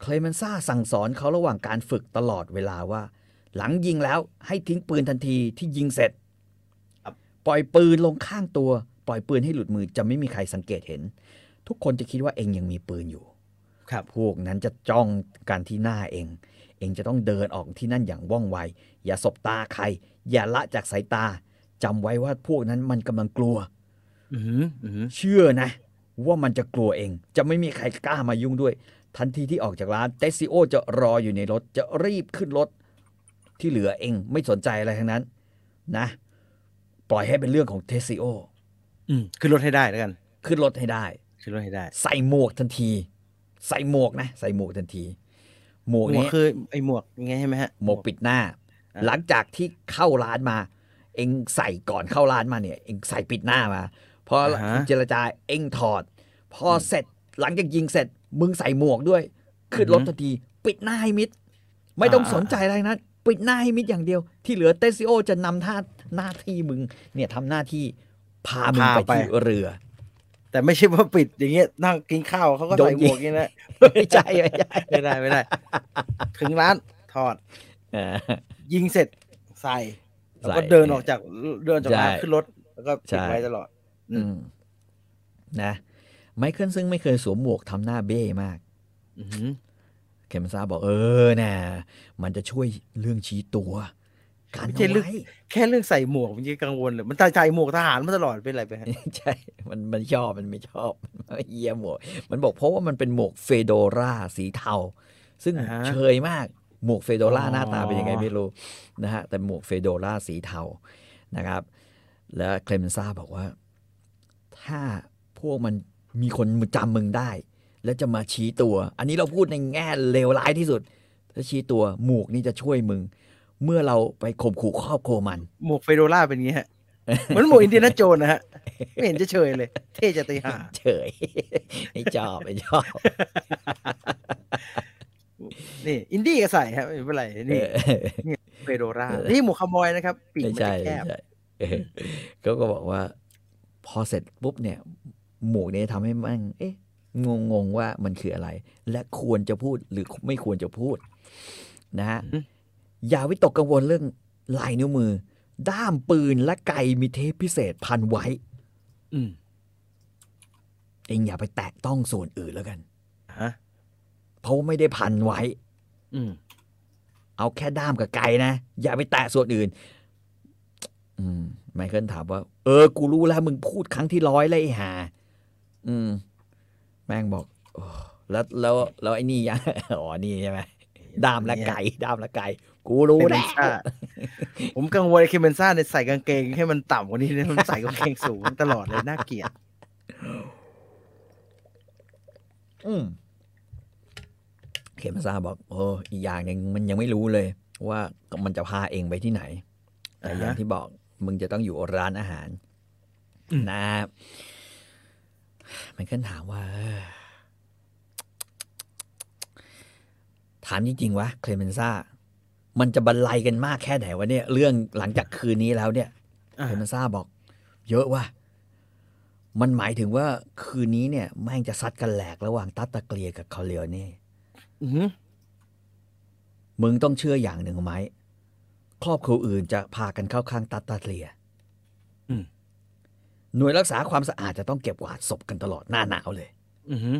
เคลเมนซ่าสั่งสอนเขาระหว่างการฝึกตลอดเวลาว่า หลังยิงแล้วให้ทิ้งปืนทันทีที่ยิงเสร็จ ครับ ปล่อยปืนลงข้างตัว ปล่อยปืนให้หลุดมือจะไม่มีใครสังเกตเห็น ทุกคนจะคิดว่าเองยังมีปืนอยู่ ครับ พวกนั้นจะจ้องกันที่หน้าเอง เองจะต้องเดินออกที่นั่นอย่างว่องไว อย่าสบตาใคร อย่าละจากสายตาจำไว้ว่าพวกนั้นมันกำลังกลัว อือหืออือหือ เชื่อนะ ว่ามันจะกลัวเอง จะไม่มีใครกล้ามายุ่งด้วย ทันทีที่ออกจากร้านเตซิโอจะรออยู่ในรถ จะรีบขึ้นรถ ที่เหลือเองไม่สนใจอะไรทั้งนั้น นะ ปล่อยให้เป็นเรื่องของเทซิโอ อืมขึ้นรถให้ได้แล้วกัน ขึ้นรถให้ได้ ขึ้นรถให้ได้ ใส่หมวกทันที ใส่หมวกนะ ใส่หมวกทันที หมวก หมวก นี้ คือไอ้หมวกไงใช่ไหมฮะ หมวกปิดหน้า อ่ะ หลังจากที่เข้าร้านมา เองใส่ก่อนเข้าร้านมาเนี่ย เองใส่ปิดหน้ามาพออา ฮะ เจรจาเองถอด พอเสร็จหลังจากยิงเสร็จ มึงใส่หมวกด้วย ขึ้นรถทันที ปิดหน้าให้มิด ไม่ต้องสนใจอะไรนะปิดหน้าให้มิดอย่างเดียว ที่เหลือเตซิโอจะนำท่าหน้าที่มึง เนี่ยทำหน้าที่พามึงไปที่เรือ แต่ไม่ใช่ว่าปิดอย่างเงี้ยนั่งกินข้าวเขาก็ โดน ใส่หม ยิง วกอย่างเงี้ยนะ ไม่ใช่ไม่ใช่ ไม่ได้ไม่ได้ ถึงร้านถอด เออ ยิงเสร็จใส่แล้วก็ ใส่ เดินออกจากเดินจากร้าน ใช่ ขึ้นรถแล้วก็ปิด ใช่ ไว้ตลอด อื อื ม มนะไมเคิลซึ่งไม่เคยสวมหมวกทำหน้าเบ้มาก อือหือ เข็มซาบอกเออน่ะมันจะช่วยเรื่องชี้ตัวการ ไม่ เอา ใช่เรื่อง ไว้ แค่เรื่องใส่หมวกมันยังกังวลเลยมันตาใจหมวกทหารมาตลอดเป็นไรไปฮะ ใช่ มันมันชอบมันไม่ชอบมันไม่เยี่ยมหมวกมันบอกเพราะว่ามันเป็นหมวกเฟโดราสีเทา ซึ่ง าฮะ เชยมากหมวกเฟโดรา อ๋อ หน้าตาเป็นยังไงไม่รู้นะฮะแต่หมวกเฟโดราสีเทานะครับ แล้วเคลเมนซ่าบอกว่า ถ้าพวกมันมีคนจำมึงได้ แล้วจะมาชี้ตัว อันนี้เราพูดในแง่เลวร้ายที่สุด ถ้าชี้ตัวหมวกนี่จะช่วยมึง เมื่อเราไปข่มขู่ครอบครัวมัน หมวกเฟโดล่าเป็นอย่างงี้ฮะเหมือนหมวกอินเดียนาโจนนะฮะไม่เห็นจะเฉยเลย เท่จะตีหา เฉย ไม่ชอบไม่ชอบ นี่อินดี้ก็ใส่ฮะไม่เป็นไรนี่ เออ เฟโดล่านี่หมวกคาวบอยนะครับปีกมันจะแคบ ไม่ใช่เออเขาก็บอกว่า พอเสร็จปุ๊บเนี่ย หมวกนี้ทำให้มั่งเอ๊ะงงงๆว่ามันคืออะไร และควรจะพูดหรือไม่ควรจะพูด นะฮะ อืม อย่าวิตกกังวลเรื่องลายนิ้วมือ ด้ามปืนและไกมีเทปพิเศษพันไว้ อืม เองอย่าไปแตะต้องส่วนอื่นแล้วกัน ฮะ เพราะว่าไม่ได้พันไว้ อืม เอาแค่ด้ามกับไกนะ อย่าไปแตะส่วนอื่น อืม ไมเคิลถามว่า เออ กูรู้แล้ว มึงพูดครั้งที่ร้อยเลยไอ้ห่าอืม แม่งบอกโอ้แล้วแล้วแล้วไอ้นี่ยัง อ๋อ นี่ใช่ไหมด้ามและไก่ด้ามและไก่ กูรู้ เคเม แล้ น ว ซ่าผมกังวลไอ้เคเมนซ่าเนี่ยใส่กางเกงให้มันต่ำกว่านี้นะมันใส่กางเกงสูงตลอดเลยน่าเกลียด อืมเขมซาบอกโอ้อีกอย่างหนึ่งมันยังไม่รู้เลย ว่ามันจะพาเองไปที่ไหน แต่อย่างที่บอกมึงจะต้องอยู่ร้านอาหาร นะมันก็ถามว่าเอ่อถามจริงๆวะเคลเมนซ่า มันจะบรรลัยกันมากแค่ไหนวะเนี่ย เรื่องหลังจากคืนนี้แล้วเนี่ย อ่ะ เคลเมนซ่าบอก เยอะว่ะมันหมายถึงว่าคืนนี้เนี่ยแม่งจะซัดกันแหลกระหว่างตัตตะเกลียกับคาเลียนี่ อือหือ มึงต้องเชื่ออย่างหนึ่งไหม ครอบครัวอื่นจะพากันเข้าข้างตัดตาเลีย อืม หน่วยรักษาความสะอาดจะต้องเก็บกวาดศพกันตลอดหน้าหนาวเลย อือหือ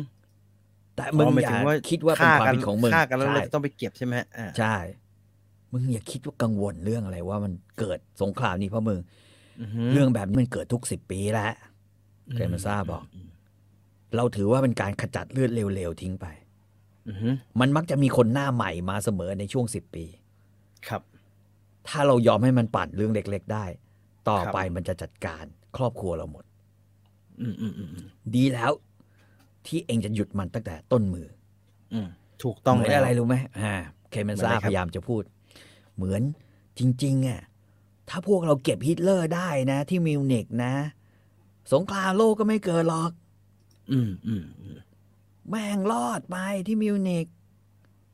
แต่มึง อ๋อหมาย อ ถึ ย่าง ว่า คิดว่าเป็นความผิดของมึง ฆ่ากันแล้วเรา ใช่ จะต้องไปเก็บใช่ไหมฮะอ่า ใช่ มึงอย่าคิดว่ากังวลเรื่องอะไรว่ามันเกิดสงครามนี้เพราะมึง อือหื เรื่องแบบนี้มันเกิดทุกสิบปีแล้ว เคลเมนซ่าบอก เราถือว่าเป็นการขจัดเลือดเร็วๆทิ้งไป อือหือ มันมักจะมีคนหน้าใหม่มาเสมอในช่วงสิบปี ครับ ถ้าเรายอมให้มันปั่นเรื่องเล็ก ๆ ได้ ต่อ ครับ ไปมันจะจัดการครอบครัวเราหมด อืมอืมอืมอืม ดีแล้ว ที่เองจะหยุดมันตั้งแต่ต้นมือ อืมถูกต้อง เหมือน แล้ว อะไรรู้ไหมอ่าเคเมนซ่า เหมือนอะไรค พ รับ ยายามจะพูด เหมือนจริงๆอ่ะถ้าพวกเราเก็บฮิตเลอร์ได้นะ ที่มิวนิกนะ สงครามโลกก็ไม่เกิดหรอก อืมอืมอืม แม่งรอดไปที่มิวนิก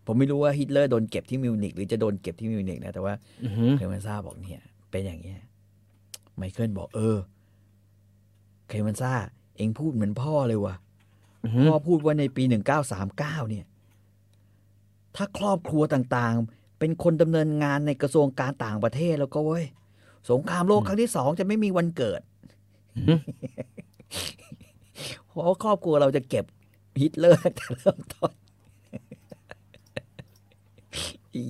ผมไม่รู้ว่าฮิตเลอร์โดนเก็บที่มิวนิกหรือจะโดนเก็บที่มิวนิกนะแต่ว่า อือหือ เคลเมนซ่าบอกเนี่ย เป็นอย่างเงี้ยไมเคิลบอกเออเคลเมนซ่า เองพูดเหมือนพ่อเลยว่ะ อือหือ พ่อพูดว่าในปี 1939 เนี่ย ถ้าครอบครัวต่างๆ เป็นคนดำเนินงานในกระทรวงการต่างประเทศแล้วก็เว้ย สงครามโลกครั้งที่สองจะไม่มีวันเกิด อืม เพราะว่าครอบครัวเราจะเก็บฮิตเลอร์ตั้งแต่เริ่มต้น อี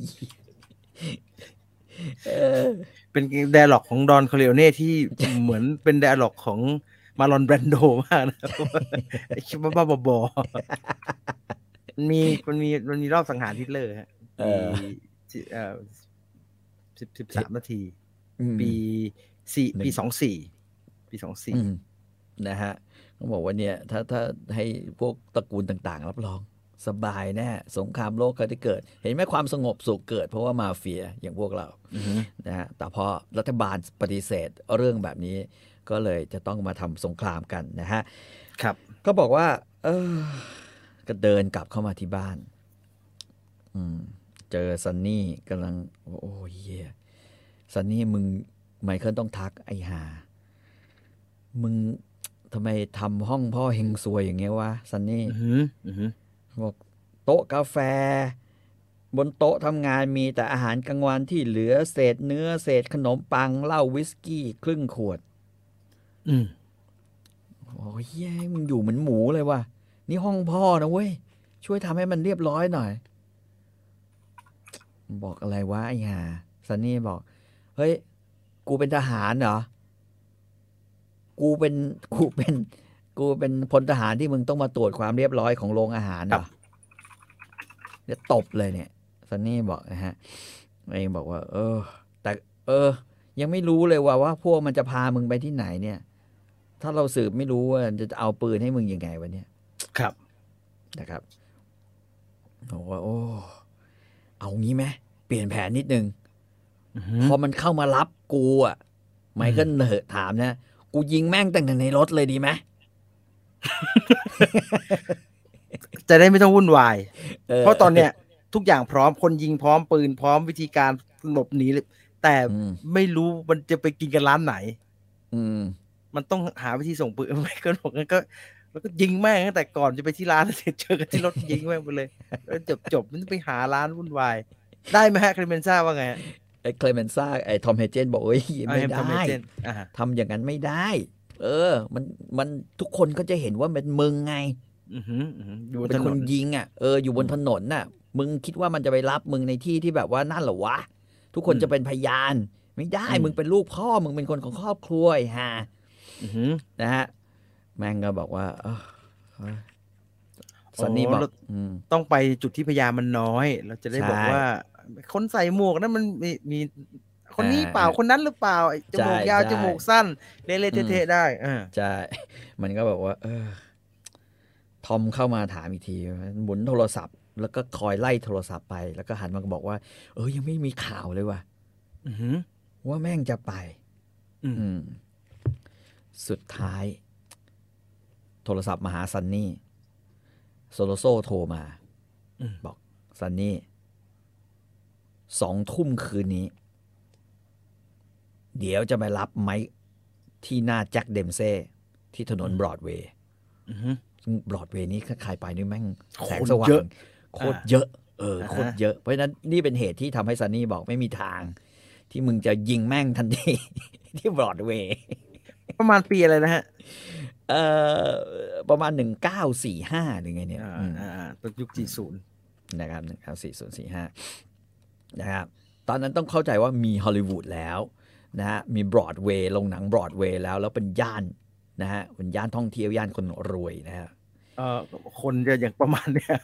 เออ เป็นไดอะล็อกของดอนคาเลโอเน่ที่เหมือนเป็นไดอะล็อกของมาลอนแบรนโดมากนะครับ ไอ้คิดว่าบ้าๆบอๆมันมี มันมีมันมีรอบสังหารฮิตเลอร์ฮะ เออ มีสิเอ่อสิบสิบสามนาที อืม ปีสี่ หนึ่ง ปีสองสี่ปีสองสี่ อืมนะฮะเขาบอกว่าเนี่ย ถ้าถ้าให้พวกตระกูลต่างๆ รับรอง สบายแน่สงครามโลกเขาจะเกิด เห็นไหมความสงบสุขเกิด เพราะว่ามาเฟียอย่างพวกเรา นะฮะแต่พอรัฐบาลปฏิเสธเรื่องแบบนี้ ก็เลยจะต้องมาทำสงครามกันนะฮะ ครับ ก็บอกว่า เออก็เดินกลับเข้ามาที่บ้าน อืม เจอซันนี่กำลัง โอ้ยเหี้ยซันนี่มึง ไมเคิลต้องทักไอหา มึงทำไมทำห้องพ่อเฮงซวยอย่างเงี้ยวะซันนี่ อือหืออือหือ บอกโต๊ะกาแฟ บนโต๊ะทำงานมีแต่อาหารกลางวันที่เหลือเศษเนื้อเศษขนมปังเหล้าวิสกี้ครึ่งขวด อืม โอ้ยเหี้ยมึงอยู่เหมือนหมูเลยว่ะ นี่ห้องพ่อนะเว้ย ช่วยทำให้มันเรียบร้อยหน่อย บอกอะไรวะไอ้ห่าซันนี่บอก เฮ้ย กูเป็นทหารเหรอ กูเป็น กูเป็น กูเป็นพลทหารที่มึงต้องมาตรวจความเรียบร้อยของโรงอาหารเหรอเนี่ยตบเลยเนี่ยซันนี่บอกนะฮะเองบอกว่า เออ แต่ เออ ยังไม่รู้เลยว่าว่า พวกมันจะพามึงไปที่ไหนเนี่ย ถ้าเราสืบไม่รู้ว่าจะเอาปืนให้มึงยังไงวะเนี่ย ครับ นะครับผมว่าโอ้ เอางี้ไหมเปลี่ยนแผนนิดนึง อือหือ พอมันเข้ามารับกูอ่ะ ไมเคิลเหอะถามนะ กูยิงแม่งตั้งแต่ในรถเลยดีไหม จะได้ไม่ต้องวุ่นวาย เพราะตอนเนี้ย ม ทุกอย่างพร้อมคนยิงพร้อมปืนพร้อมวิธีการหลบหนีเลยแต่ไม่รู้มันจะไปกินกันร้านไหน อืม มันต้องหาวิธีส่งปืน ไม่ก็บอกงั้นก็ แล้วก็ยิงแม่งตั้งแต่ก่อนจะไปที่ร้านแล้วเสร็จเจอกันที่รถ ยิงแม่งไปเลยแล้วจบจบไมันไปหาร้านวุ่นวาย ได้ไหมฮะคริเมนซ่าว่าไงฮะ ไอ้เคลเมนซ่าไอ้ทอมเฮเจนบอกโอ้ยไม่ อ้ Hamilton ได้ Agent อ่าฮะ ทำอย่างนั้นไม่ได้ เออ มันมันทุกคนก็จะเห็นว่ามันมึงไง อือหืออือหืออยู่บน เป็ ถ น น คน น ยิงอ่ะเอออยู่บนถนนน่ะ มึงคิดว่ามันจะไปรับมึงในที่ที่แบบว่านั่นเหรอวะ ทุกคนจะเป็นพยาน ไม่ได้มึงเป็นลูกพ่อมึงเป็นคนของครอบครัวไอ้ฮะ อือหือ นะฮะแม่งก็บอกว่าเออเออซันนี่ อ๋อ บอก แล้ว อืม ต้องไปจุดที่พยานมันน้อย เราจะได้บอก ใช่ ว่า คนใส่หมวกนั้นมันมีมีคนนี้เปล่า อ่า คนนั้นหรือเปล่าไอ้จมูก ใช่ ยาว ใช่ จมูกสั้นเละ อืม ๆเทะๆได้อ่า ใช่ มันก็บอกว่า เออ ทอมเข้ามาถามอีกที หมุนโทรศัพท์ แล้วก็คอยไล่โทรศัพท์ไป แล้วก็หันมาบอกว่า เออยังไม่มีข่าวเลยว่ะ อือหือ ว่าแม่งจะไป อืม อืม สุดท้าย โทรศัพท์มาหาซันนี่ โซโลโซโทรมา อืม บอก ซันนี่ สองทุ่มคืนนี้ เดี๋ยวจะไปรับไมค์ที่หน้าแจ็คเดมเซ่ที่ถนนบรอดเวย์ อือหือ ซึ่งบรอดเวย์นี้ถ้าใครไปนี่แม่งแสง คน สว่า เย ง อะ โคตรเยอะ เออ อ่าฮะ โคตรเยอะ เพราะฉะนั้นนี่เป็นเหตุที่ทำให้ซันนี่บอกไม่มีทาง ที่มึงจะยิงแม่งทันที ที่บรอดเวย์ ประมาณปีอะไรนะฮะ เอ่อประมาณหนึ่งเก้าสี่ห้าหรือไงเนี่ย อ่า อืม อ่าอ่าตอนยุคจีศูนย์ นะครับหนึ่งเก้าสี่ศูนย์สี่ห้านะครับตอนนั้นต้องเข้าใจว่ามีฮอลลีวูดแล้วนะฮะมีบรอดเวย์ลงหนังบรอดเวย์แล้วแล้วเป็นย่านนะฮะเป็นย่านท่องเที่ยวย่านคนรวยนะฮะ เออคนจะอย่างประมาณเนี้ย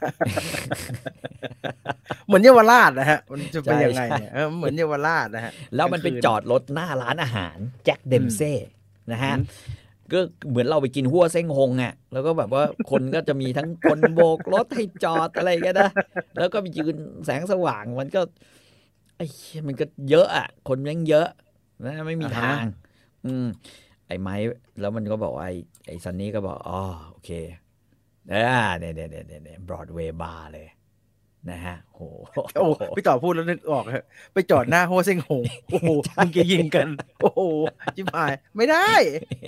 เหมือนเยาวราชนะฮะ มันจะเป็น ใช่ ยังไง ใช่ เนี่ยเออเหมือนเยาวราชนะฮะ แล้วมันไปจอดรถหน้าร้านอาหารแจ็คเดมเซ่นะฮะ อืม ก็เหมือนเราไปกินหัวเส้งฮงอ่ะแล้วก็แบบว่าคนก็จะมีทั้งคนโบกรถให้จอดอะไรกันนะแล้วก็ไปยืนแสงสว่างมันก็ไอ้เหี้ยมันก็เยอะอ่ะ คนแม่งเยอะนะไม่มีทาง อืม ไอ้ไม้แล้วมันก็บอกว่าไอ้ไอ้ซันนี่ก็บอกอ๋อโอเคอ่าเนี่ยเนี่ยเนี่ยเนี่ยบรอดเวย์บาร์เลยนะฮะโห โอ้พี่ต่อพูดแล้วนึกออกฮะไปจอดหน้าโฮเซงหงโอ้โหมึงจะยิงกัน โอ้โหจิบหาย ไม่ได้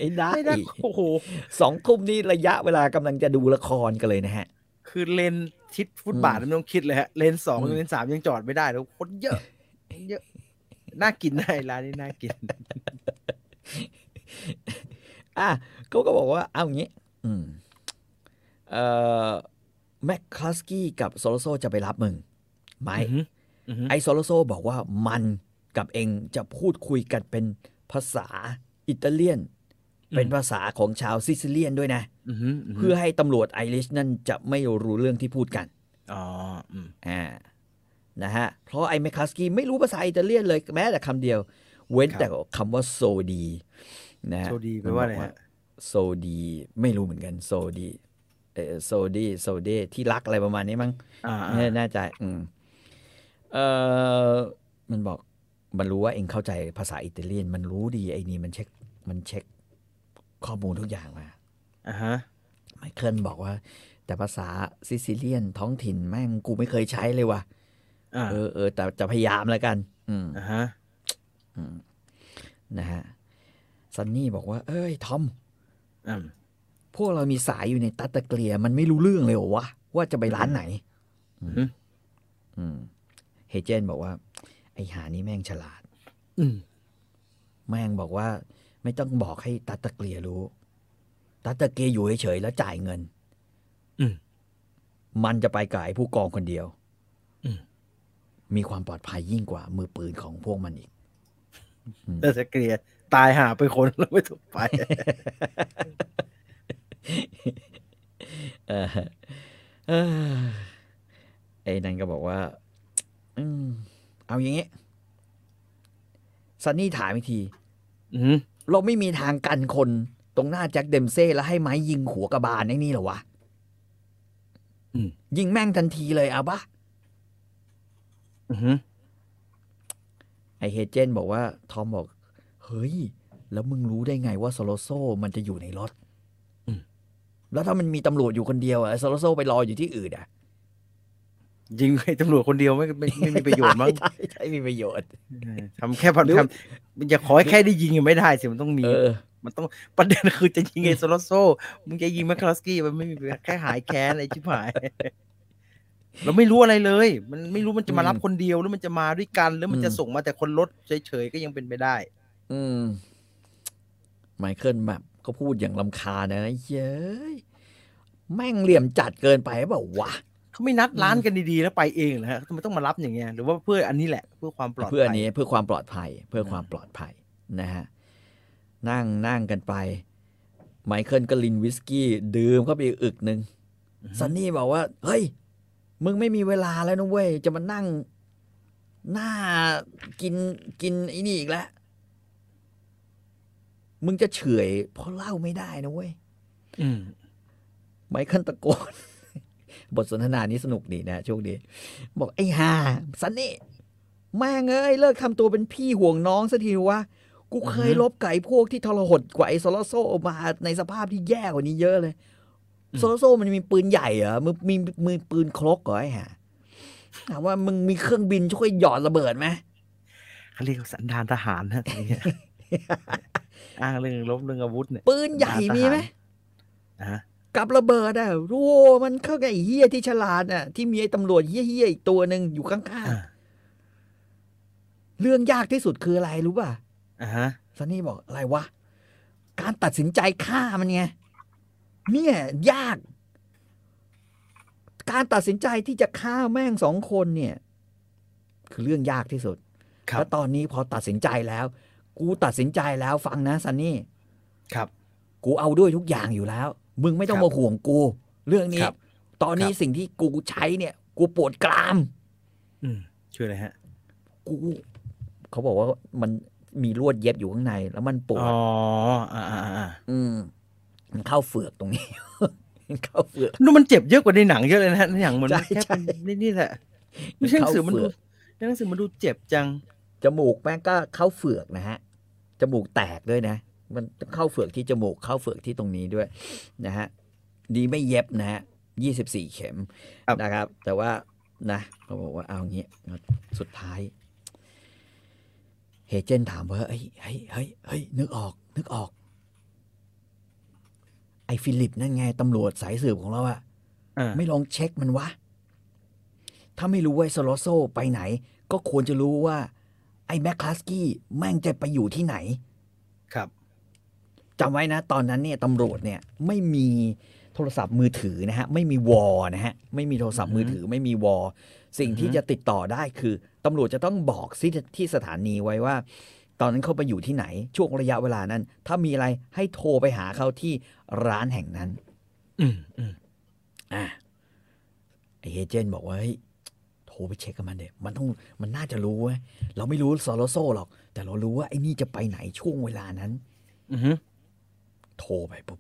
ไม่ได้ ไม่ได้โอ้โห สองทุ่มนี่ระยะเวลากำลังจะดูละครกันเลยนะฮะ คือเลนชิดฟุตบาทไม่ต้องคิดเลยฮะ เลนสองเลนสามยังจอดไม่ได้แล้วคนเยอะ เยอะ น่ากินได้ร้านนี้น่ากิน อ่ะเขาก็บอกว่า เอาอย่างนี้ อืม เอ่อแม็กคลัสกี้กับโซโลโซจะไปรับมึงไหม ไอโซโลโซบอกว่ามันกับเองจะพูดคุยกันเป็นภาษาอิตาเลียน อืม เป็นภาษาของชาวซิซิเลียนด้วยนะ เพื่อให้ตำรวจไอริชนั่นจะไม่รู้เรื่องที่พูดกัน อ๋ออืม อ่านะฮะ เพราะไอแมคคัสกี้ไม่รู้ภาษาอิตาเลียนเลยแม้แต่คำเดียว เว้นแต่คำว่าโซดีนะฮะ โชคดีแปลว่าอะไรฮะ โซดีไม่รู้เหมือนกันโซดีเออโซดีโซเดที่รักอะไรประมาณนี้มั้ง อ่า เออน่าจะอืมเออมันบอก มันรู้ว่าเองเข้าใจภาษาอิตาเลียน มันรู้ดีไอ้นี่มันเช็ค มันเช็คข้อมูลทุกอย่างมา อ่าฮะ ไมเคิลบอกว่า แต่ภาษาซิซิเลียนท้องถิ่นแม่งกูไม่เคยใช้เลยว่ะ อ่า เออเออแต่จะพยายามแล้วกัน อืม อ่าฮะ อืม นะฮะ ซันนี่บอกว่า เอ้ย ทอม อืม พวกเรามีสายอยู่ในตัตตะเกลีย มันไม่รู้เรื่องเลยเหรอวะ ว่าจะไปร้านไหน อืม อืม เฮเจนบอกว่า ไอ้หานี่แม่งฉลาด อืม แม่งบอกว่า ไม่ต้องบอกให้ตาตะเกลียรู้ตาตะเกลียอยู่เฉยๆแล้วจ่ายเงิน อืม มันจะไปกับไอ้ผู้กองคนเดียว อืม มีความปลอดภัยยิ่งกว่ามือปืนของพวกมันอีก แต่จะเกลียดตายหาไปคนแล้วไม่ถูกไป เออเออไอ้นั่นก็บอกว่า อืม เอาอย่างงี้ซันนี่ถามอีกที อืม เราไม่มีทางกันคนตรงหน้าแจ็คเดมเซ่แล้วให้ไม้ยิงหัวกระบาลไอ้นี่เหรอวะ อืม ยิงแม่งทันทีเลยเอาปะ อืม ไอเฮเจนบอกว่า ทอมบอก เฮ้ย แล้วมึงรู้ได้ไงว่าโซโลโซมันจะอยู่ในรถ อืม แล้วถ้ามันมีตำรวจอยู่คนเดียวอะโซโลโซไปรออยู่ที่อื่นอะ ยิงให้ตำรวจคนเดียวไม่ไม่ไม่มีประโยชน์มั้ง ใช่ใช่ใช่มีประโยชน์ เออทำแค่พัน หรือ ทำมันจะขอให้แค่ได้ยิงยังไม่ได้สิมันต้องมี เออ มันต้อง ประเด็นคือจะยิงไอ้โซโลโซมึงจะยิงแมคคลาสกี้มันไม่มีแค่หายแค้นไอ้ชิบหาย เราไม่รู้อะไรเลย มันไม่รู้มันจะมารับ อืม คนเดียวหรือมันจะมาด้วยกัน หรือมันจะ อืม ส่งมาแต่คนรถเฉยๆก็ยังเป็นไปได้ อืม ไมเคิลแบบก็พูดอย่างลำคาญนะเย้ยแม่งเหลี่ยมจัดเกินไปเปล่าวะ เขาไม่นัดร้านกันดีๆแล้วไปเองเหรอฮะทำไมต้องมารับอย่างเงี้ยหรือว่าเพื่ออันนี้แหละเพื่อความปลอดภัย เพื่ออันนี้เพื่อความปลอดภัยเพื่อความปลอดภัยนะฮะนั่งนั่งกันไป ไมเคิลก็ลินวิสกี้ ดื่มเข้าไปอีกอึกหนึ่งซันนี่บอกว่า เฮ้ย มึงไม่มีเวลาแล้วนะเว้ย จะมานั่งหน้ากินกินไอ้นี่อีกแล้ว มึงจะเฉอยเพราะเหล้าไม่ได้นะเว้ย อืม ไมเคิลตะโกน บทสนทนานี้สนุกดีนะช่วงนี้ บอกไอ้ห่าซันนี่แม่งเอ้ย เลิกทำตัวเป็นพี่ห่วงน้องสักทีวะ กูเคยลบไก่พวกที่ทรหดกว่าไอ้โซโลโซมาในสภาพที่แย่กว่านี้เยอะเลยโซโลโซมันมีปืนใหญ่เหรอมึงมีมือปืนครกเหรอไอ้ห่าถามว่ามึงมีเครื่องบินช่วยหยอดระเบิดไหม เขาเรียกว่าสันดานทหารนะตรง เนี้ยอ้างเรื่องลบเรื่องอาวุธเนี่ย ปืนใหญ่มีไหม อ่าฮะ กับระเบิดอ่ะโว้มันเข้ากับไอ้เฮียที่ฉลาดอ่ะ ที่มีไอ้ตำรวจเฮียๆอีกตัวหนึ่งอยู่ข้างๆ อ่า เรื่องยากที่สุดคืออะไรรู้ป่ะ อ่าฮะ ซันนี่บอกอะไรวะ การตัดสินใจฆ่ามันไงเนี่ยยาก การตัดสินใจที่จะฆ่าแม่งสองคนเนี่ย คือเรื่องยากที่สุด ครับ แล้วตอนนี้พอตัดสินใจแล้ว กูตัดสินใจแล้วฟังนะซันนี่ ครับ กูเอาด้วยทุกอย่างอยู่แล้ว มึงไม่ต้อง ครับ มาห่วงกู เรื่องนี้ ครับ ตอนนี้ ครับ สิ่งที่กูใช้เนี่ย กูปวดกราม อืมชื่ออะไรฮะ กูเขาบอกว่ามันมีลวดเย็บอยู่ข้างใน แล้วมันปวด อ๋ออ่าอ่าอ่า อืมมันเข้าเฟือกตรงนี้ มันเข้าเฟือก นู่นมันเจ็บเยอะกว่าในหนังเยอะเลยนะฮะในหนังมัน ใช่ แค่ ใช่ เป็นนี่นี่แหละไม่ใช่หนังสือมันดู เข้าเฟืก ในหนังสือมันดูเจ็บจัง จมูกแม่งก็เข้าเฟือกนะฮะ จมูกแตกด้วยนะ มันเข้าเฟือกที่จมูกเข้าเฟือกที่ตรงนี้ด้วย นะฮะ ดีไม่เย็บนะฮะยี่สิบสี่เข็ม ครับ นะครับ แต่ว่านะเขาบอกว่าเอาอย่างงี้สุดท้าย เฮเจนถามว่าเฮ้ยเฮ้ยเฮ้ยเฮ้ยนึกออก นึกออก ไอ้ฟิลิปนั่นไงตำรวจสายสืบของเราอะ อ่า ไม่ลองเช็คมันวะ ถ้าไม่รู้ว่าไอ้โซโลโซไปไหน ก็ควรจะรู้ว่า ไอ อ้แม็กคลาสกี้แม่งจะไปอยู่ที่ไหน ครับ จำไว้นะ ตอนนั้นเนี่ยตำรวจเนี่ยไม่มีโทรศัพท์มือถือนะฮะ ไม่มีวอลนะฮะ ไม่มีโทรศัพท์มือถือ ไม่มีวอลสิ่งที่ อือฮึ จะติดต่อได้คือตำรวจจะต้องบอกที่ที่สถานีไว้ว่า ตอนนั้นเขาไปอยู่ที่ไหน ช่วงระยะเวลานั้น ถ้ามีอะไรให้โทรไปหาเขาที่ร้านแห่งนั้น อืมอืม อ่ะไอเอเจนต์บอกว่าเฮ้ยโทรไปเช็คกับมันเด็มันต้องมันน่าจะรู้เว้ยเราไม่รู้ซอโลโซหรอก แต่เรารู้ว่าไอ้นี่จะไปไหนช่วงเวลานั้น อือฮึ โทรไปปุ๊บ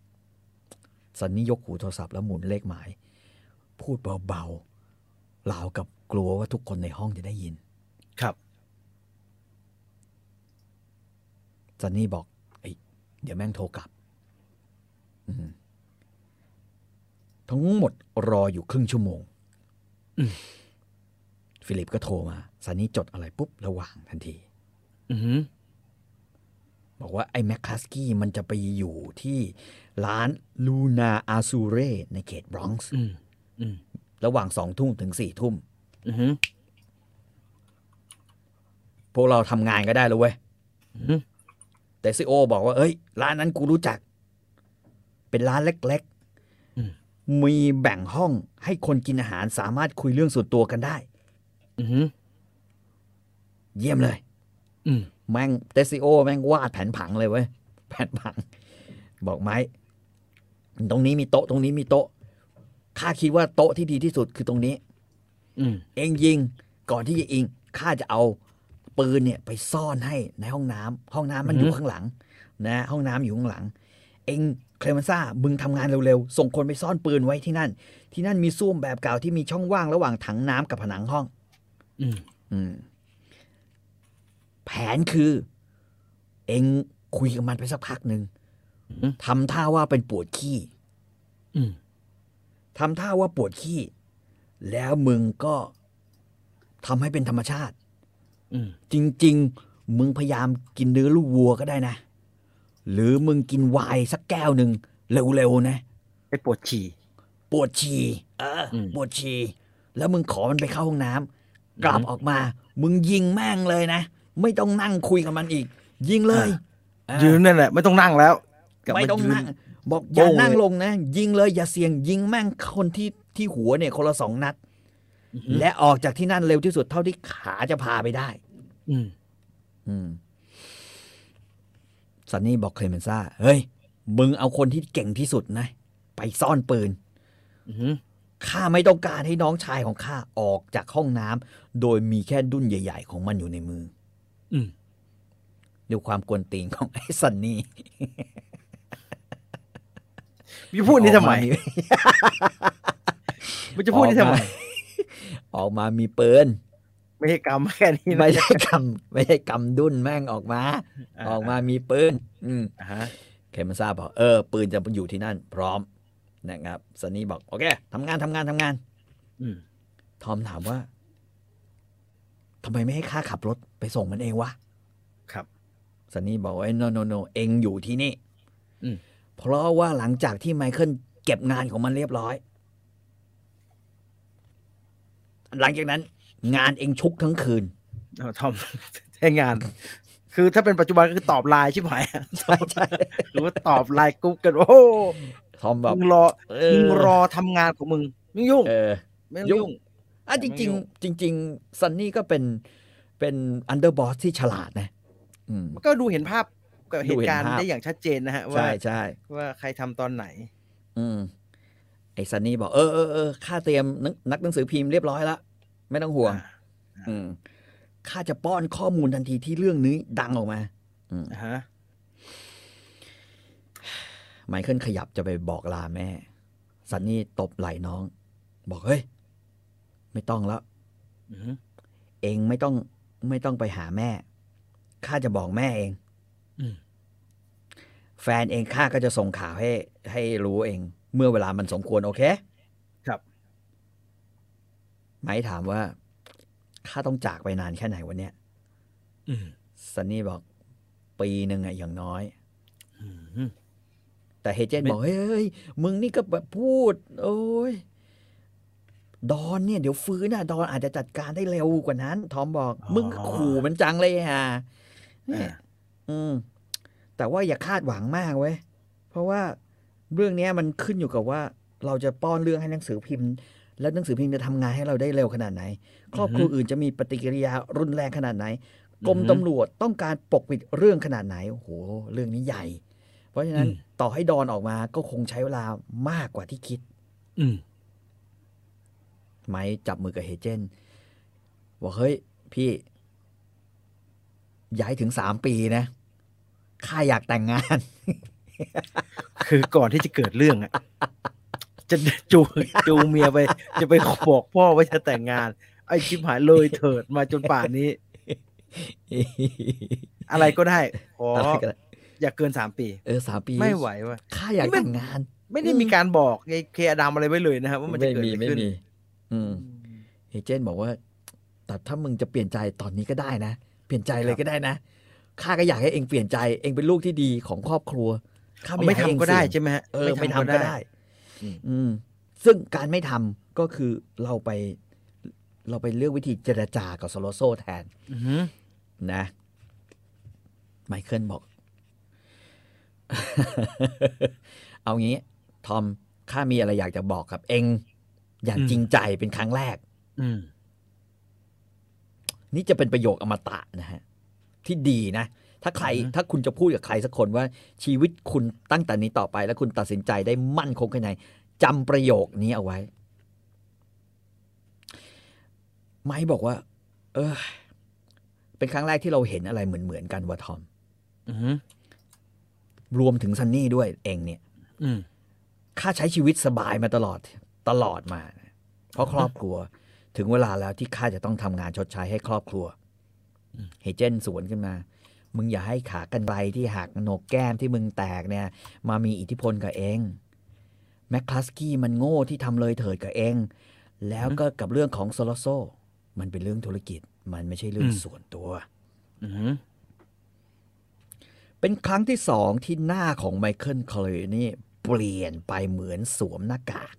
สันนี่ยกหูโทรศัพท์แล้วหมุนเลขหมาย พูดเบาๆราวกับกลัวว่าทุกคนในห้องจะได้ยิน ครับ สันนี่บอกเอ้ยเดี๋ยวแม่งโทรกลับ อืมทั้งหมดรออยู่ครึ่งชั่วโมง อืม ฟิลิปก็โทรมาสันนี่จดอะไรปุ๊บระหว่างทันที อือฮึ บอกว่า ไอ้แมคคาสกี้มันจะไปอยู่ที่ร้านลูนาอาซูเรในเขตบรอนซ์ อืมอืม ระหว่างสองทุ่มถึงสี่ทุ่ม อือฮึ พวกเราทำงานก็ได้เลยเว้ย อือฮึ แต่ซีโอบอกว่า เอ้ย ร้านนั้นกูรู้จัก เป็นร้านเล็กๆ มีแบ่งห้องให้คนกินอาหารสามารถคุยเรื่องส่วนตัวกันได้ อือฮึ เยี่ยมเลย อืม แม่งเตซิโอ แม่งวาดแผนผังเลยเว้ ย แผนผัง บอกไม้ ตรงนี้มีโต๊ะ ตรงนี้มีโต๊ะ ข้าคิดว่าโต๊ะที่ดีที่สุดคือตรงนี้ อืม เองยิง ก่อนที่จะยิง ข้าจะเอาปืนเนี่ยไปซ่อนให้ในห้องน้ำห้องน้ำมันอยู่ข้างหลัง นะ ห้องน้ำอยู่ข้างหลัง เองเคลเมนซ่า มึงทำงานเร็วๆ ส่งคนไปซ่อนปืนไว้ที่นั่น ที่นั่นมีซ่วมแบบเก่าที่มีช่องว่างระหว่างถังน้ำกับผนังห้อง อืม อืม แผนคือ เองคุยกับมันไปสักพักหนึ่งทำท่าว่าเป็นปวดขี้ อืม ทำท่าว่าปวดขี้ แล้วมึงก็ทำให้เป็นธรรมชาติ อืม จริง ๆ มึงพยายามกินเนื้อลูกวัวก็ได้นะ หรือมึงกินไวน์สักแก้วหนึ่งเร็วๆนะ ไปปวดฉี่ ปวดฉี่เอออ ม ปวดฉี่แล้วมึงขอมันไปเข้าห้องน้ำกลับออกมา มึงยิงแม่งเลยนะ ไม่ต้องนั่งคุยกับมันอีก ยิงเลยอ่ะ ยืนนั่นแหละไม่ต้องนั่งแล้วกลับา ไม่ต้อง ยื นั่ง บอกอย่า โป้งเลย นั่งลงนะ ยิงเลยอย่าเสี่ยงยิงแม่งคนที่ที่หัวเนี่ยคนละสองนัด และออกจากที่นั่นเร็วที่สุดเท่าที่ขาจะพาไปได้ อืม อืมซันนี่บอกเคลเมนซ่า เฮ้ย มึงเอาคนที่เก่งที่สุดนะ ไปซ่อนปืน อือฮึ ข้าไม่ต้องการให้น้องชายของข้าออกจากห้องน้ำโดยมีแค่ดุ้นใหญ่ ๆ ของมันอยู่ในมือ อืม ดูความกวนตีนของไอ้ซันนี่ พี่พูดนี่ทำไม ออกา มันจะพูดนี่ทำไม ออกมา ออกมามีปืน ไม่ใช่กร รมแค่นี้นะ ไม่ใช่กำไม่ใช่กำดุ้นแม่งออกมา ออกมามีปืนอืม อ่าฮะ เคมันซาบอกเออ ปืนจะอยู่ที่นั่น พร้อมนะครับซันนี่บอก โอเคทำงานทำงานทำงาน อืม ทอมถามว่าทำไมไม่ให้ข้าขับรถไปส่งมันเองวะ ครับ ซันนี่บอกว่า no no no เองอยู่ที่นี่ อืม เพราะว่าหลังจากที่ไมเคิลเก็บงานของมันเรียบร้อย หลังจากนั้น งานเองชุกทั้งคืน เอาทอม แท่งาน คือถ้าเป็นปัจจุบันก็คือตอบไลน์ใช่ไหม ใช่ใช่ หรือว่าตอบไลน์กรุ๊ปกัน โอ้ ทอมบอก มึงรอ เอ มึง อ รอทำงานของมึงมึงยุ่ง เออ ไม่ต้องยุ่ง อ่ะจริงๆจริง ๆ ซันนี่ก็เป็นเป็นอันเดอร์บอสที่ฉลาดนะอืม มันก็ดูเห็นภาพกับเห ดู ตุ เห็น การณ์ ภาพ ได้อย่างชัดเจนนะฮะ ว่า ใช่ใช่ ว่าใครทำตอนไหน อืมไอ้ซันนี่บอกเออเออเออข้าเตรียมหนังนักหนังสือพิมพ์เรียบร้อยแล้ว ไม่ต้องห่วง อ่า อืมข้าจะป้อนข้อมูลทันทีที่เรื่องนี้ดังออกมา อ่าฮะ ไมเคิลขยับจะไปบอกลาแม่ ซันนี่ตบไหล่น้อง บอกเฮ้ย ไม่ต้องแล้ว อือฮึ เองไม่ต้องไม่ต้องไปหาแม่ ข้าจะบอกแม่เอง อืม แฟนเองข้าก็จะส่งข่าวให้ ให้รู้เอง เมื่อเวลามันสมควรโอเค ครับ ไหมถามว่าข้าต้องจากไปนานแค่ไหนวันเนี้ย อืม ซันนี่บอกปีหนึ่งอะอย่างน้อย อืมอืม แต่เฮเจน ไม่ บอกเฮ้ยเฮ้ยมึงนี่ก็แบบพูด โอ้ย ดอนเนี่ยเดี๋ยวฟื้นนะดอนอาจจะจัดการได้เร็วกว่านั้น ทอมบอก อ๋อ มึงขู่มันจังเลยฮะเนี่ย อ่า อืม แต่ว่าอย่าคาดหวังมากเว้ย เพราะว่าเรื่องเนี้ยมันขึ้นอยู่กับว่า เราจะป้อนเรื่องให้หนังสือพิมพ์ แล้วหนังสือพิมพ์จะทำงานให้เราได้เร็วขนาดไหน ครอบครัวอื่นจะมีปฏิกิริยารุนแรงขนาดไหน กรม อือฮึ ตำรวจต้องการปกปิดเรื่องขนาดไหนโอ้โห เรื่องนี้ใหญ่ เพราะฉะนั้น อืม ต่อให้ดอนออกมาก็คงใช้เวลามากกว่าที่คิด อืม ไม้จับมือกับเฮเจนต์บอกเฮ้ย พี่ ย้ายถึงสามปีนะข้าอยากแต่งงาน คือก่อนที่จะเกิดเรื่องอ่ะ จะจูงจูงเมียไป จะไปบอกพ่อว่าจะแต่งงาน ไอ้ชิบหายเลยเถิดมาจนป่านนี้ อะไรก็ได้ขอ อะไรกัน อย่าเกินสามปี เออสามปี ไม่ไหวว่ะ ข้าอยากแต่งงาน ไม่ได้มีการบอกไอ้เคอดามอะไรไว้เลยนะครับว่ามันจะเกิดอะไรขึ้น อืมเฮเจนต์บอกว่า แต่ถ้ามึงจะเปลี่ยนใจตอนนี้ก็ได้นะ เปลี่ยนใจเลยก็ได้นะข้าก็อยากให้เองเปลี่ยนใจ เองเป็นลูกที่ดีของครอบครัวข้า เอาไม่ อยา ทำ ให้เอง ก็ได้ เสี่ยง ใช่ไหมฮะ เออไม่ทำก็ได้ อืม อืม ซึ่งการไม่ทำก็คือเราไป เราไปเลือกวิธีเจรจากับโซโลโซแทน อือหือ นะ ไมเคิลบอก เอางี้ ทอมข้ามีอะไรอยากจะบอกกับเอง อย่างจริงใจเป็นครั้งแรก อืม นี่จะเป็นประโยคอมตะนะฮะ ที่ดีนะ ถ้าใครถ้าคุณจะพูดกับใครสักคนว่าชีวิตคุณตั้งแต่นี้ต่อไป แล้วคุณตัดสินใจได้มั่นคงแค่ไหนจำประโยคนี้เอาไว้ ไม้บอกว่า เออ เป็นครั้งแรกที่เราเห็นอะไรเหมือนเหมือนๆกันว่าทอม อือหือ รวมถึงซันนี่ด้วยเองเนี่ย อืม ข้าใช้ชีวิตสบายมาตลอดตลอดมานะเพราะครอบครัว ถึงเวลาแล้วที่ข้าจะต้องทำงานชดใช้ให้ครอบครัว อืม เฮเจนสวนขึ้นมา มึงอย่าให้ขากรรไกรที่หักโหนกแก้มที่มึงแตกเนี่ย มามีอิทธิพลกับเองแมคคลัสกี้มันโง่ที่ทำเลยเถิดกับเอง แล้วก็กับเรื่องของโซโลโซ มันเป็นเรื่องธุรกิจ มันไม่ใช่เรื่องส่วนตัว อือหือ เป็นครั้งที่สองที่หน้าของไมเคิลคอลนี่เปลี่ยนไปเหมือนสวมหน้ากาก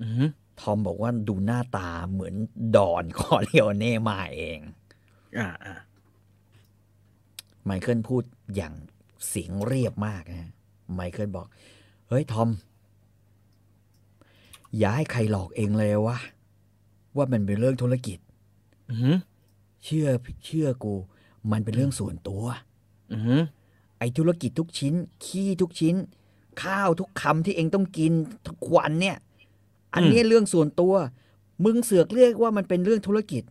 อือหือ ทอมบอกว่าดูหน้าตาเหมือนดอน คอเรียเน่มาเอง อ่าอ่า ไมเคิลพูดอย่างเสียงเรียบมากนะฮะไมเคิลบอก เฮ้ย ทอม อย่าให้ใครหลอกเองเลยวะว่ามันเป็นเรื่องธุรกิจ อือหือ เชื่อเชื่อกู มันเป็นเรื่องส่วนตัว อือหือ ไอ้ธุรกิจทุกชิ้น ขี้ทุกชิ้น ข้าวทุกคำที่เองต้องกินทุกวันเนี่ย อันเนี้ยเรื่องส่วนตัว มึงเสือกเรียกว่ามันเป็นเรื่องธุรกิจ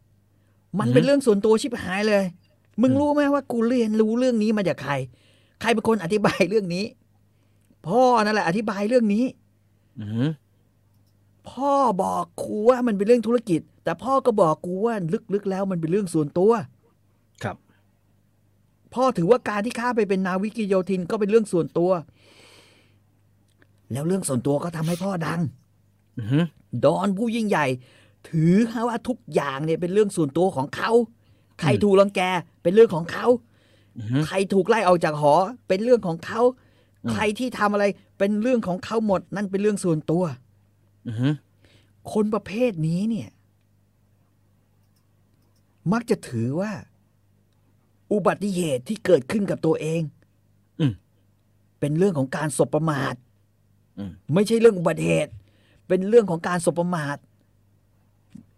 มันเป็นเรื่องส่วนตัวชิบหายเลย มึงรู้ไหมว่ากูเรียนรู้เรื่องนี้มาจากใคร ใครเป็นคนอธิบายเรื่องนี้ พ่อนั่นแหละอธิบายเรื่องนี้ อือหือ พ่อบอกกูว่ามันเป็นเรื่องธุรกิจ แต่พ่อก็บอกกูว่าลึกๆแล้วมันเป็นเรื่องส่วนตัว ครับ พ่อถือว่าการที่ข้าไปเป็นนาวิกโยธินก็เป็นเรื่องส่วนตัว แล้วเรื่องส่วนตัวก็ทำให้พ่อดัง อือหือ ดอนผู้ยิ่งใหญ่ ถือว่าทุกอย่างเนี่ยเป็นเรื่องส่วนตัวของเขา ใครถูกรังแกเป็นเรื่องของเขา อือหือ ใครถูกไล่ออกจากหอ เป็นเรื่องของเขา ใครที่ทำอะไรเป็นเรื่องของเขาหมด นั่นเป็นเรื่องส่วนตัว อือหือ คนประเภทนี้เนี่ย มักจะถือว่า อุบัติเหตุที่เกิดขึ้นกับตัวเอง อืม เป็นเรื่องของการสบประมาท อืม ไม่ใช่เรื่องอุบัติเหตุ เป็นเรื่องของการสบประมาท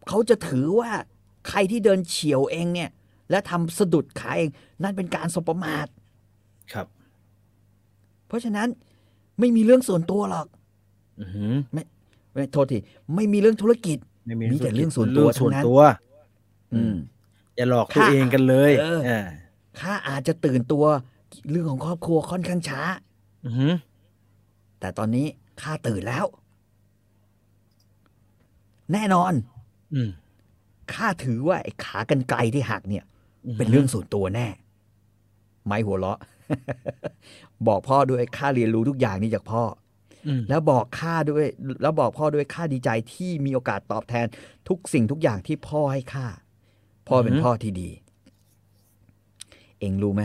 เขาจะถือว่าใครที่เดินเฉียวเองเนี่ย และทำสะดุดขาเอง นั่นเป็นการสบประมาท ครับ เพราะฉะนั้นไม่มีเรื่องส่วนตัวหรอก อือหือ ไม่โทษทีไม่มีเรื่องธุรกิจ ไม่ มีแต่เรื่องส่วนตัว เรื่องส่วน ทั้งนั้น ตัว อื อื ม ม อย่าหลอกตัวเองกันเลย เอออ่ อ่า ข้าอาจจะตื่นตัวเรื่องของครอบครัวค่อนข้างช้า อือหือ แต่ตอนนี้ข้าตื่นแล้ว แน่นอน อืม ข้าถือว่าไอ้ขากรรไกรที่หักเนี่ย หื เป็นเรื่องส่วนตัวแน่ ไม้หัวเราะ บอกพ่อด้วยข้าเรียนรู้ทุกอย่างนี้จากพ่อ อืม แล้วบอกข้าด้วย แล้วบอกพ่อด้วยข้าดีใจที่มีโอกาสตอบแทน ทุกสิ่งทุกอย่างที่พ่อให้ข้าพ่อเป็นพ่อที่ดี เองรู้ไหม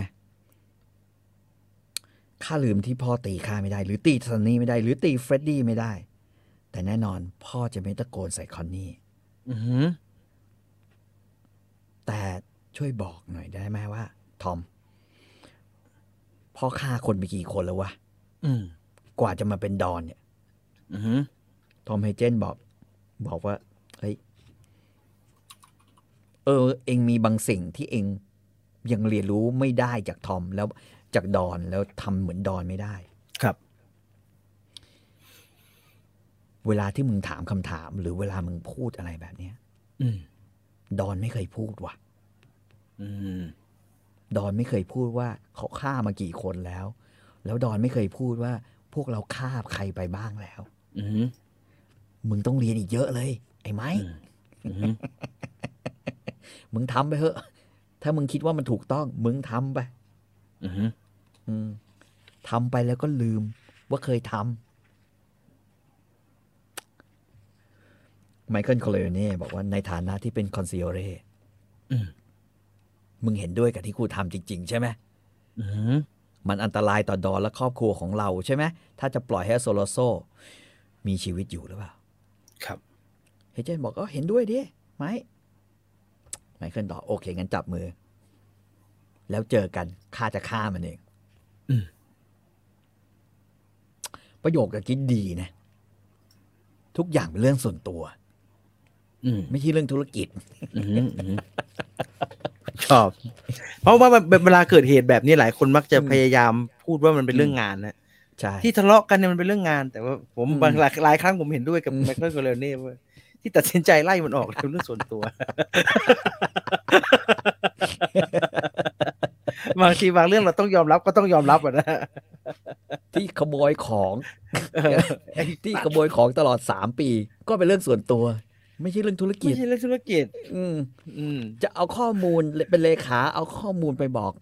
ข้าลืมที่พ่อตีข้าไม่ได้ หรือตีซันนี่ไม่ได้ หรือตีเฟรดดี้ไม่ได้ แต่แน่นอน พ่อจะไม่ตะโกนใส่คอนนี่ อือหือ แต่ช่วยบอกหน่อยได้ไหมว่า ทอม พ่อฆ่าคนไปกี่คนแล้ววะ อืม กว่าจะมาเป็นดอนเนี่ย อือหือ ทอมเฮเจนบอก บอกว่า เฮ้ย เออ เองมีบางสิ่งที่เองยังเรียนรู้ไม่ได้จากทอมแล้วจากดอนแล้วทำเหมือนดอนไม่ได้ ครับ เวลาที่มึงถามคำถาม หรือเวลามึงพูดอะไรแบบเนี้ย อืม ดอนไม่เคยพูดว่ะ อืม ดอนไม่เคยพูดว่าเขาฆ่ามากี่คนแล้ว แล้วดอนไม่เคยพูดว่า พวกเราฆ่าใครไปบ้างแล้ว อือหือ มึงต้องเรียนอีกเยอะเลย ไอ้ไม้ อือหือ มึงทำไปเถอะ ถ้ามึงคิดว่ามันถูกต้อง มึงทำไป อือหือ อืมทำไปแล้วก็ลืมว่าเคยทำไมเคิลโคลเน่บอกว่าในฐานะที่เป็นคอนซิโอเร่มึงเห็นด้วยกับที่กูทำจริง ๆ ใช่ไหม อือหือ มันอันตรายต่อดอนและครอบครัวของเราใช่ไหม ถ้าจะปล่อยให้โซโลโซ มีชีวิตอยู่หรือเปล่า ครับ เฮเจนบอกก็เห็นด้วยดิไหมไมเคิลตอบโอเคงั้นจับมือ แล้วเจอกันข้าจะฆ่ามันเอง อืม ประโยคกับคิดดีนะ ทุกอย่างเป็นเรื่องส่วนตัว อืม ไม่ใช่เรื่องธุรกิจ ชอบ เพราะว่ามันเวลาเกิดเหตุแบบนี้หลายคนมักจะ อืม พยายามพูดว่ามันเป็นเรื่องงานนะ ใช่ ที่ทะเลาะกันเนี่ยมันเป็นเรื่องงาน แต่ว่าผม อืม บางหลายหลายครั้งผมเห็นด้วยกับ อืม แมคเคิลโคเลเน่เว้ยที่ตัดสินใจไล่มันออกเป็นเรื่องส่วน ตัว บางทีบางเรื่องเราต้องยอมรับก็ต้องยอมรับอะนะ ที่ขโมยของ ที่ขโมยของตลอดสามปี ก็เป็นเรื่องส่วนตัว ไม่ใช่เรื่องธุรกิ ไม่ จ ใช่เรื่องธุรกิจ อืม อืม จะเอาข้อมูลเป็นเลขาเอาข้อมูลไปบอก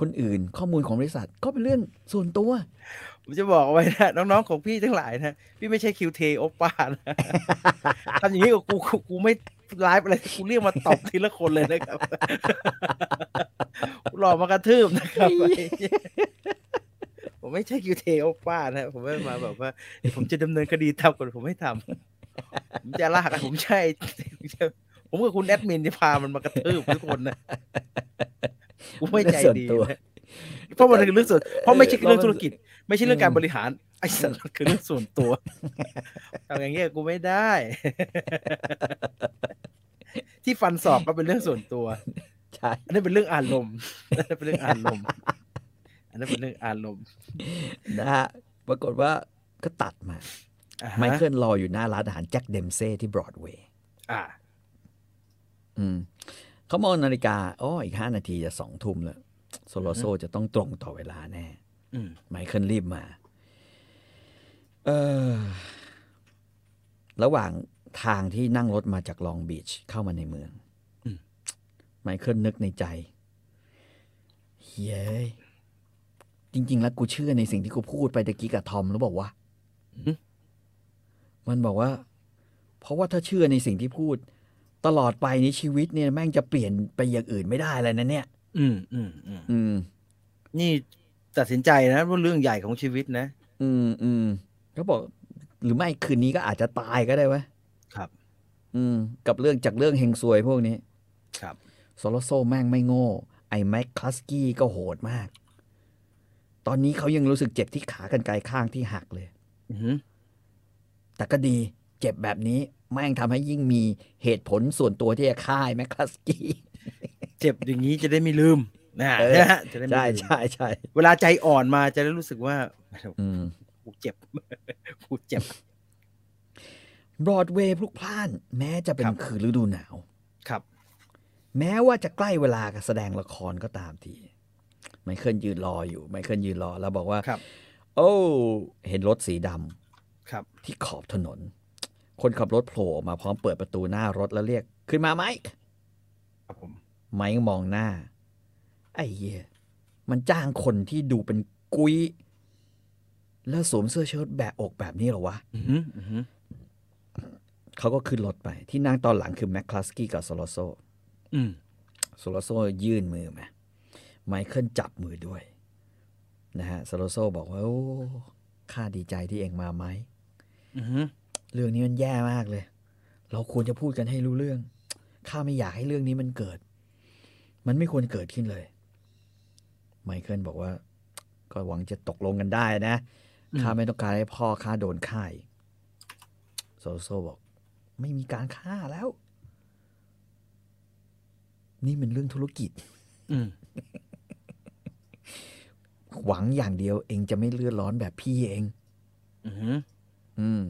คนอื่น ข้อมูลของบริษัทก็เป็นเรื่องส่วนตัว ผมจะบอกเอาไว้นะน้องๆของพี่ทั้งหลายนะ พี่ไม่ใช่คิวเทโอป้านะ ทำอย่างนี้กับกูกูกูไม่ไลฟ์อะไรกูเรียกมาตบทีละคนเลยนะครับ กูหลอกมากระทืบนะครับไอ้เหี้ย ผมไม่ใช่คิวเทโอป้านะผมไม่มาแบบว่าเดี๋ยวผมจะดำเนินคดีทำก่อนผมไม่ทำผมจะลากผมใช่ ผมกับคุณแอดมินจะพามันมากระทืบทุกคนนะกูไม่ใจดี เรื่องส่วนตัว นะเพราะมันคือเรื่องส่วนเพราะไม่ใช่เรื่องธุรกิจ ไม่ใช่เรื่องการบริหาร ไอ้สัตว์มันคือเรื่องส่วนตัวทำอย่างเงี้ยกูไม่ได้ ที่ฟันสอบมันเป็นเรื่องส่วนตัว ใช่ อันนั้นเป็นเรื่องอารมณ์อันนั้นเป็นเรื่องอารมณ์อันนั้นเป็นเรื่องอารมณ์ นะฮะปรากฏว่าก็ตัดมา อ่าฮะ ไมเคิลรออยู่หน้าร้านอาหารแจ็คเดมเซ่ที่บรอดเวย์ อ่า อืมเขามองนาฬิกาอ๋ออีกห้านาทีจะสองทุ่มแล้วโซโลโซจะต้องตรงต่อเวลาแน่ อืม ไมเคิลรีบมา เออ ระหว่างทางที่นั่งรถมาจากลองบีชเข้ามาในเมือง ไมเคิลนึกในใจ เย้ยจริง ๆ แล้วกูเชื่อในสิ่งที่กูพูดไปตะกี้กับทอมรู้บอกว่า มันบอกว่า เพราะว่าถ้าเชื่อในสิ่งที่พูด ตลอดไปในชีวิตเนี่ยแม่งจะเปลี่ยนไปอย่างอื่นไม่ได้เลยนะเนี่ย อืมอืมอืม อืม นี่ตัดสินใจนะว่าเรื่องใหญ่ของชีวิตนะ อืมอืมก็บอก หรือไม่คืนนี้ก็อาจจะตายก็ได้เวะ ครับ อืม กับเรื่องจากเรื่องเฮงซวยพวกนี้ ครับ โซโลโซแม่งไม่โง่ ไอ้แม็กคลัสกี้ก็โหดมาก ตอนนี้เขายังรู้สึกเจ็บที่ขากรรไกรข้างที่หักเลย อือหือ แต่ก็ดีเจ็บแบบนี้ แม่งทำให้ยิ่งมีเหตุผลส่วนตัวที่จะฆ่าไอ้แม็กคลัสกี้ เจ็บอย่างนี้จะได้ไม่ลืมนะ เออ นะฮะจะได้ไม่ ใช่ ลืม ใช่ใช่ เวลาใจอ่อนมาจะได้รู้สึกว่า อืม กูเจ็บ กูเจ็บ บรอดเวย์พลุกพล่าน แม้จะเป็ คน รับ คืนฤดูหนาว ครับ แม้ว่าจะใกล้เวลาการแสดงละครก็ตามทีไมเคิลยืนรออยู่ไมเคิลยืนรอแล้วบอกว่า ครับ โอ้เห็นรถสีดำ ครับ ที่ขอบถนน คนขับรถโผล่มาพร้อมเปิดประตูหน้ารถแล้วเรียก ขึ้นมาไมค์ ครับผม ไมค์มองหน้า ไอ้เหี้ยมันจ้างคนที่ดูเป็นกุยแล้วสวมเสื้อเชิ้ตแบบอกแบบนี้เหรอวะ อือหืออือหือ เขาก็ขึ้นรถไป ที่นั่งตอนหลังคือแมคคลาสกี้กับโซโลโซ อืม โซโลโซยื่นมือมาไมเคิลจับมือด้วย นะฮะโซโลโซบอกว่า โอ้ข้าดีใจที่เองมาไหม อือหือ เรื่องนี้มันแย่มากเลย เราควรจะพูดกันให้รู้เรื่อง ข้าไม่อยากให้เรื่องนี้มันเกิด มันไม่ควรเกิดขึ้นเลย ไมเคิลบอกว่า ก็หวังจะตกลงกันได้นะ อืม ข้าไม่ต้องการให้พ่อข้าโดนฆ่าอีกโซโซบอก ไม่มีการฆ่าแล้ว นี่มันเรื่องธุรกิจ อืม หวังอย่างเดียวเองจะไม่เลือดร้อนแบบพี่เอง อือหือ อืม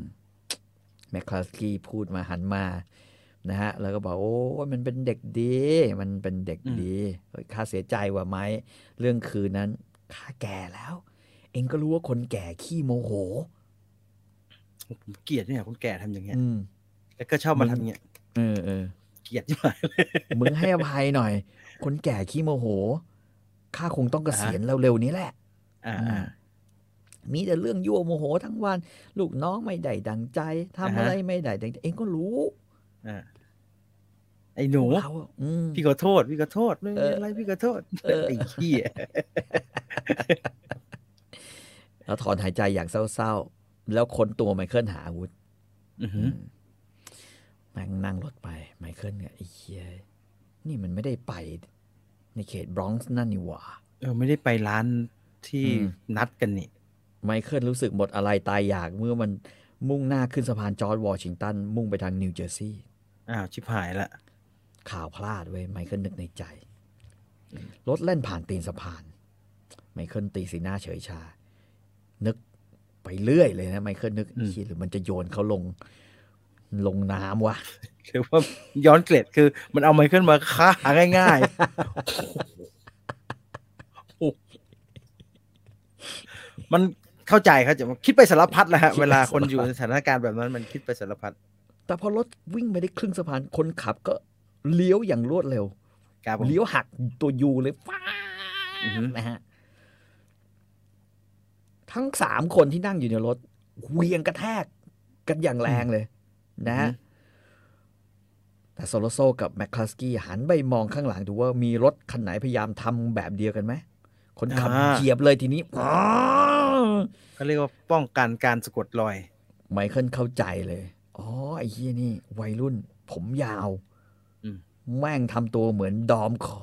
แมคคลาสกี้พูดมาหันมา นะฮะ แล้วก็บอก โอ้ยมันเป็นเด็กดี มันเป็นเด็กดีเฮ้ยข้าเสียใจว่ะไหม เรื่องคืนนั้นข้าแก่แล้ว เองก็รู้ว่าคนแก่ขี้โมโห ผมเกลียดเนี่ยคนแก่ทำอย่างเงี้ย อืม แล้วก็ชอบมาทำอย่างเงี้ย เออเออ เกลียดจังเลย มึงให้อภัยหน่อย คนแก่ขี้โมโห ข้าคงต้องเกษียณเร็วๆนี้แหละ อ่า อ่า อ่า มีแต่เรื่องยั่วโมโหทั้งวัน ลูกน้องไม่ได้ดังใจทำ อ่าฮะ อะไรไม่ได้ดังใจเองก็รู้ อ่าไอ้หนู เขาอะอืม พี่ขอโทษ พี่ขอโทษไม่ เอ เป็ อ นไรพี่ขอโทษ เออ ไอ้เหี้ย แล้วถอนหายใจอย่างเศร้าๆ แล้วคนตัวไมเคิลหาอาวุธ อือหือ แม่งนั่งรถไป ไมเคิลเนี่ยไอ้เหี้ยนี่มันไม่ได้ไป ในเขตบรอนซ์นั่นนี่หว่า เออไม่ได้ไปร้านที่ อืม นัดกันนี่ ไมเคิลรู้สึกหมดอะไรตายอยากเมื่อมันมุ่งหน้าขึ้นสะพานจอร์จวอชิงตัน มุ่งไปทางนิวเจอร์ซีย์ อ้าวชิบหาย ละ ข่าวพลาดเว้ยไมเคิลนึกในใจ รถแล่นผ่านตีนสะพาน ไมเคิลตีสีหน้าเฉยชา นึกไปเรื่อยเลยนะไมเคิลนึก อืม เหี้ยหรือมันจะโยนเขาลง ลงน้ำวะ หรือว่าย้อนเกล็ดคือ มันเอาไมเคิลมาฆ่าง่ายๆ มันเข้าใจครับจะคิดไปสารพัดแหละฮะ คิดไป เวลาคน สารพัด อยู่ในสถานการณ์แบบนั้นมันคิดไปสารพัด แต่พอรถวิ่งไปได้ครึ่งสะพานคนขับก็เลี้ยวอย่างรวดเร็ว ครับผม เลี้ยวหักตัวยูเลยฟ้า อือฮึ นะฮะ ทั้งสามคนที่นั่งอยู่ในรถเหวียงกระแทกกันอย่างแรงเลย นะฮะ แต่โซโลโซกับแมคคลาสกี้หันไปมองข้างหลังดูว่ามีรถคันไหนพยายามทำแบบเดียวกันไหม คนขับ อ่า เหยียบเลยทีนี้อ้าว เขาเรียกว่าป้องกันการสะกดรอย ไมเคิลเข้าใจเลย อ๋อ ไอ้เฮียนี่ วัยรุ่น ผมยาว อืม แม่งทำตัวเหมือนดอมคอ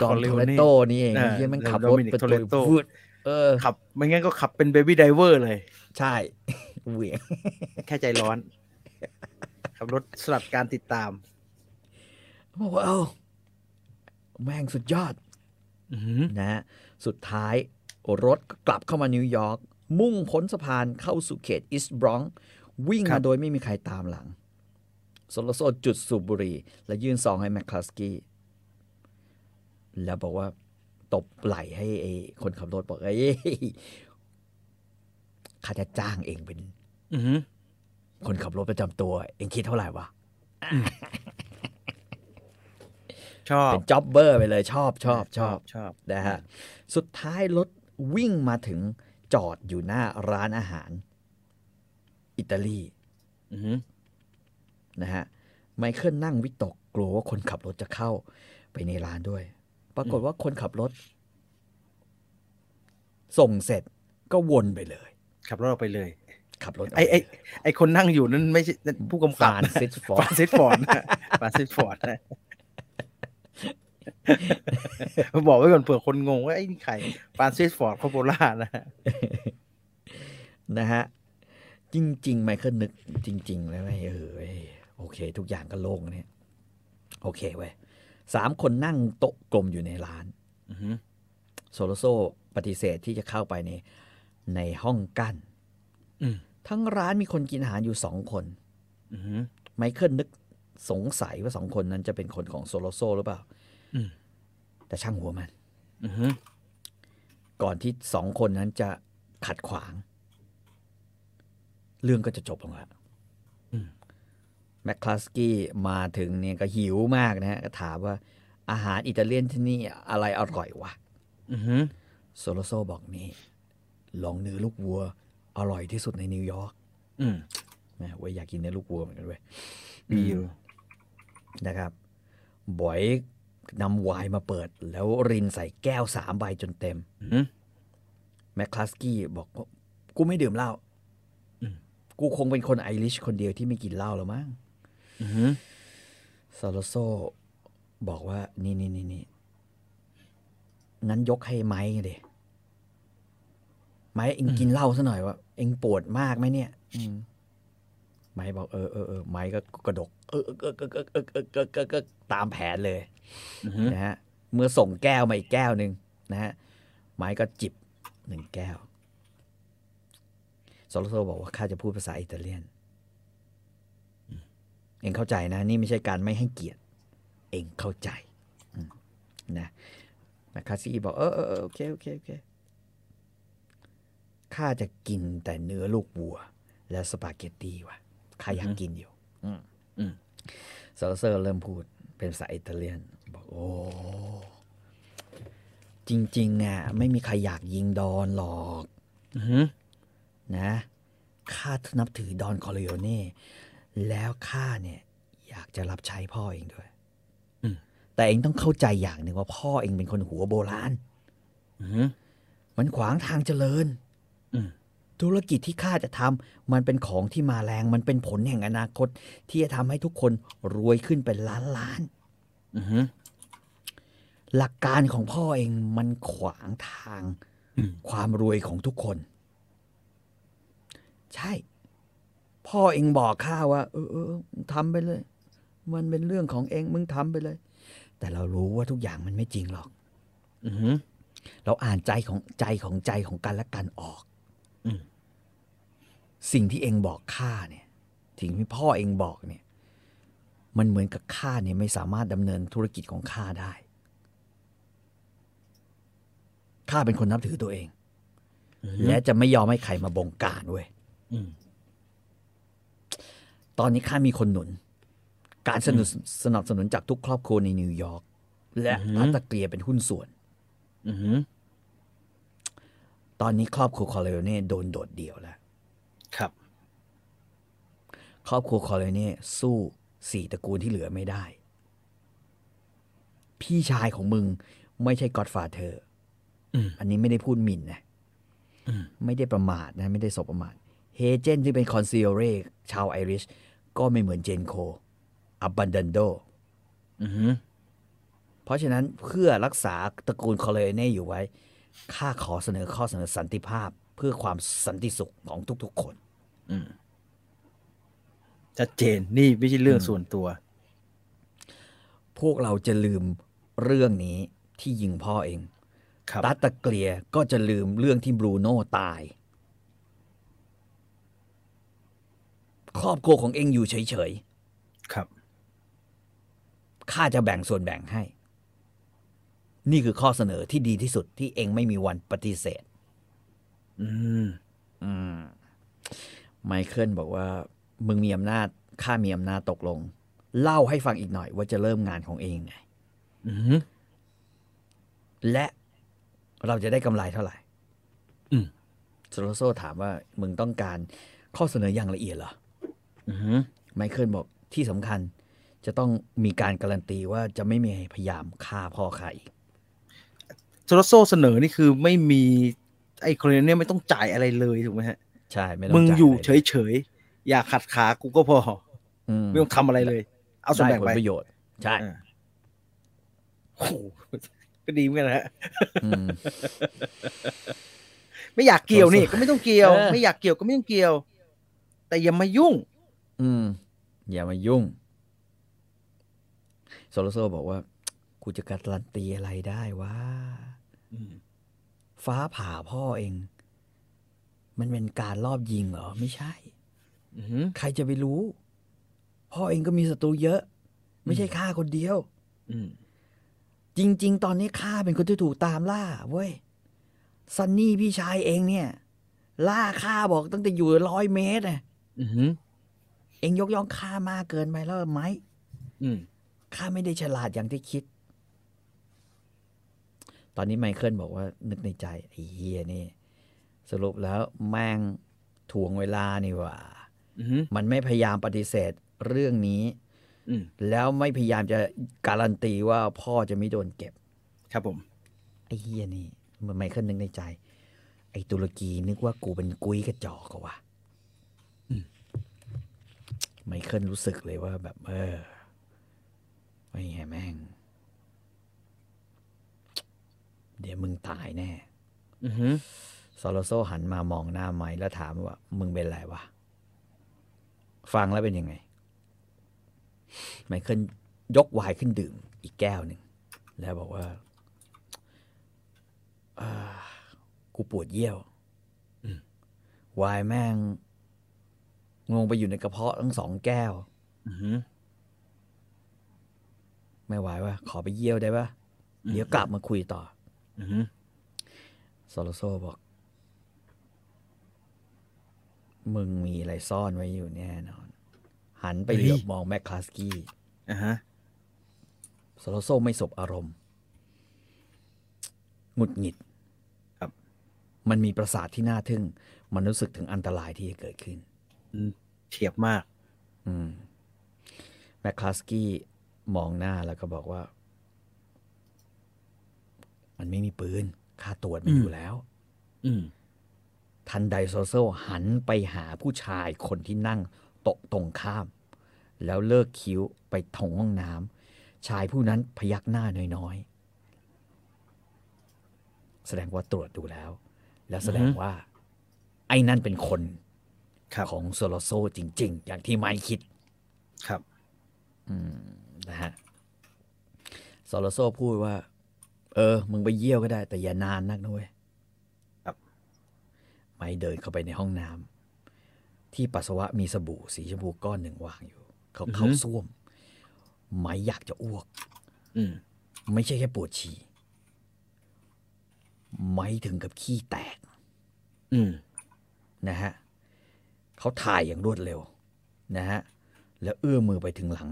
ดอม Corleone โทเรโตนี่เอง อ่า ไอ้เฮียแม่งขับรถ Dominic เป็นตัว Toretto ฟืดเออ ขับ ไม่งั้นก็ขับเป็นเบบี้ไดเวอร์เลย ใช่ เหวี่ยง แค่ใจร้อน ขับรถสลับการติดตาม บอกว่าเอ้าแม่งสุดยอด อือหือ นะฮะสุดท้ายรถก็กลับเข้ามานิวยอร์ก มุ่งพ้นสะพานเข้าสู่เขตอิสบรองวิ่ง ครั มา บ โดยไม่มีใครตามหลังโซโลโซจุดสูบบุหรี่ และยื่นซองให้แมคคลาสกี้ แล้วบอกว่า ตบไหล่ให้ไอ้คนขับรถบอกเอ้ยข้าจะจ้างเองเป็น อือหือ คนขับรถประจำตัว เองคิดเท่าไหร่วะ ชอบ เป็นจ็อบเบอร์ไปเลยชอบชอบชอบ ชอบ นะฮะสุดท้ายรถวิ่งมาถึงจอดอยู่หน้าร้านอาหารอิตาลี อือหือ นะฮะไมเคิลนั่งวิตกกลัวว่าคนขับรถจะเข้าไปในร้านด้วย ปรากฏว่าคนขับรถ ส่งเสร็จก็วนไปเลย ขับรถออกไปเลย ขับรถก ไอไอไอคนนั่งอยู่นั่นไม่ใช่นั่นผู้กำกับ ฟาน นะ ซิสฟอ ฟ ร์รานซิสฟอร์ดนะฟรานซิสฟอร์ดนะ บอกไว้ก่อนเผื่อคนงงว่าไอ้นี่ใครฟรานซิสฟอร์ดคอโบล่านะฮะ นะฮะจริง ๆ ไมเคิลนึกจริง ๆ แล้วไอ้เออเว้ยโอเค ทุกอย่างก็โล่งเนี่ยโอเคเว้ยสามคนนั่งโต๊ะกลมอยู่ในร้าน โซโลโซปฏิเสธที่จะเข้าไปในในห้องกั้น อืม ทั้งร้านมีคนกินอาหารอยู่สองคน อือหือ ไมเคิลนึกสงสัยว่าสองคนนั้นจะเป็นคนของโซโลโซหรือเปล่า อืม แต่ช่างหัวมัน อือหือ ก่อนที่สองคนนั้นจะขัดขวาง เรื่องก็จะจบลงแล้วแมคคลาสกี้มาถึงเนี่ยก็หิวมากนะฮะก็ถามว่าอาหารอิตาเลียนที่นี่อะไรอร่อยวะ อือหือ โซโลโซบอกนี่ลองเนื้อลูกวัว อร่อยที่สุดในนิวยอร์ก อืม นะเว้ยอยากกินเนื้อลูกวัวเหมือนกันเว้ย มีอยู่ นะครับบอยนำไวน์มาเปิด แล้วรินใส่แก้วสามใบจนเต็ม อือหือ แมคคลาสกี้บอกว่ากูไม่ดื่มเหล้า อืม กูคงเป็นคนไอริชคนเดียวที่ไม่กินเหล้าแล้วมั้ง อือหือซาโลโซบอกว่า นี่นี่นี่นี่งั้นยกให้ไม้เดยไม้เองกินเหล้าซะหน่อยวะเองปวดมากไหมเนี่ย อืมไม้บอกเออเออเออไม้ก็กระดกเออเออเออเออเออเออเออเออเออตามแผนเลย อือหือ นะฮะเมื่อส่งแก้วมาอีกแก้วหนึ่งนะฮะไม้ก็จิบหนึ่งแก้วโซโลโซบอกว่าข้าจะพูดภาษาอิตาเลียน เองเข้าใจนะ นี่ไม่ใช่การไม่ให้เกียรติ เองเข้าใจอืมนะแมคคาซี่บอกเออเออเออโอเคโอเคโอเคข้าจะกินแต่เนื้อลูกวัว และสปาเกตตีว่ะข้าอยากกินอยู่อืมอืมโซโลโซเริ่มพูดเป็นภาษาอิตาเลียน บอกโอ้ จริงๆอ่ะไม่มีใครอยากยิงดอนหรอก อือหือ นะข้านับถือดอนคอร์เลโอเน่แล้วข้าเนี่ย อยากจะรับใช้พ่อเองด้วยแต่เองต้องเข้าใจอย่างหนึ่งว่าพ่อเองเป็นคนหัวโบราณ อือหือ มันขวางทางเจริญ อืม ธุรกิจที่ข้าจะทำมันเป็นของที่มาแรง มันเป็นผลแห่งอนาคต ที่จะทำให้ทุกคนรวยขึ้นเป็นล้านล้านๆ อือหือ หลักการของพ่อเองมันขวางทาง อืม ความรวยของทุกคน ใช่ พ่อเองบอกข้าว่า เออเออทำไปเลย มันเป็นเรื่องของเองมึงทำไปเลย แต่เรารู้ว่าทุกอย่างมันไม่จริงหรอก อือหือ เราอ่านใจของใจของใจของกันและกันออก อืม สิ่งที่เองบอกข้าเนี่ยสิ่งที่พ่อเองบอกเนี่ย มันเหมือนกับข้าเนี่ยไม่สามารถดำเนินธุรกิจของข้าได้ข้าเป็นคนนับถือตัวเอง อือหือ และจะไม่ยอมให้ใครมาบงการเว้ย อืม ตอนนี้ข้ามีคนหนุน การสนับสนับสนุนจากทุกครอบครัวในนิวยอร์กและรัฐตะเกียเป็นหุ้นส่วน อือหือ ตอนนี้ครอบครัวคอร์เลโอเน่โดนโดดเดี่ยวแล้ว ครับ ครอบครัวคอร์เลเน่สู้สี่ตระกูลที่เหลือไม่ได้ พี่ชายของมึงไม่ใช่ก็อดฟาเธอร์ อืม อันนี้ไม่ได้พูดหมิ่นนะ อืม ไม่ได้ประมาทนะ ไม่ได้สบประมาทเฮเจนที่เป็นคอนซิเอเรชาวไอริช ก็ไม่เหมือนเจนโคอับบันดันโด อือหือ เพราะฉะนั้นเพื่อรักษาตระกูลคอร์เลเน่อยู่ไว้ ข้าขอเสนอข้อเสนอสันติภาพเพื่อความสันติสุขของทุกๆคน อืม ชัดเจนนี่ไม่ใช่เรื่องส่วนตัว พวกเราจะลืมเรื่องนี้ที่ยิงพ่อเอง ครับ ตัตตะเกลียก็จะลืมเรื่องที่บรูโน่ตาย ครอบครัวของเองอยู่เฉย ครับ ๆ ข้าจะแบ่งส่วนแบ่งให้ นี่คือข้อเสนอที่ดีที่สุดที่เองไม่มีวันปฏิเสธ อืม อืม ไมเคิลบอกว่า มึงมีอำนาจ ข้ามีอำนาจตกลง เล่าให้ฟังอีกหน่อยว่าจะเริ่มงานของเองไง อือหือ และเราจะได้กำไรเท่าไหร่ อืม โซโลโซถามว่ามึงต้องการข้อเสนออย่างละเอียดเหรอ อือหือ ไมเคิลบอกที่สำคัญจะต้องมีการการันตีว่าจะไม่มีใครพยายามฆ่าพ่อข้าอีก โซโลโซเสนอนี่คือไม่มีไอ้คนเนี่ยไม่ต้องจ่ายอะไรเลยถูกไหมฮะ ใช่ไม่ต้อง มึงอยู่จ่าะไร เฉยๆ อย่าขัดขากูก็พอ อื ไม่ต้องทำอะไรเลย เอาส่วน ได้ แบ่ง ผล ไป ประโยชน์ ใช่ อ่าโอ้โหก็ดีเหมือนกันนะฮะ อืม ไม่อยากเกี่ยวนี่ ส่วน ก็ไม่ต้องเกี่ยว เออ ไม่อยากเกี่ยวก็ไม่ต้องเกี่ยว แต่อย่ามายุ่ง อืม อย่ามายุ่งโซโลโซบอกว่า กูจะการันตีอะไรได้ว่า อืม ฟ้าผ่าพ่อเอง มันเป็นการรอบยิงเหรอ ไม่ใช่ อือหือ ใครจะไปรู้ พ่อเองก็มีศัตรูเยอะ ไม่ใช่ข้าคนเดียว อืม จริง ๆ ตอนนี้ข้าเป็นคนที่ถูกตามล่าเว้ยซันนี่พี่ชายเองเนี่ย ล่าข้าบอกตั้งแต่อยู่ร้อยเมตรน่ะ อือหือ เองยกย่องข้ามากเกินไปแล้วไหม อืม ข้าไม่ได้ฉลาดอย่างที่คิด ตอนนี้ไมเคิลบอกว่านึกในใจไอ้เฮียนี่ สรุปแล้วแม่งถ่วงเวลานี่หว่า อือหือ มันไม่พยายามปฏิเสธเรื่องนี้ อืม แล้วไม่พยายามจะการันตีว่าพ่อจะไม่โดนเก็บ ครับผม ไอ้เฮียนี่เหมันไมเคิลนึกในใจ ไอ้ตุรกีนึกว่ากูเป็นกุ้ยกระจอกกว่ะ ไมเคิลรู้สึกเลยว่าแบบ เออไม่แง่แม่ง เดี๋ยวมึงตายแน่ อือหือ ซอลโซหันมามองหน้าไม้แล้วถามว่า มึงเป็นไรวะ ฟังแล้วเป็นยังไง ไมเคิลยกไวน์ขึ้นดื่ม อีกแก้วหนึ่ง แล้วบอกว่าอ่า กูปวดเยี่ยว อืม ไวน์แม่ง งงไปอยู่ในกระเพาะทั้งสองแก้ว อือหือ ไม่ไหววะขอไปเยี่ยวได้ปะ อืม เดี๋ยวกลับมาคุยต่อ อือหือ ซอลโซบอก มึงมีอะไรซ่อนไว้อยู่แน่นอน หันไปเหลือบมองแมคคลาสกี้ อ่าฮะ ซอลโซไม่สบอารมณ์หงุดหงิด ครับ มันมีประสาทที่น่าทึ่ง มันรู้สึกถึงอันตรายที่จะเกิดขึ้น อืมเฉียบมาก อืมแมคคลาสกี้มองหน้าแล้วก็บอกว่า มันไม่มีปืนค่าตรวจมันอยู่แล้ว อืม ทันใดโซเซลหันไปหาผู้ชายคนที่นั่งโต๊ะตรงข้าม แล้วเลิกคิ้วไปถงห้องน้ำชายผู้นั้นพยักหน้าน้อยๆ แสดงว่าตรวจดูแล้ว แล้วแสดงว่า ไอ้นั่นเป็นคน ครับ ของโซโลโซจริง ๆ อย่างที่ไม่คิด ครับ อืมนะฮะโซโลโซพูดว่า เออ มึงไปเยี่ยวก็ได้ แต่อย่านานนักนะเว้ย ครับ ไมค์เดินเข้าไปในห้องน้ำที่ปัสสาวะมีสบู่สีชมพูก้อนหนึ่งวางอยู่ เขาเข้าส้วม ไมค์อยากจะอ้วก อืม ไม่ใช่แค่ปวดฉี่ไมค์ถึงกับขี้แตก อืม นะฮะเขาถ่ายอย่างรวดเร็วนะฮะแล้วเอื้อมมือไปถึงหลัง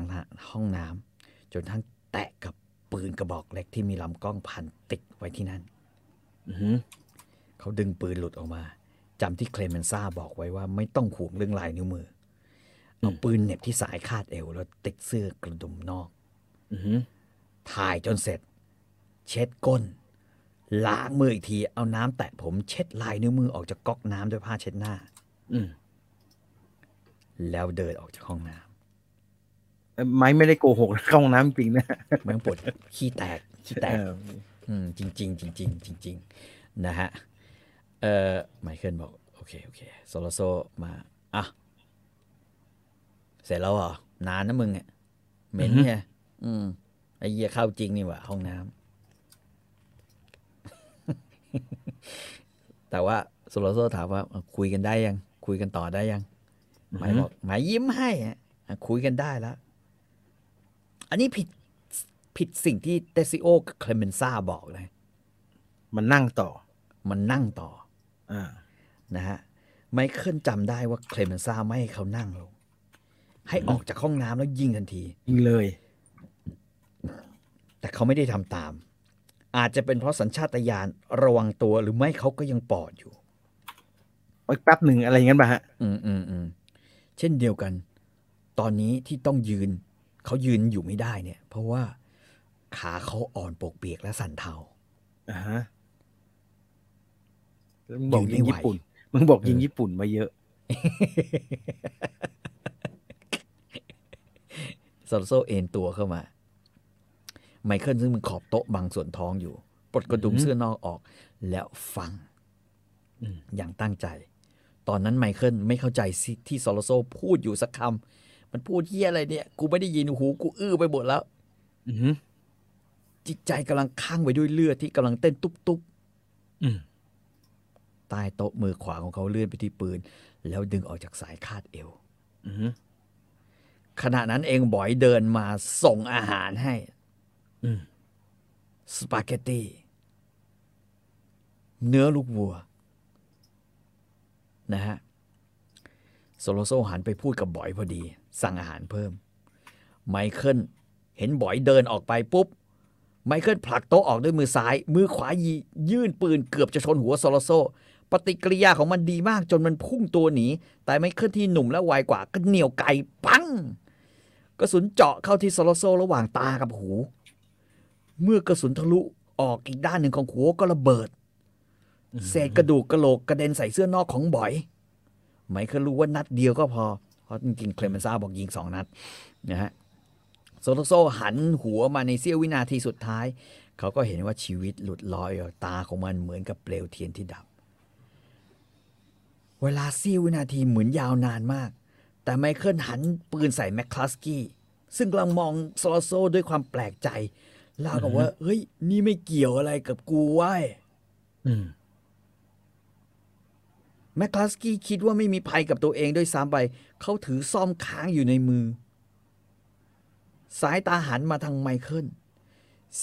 ห้องน้ำจนทั้งแตะกับปืนกระบอกเล็กที่มีลำกล้องพันติดไว้ที่นั่น อือหือ เขาดึงปืนหลุดออกมาจำที่เคลเมนซ่าบอกไว้ว่าไม่ต้องห่วงเรื่องลายนิ้วมือเอาปืนเหน็บที่สายคาดเอวแล้วติดเสื้อกระดุมนอก อือหือ ถ่ายจนเสร็จ เช็ดก้น ล้างมืออีกที เอาน้ำแตะผมเช็ดลายนิ้วมือออกจากก๊อกน้ำด้วยผ้าเช็ดหน้า อืม แล้วเดินออกจากห้องน้ เอ่อไม้ไม่ได้โกหกนะเข้าห้องน้ำจริงนะ ำ ไม่ต้องปวดขี้แตกขี้แตก เออ อืมจริงจริงจริงๆจริงๆจริงๆนะฮะ เอ่อไมเคิลบอก โอเค โอเคโซโลโซมา อ่ะ เสร็จแล้วเหรอ นานนะมึงอ่ะเหม็นไงอืมไอเหี้ยเข้าจริงนี่หว่า ห้องน้ำ แต่ว่าโซโลโซถามว่าเอ่อคุยกันได้ยัง คุยกันต่อได้ยัง หมายบอกหมายยิ้มให้อะอ่ะคุยกันได้แล้ว อันนี้ผิดผิดสิ่งที่เตซิโอกับเคลเมนซ่าบอกเลย มันนั่งต่อ มันนั่งต่อ อ่า นะฮะไมเคิลจำได้ว่าเคลเมนซ่าไม่ให้เขานั่งลง ให้ออกจากห้องน้ำแล้วยิงทันที ยิงเลย แต่เขาไม่ได้ทำตาม อาจจะเป็นเพราะสัญชาตญาณระวังตัวหรือไม่เขาก็ยังปอดอยู่ อีกแป๊บหนึ่งอะไรอย่างนั้นป่ะฮะ อืมอืมอืมเช่นเดียวกัน ตอนนี้ที่ต้องยืน เขายืนอยู่ไม่ได้เนี่ย เพราะว่าขาเขาอ่อนปวกเปียกและสั่นเทา อ่าฮะแล้วมึงบอก ยื ยิงนไม่ไหว ญี่ปุ่น มึงบอกยิงญี่ปุ่นมาเยอะ ซอลโซเอ็นตัวเข้ามา ไมเคิลซึ่งมันขอบโต๊ะบังส่วนท้องอยู่ ปลดกระดุมเสื้อนอกออก แล้วฟังอย่างตั้งใจ ตอนนั้นไมเคิลไม่เข้าใจสิที่ซอลโซพูดอยู่สักคำมันพูดเฮี้ยอะไรเนี่ย กูไม่ได้ยินหูกูอื้อไปหมดแล้ว อือหือ จิตใจกำลังข้างไปด้วยเลือดที่กำลังเต้นตุ๊บ อืม ๆใต้โต๊ะมือขวาของเขาเลื่อนไปที่ปืน แล้วดึงออกจากสายคาดเอว อือหือ ขณะนั้นเองบอยเดินมาส่งอาหารให้ อืม สปาเกตตีเนื้อลูกวัว นะฮะโซโลโซหันไปพูดกับบอยพอดี สั่งอาหารเพิ่ม ไมเคิลเห็นบอยเดินออกไปปุ๊บ ไมเคิลผลักโต๊ะออกด้วยมือซ้าย มือขวายียื่นปืนเกือบจะชนหัวโซโลโซ ปฏิกิริยาของมันดีมากจนมันพุ่งตัวหนี แต่ไมเคิลที่หนุ่มและวัยกว่าก็เหนี่ยวไกปังกระสุนเจาะเข้าที่โซโลโซระหว่างตากับหู เมื่อกระสุนทะลุออกอีกด้านหนึ่งของหัวก็ระเบิด เศษกระดูกกระโหลกกระเด็นใส่เสื้อนอกของบอย ไมเคิลรู้ว่านัดเดียวก็พอ ราะจริงๆ เคลเมนซ่าบอกยิงสองนัดนะฮะโซโลโซหันหัวมาในเสี้ยววินาทีสุดท้าย เขาก็เห็นว่าชีวิตหลุดลอยออกตาของมันเหมือนกับเปลวเทียนที่ดับ เวลาเสี้ยววินาทีเหมือนยาวนานมาก แต่ไมเคิลหันปืนใส่แมคคลัสกี้ซึ่งกำลังมองโซโลโซด้วยความแปลกใจเล่าวกับว่า เฮ้ย นี่ไม่เกี่ยวอะไรกับกูเว้ย อืม แมคคลัสกี้คิดว่าไม่มีภัยกับตัวเองด้วยซ้ำไป เขาถือซ่อมค้างอยู่ในมือ สายตาหันมาทางไมเคิล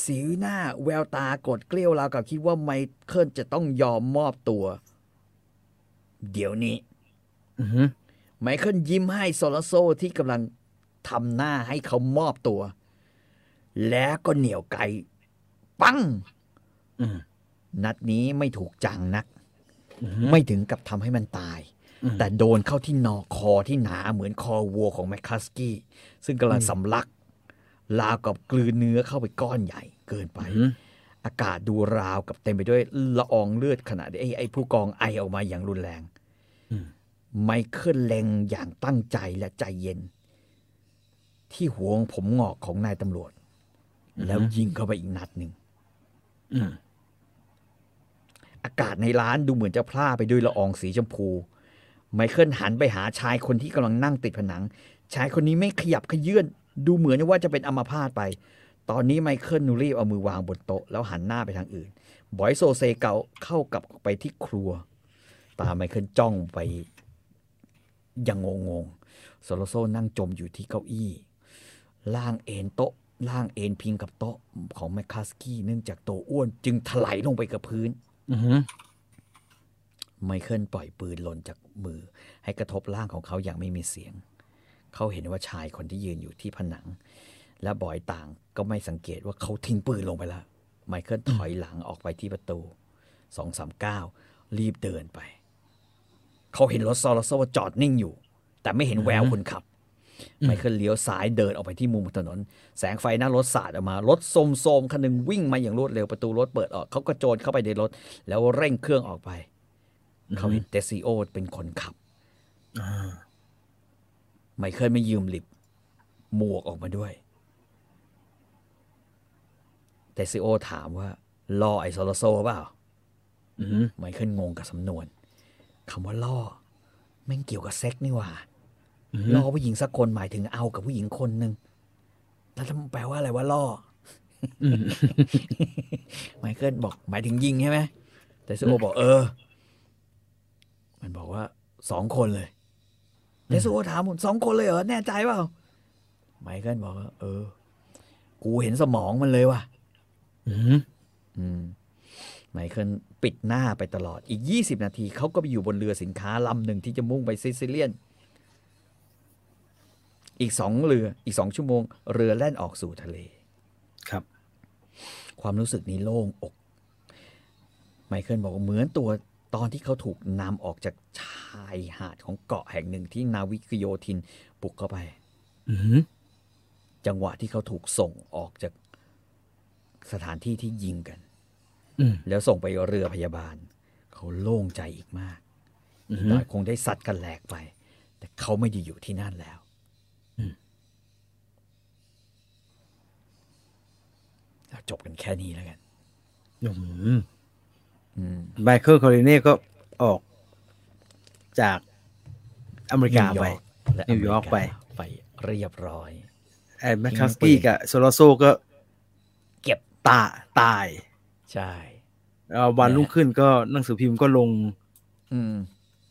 สีหน้าแววตากดเกลี้ยวราวกับคิดว่าไมเคิลจะต้องยอมมอบตัว เดี๋ยวนี้ อืม ไมเคิลยิ้มให้โซลาโซที่กำลังทำหน้าให้เขามอบตัว แล้วก็เหนี่ยวไกปัง อืม นัดนี้ไม่ถูกจังนัก อืม ไม่ถึงกับทำให้มันตาย อืม แต่โดนเข้าที่นอคอที่หนาเหมือนคอวัวของแมคคัสกี้ ซึ่งกำลังสำลัก ลาวกับกลืนเนื้อเข้าไปก้อนใหญ่เกินไป อากาศดูราวกับเต็มไปด้วยละอองเลือดขณะที่ไอ้ไอ้ผู้กองไอออกมาอย่างรุนแรง อืม ไมเคิลเล็งอย่างตั้งใจและใจเย็น ที่หัวของผมงอกของนายตำรวจ แล้วยิงเข้าไปอีกนัดหนึ่ง อืม อากาศในร้านดูเหมือนจะพร่าไปด้วยละอองสีชมพู ไมเคิลหันไปหาชายคนที่กำลังนั่งติดผนัง ชายคนนี้ไม่ขยับขยื่นดูเหมือนว่าจะเป็นอัมพาตไป ตอนนี้ไมเคิลรีบเอามือวางบนโต๊ะ แล้วหันหน้าไปทางอื่น บอยโซเซเกาเข้ากลับไปที่ครัว ตาไมเคิลจ้องไปอยังงงๆโซโลโซนั่งจมอยู่ที่เก้าอี้ ล่างเอ็นโต๊ะ ล่างเอ็นพิงกับโต๊ะของแมคคาสกี้เนื่องจากตัวอ้วนจึงถลายลงไปกับพื้น อืม ไมเคิลปล่อยปืนหล่นจากมือ ให้กระทบร่างของเขาอย่างไม่มีเสียง เขาเห็นว่าชายคนที่ยืนอยู่ที่ผนัง และบอยต่างก็ไม่สังเกตว่าเขาทิ้งปืนลงไปแล้ว ไมเคิลถอยหลังออกไปที่ประตูสองสามเก้ารีบเดินไป เขาเห็นรถซอลโซจอดนิ่งอยู่ แต่ไม่เห็นแววคนขับ ไมเคิลเลี้ยวซ้ายเดินออกไปที่มุมถนน แสงไฟหน้ารถสาดออกมา รถโซมๆคันหนึงวิ่งมาอย่างรวดเร็วประตูรถเปิดออก เขาก็โจรเข้าไปในรถ แล้วเร่งเครื่องออกไป เขาเห็นเดซิโอเป็นคนขับ ไมเคิลไม่ยืมลิบหมวกออกมาด้วยเดซิโอถามว่าล่อไอโซโลโซเปล่า อืม ไมเคิลงงกับสำนวนคำว่าล่อแม่งเกี่ยวกับเซ็กนี่หว่า อืม ล่อผู้หญิงสักคนหมายถึงเอากับผู้หญิงคนหนึ่งแล้วทำแปลว่าอะไรว่า ล่ออไมเคิลบอกหมายถึงยิงใช่ไหมแต่ซูโอบอกเออ มันบอกว่าสองคนเลยแต่ซูโอถามผมสองคนเลยเหรอแน่ใจเปล่าไมเคิลบอกว่าเออ กูเห็นสมองมันเลยว่ะ อืม อืมไมเคิลปิดหน้าไปตลอดอีก 20 นาทีเขาก็ไปอยู่บนเรือสินค้าลำหนึ่งที่จะมุ่งไปซิซิเลียน อีกสองเรืออีกสองชั่วโมง เรือแล่นออกสู่ทะเล ครับ ความรู้สึกนี้โล่งอก ไมเคิลบอกว่าเหมือนตัวตอนที่เขาถูกนำออกจากชายหาดของเกาะแห่งหนึ่งที่นาวิกโยธินปลุกเข้าไป อืม จังหวะที่เขาถูกส่งออกจากสถานที่ที่ยิงกัน อืม แล้วส่งไปเรือพยาบาล เขาโล่งใจอีกมาก อื อีก ม หน่อยคงได้สัตว์กันแหลกไป แต่เขาไม่ได้อยู่ที่นั่นแล้ว อืม เราจบกันแค่นี้แล้วกัน อืม อืม ไมเคิลคอริเน่ก็ออกจากอเมริกาไป และ นิวยอร์กไป ไปเรียบร้อย ไอ้แมคคาสกี้กับโซโลโซก็ เก็บ ตาตาย ใช่ เอ่อวันรุ่งขึ้นก็หนังสือพิมพ์ก็ลง อืม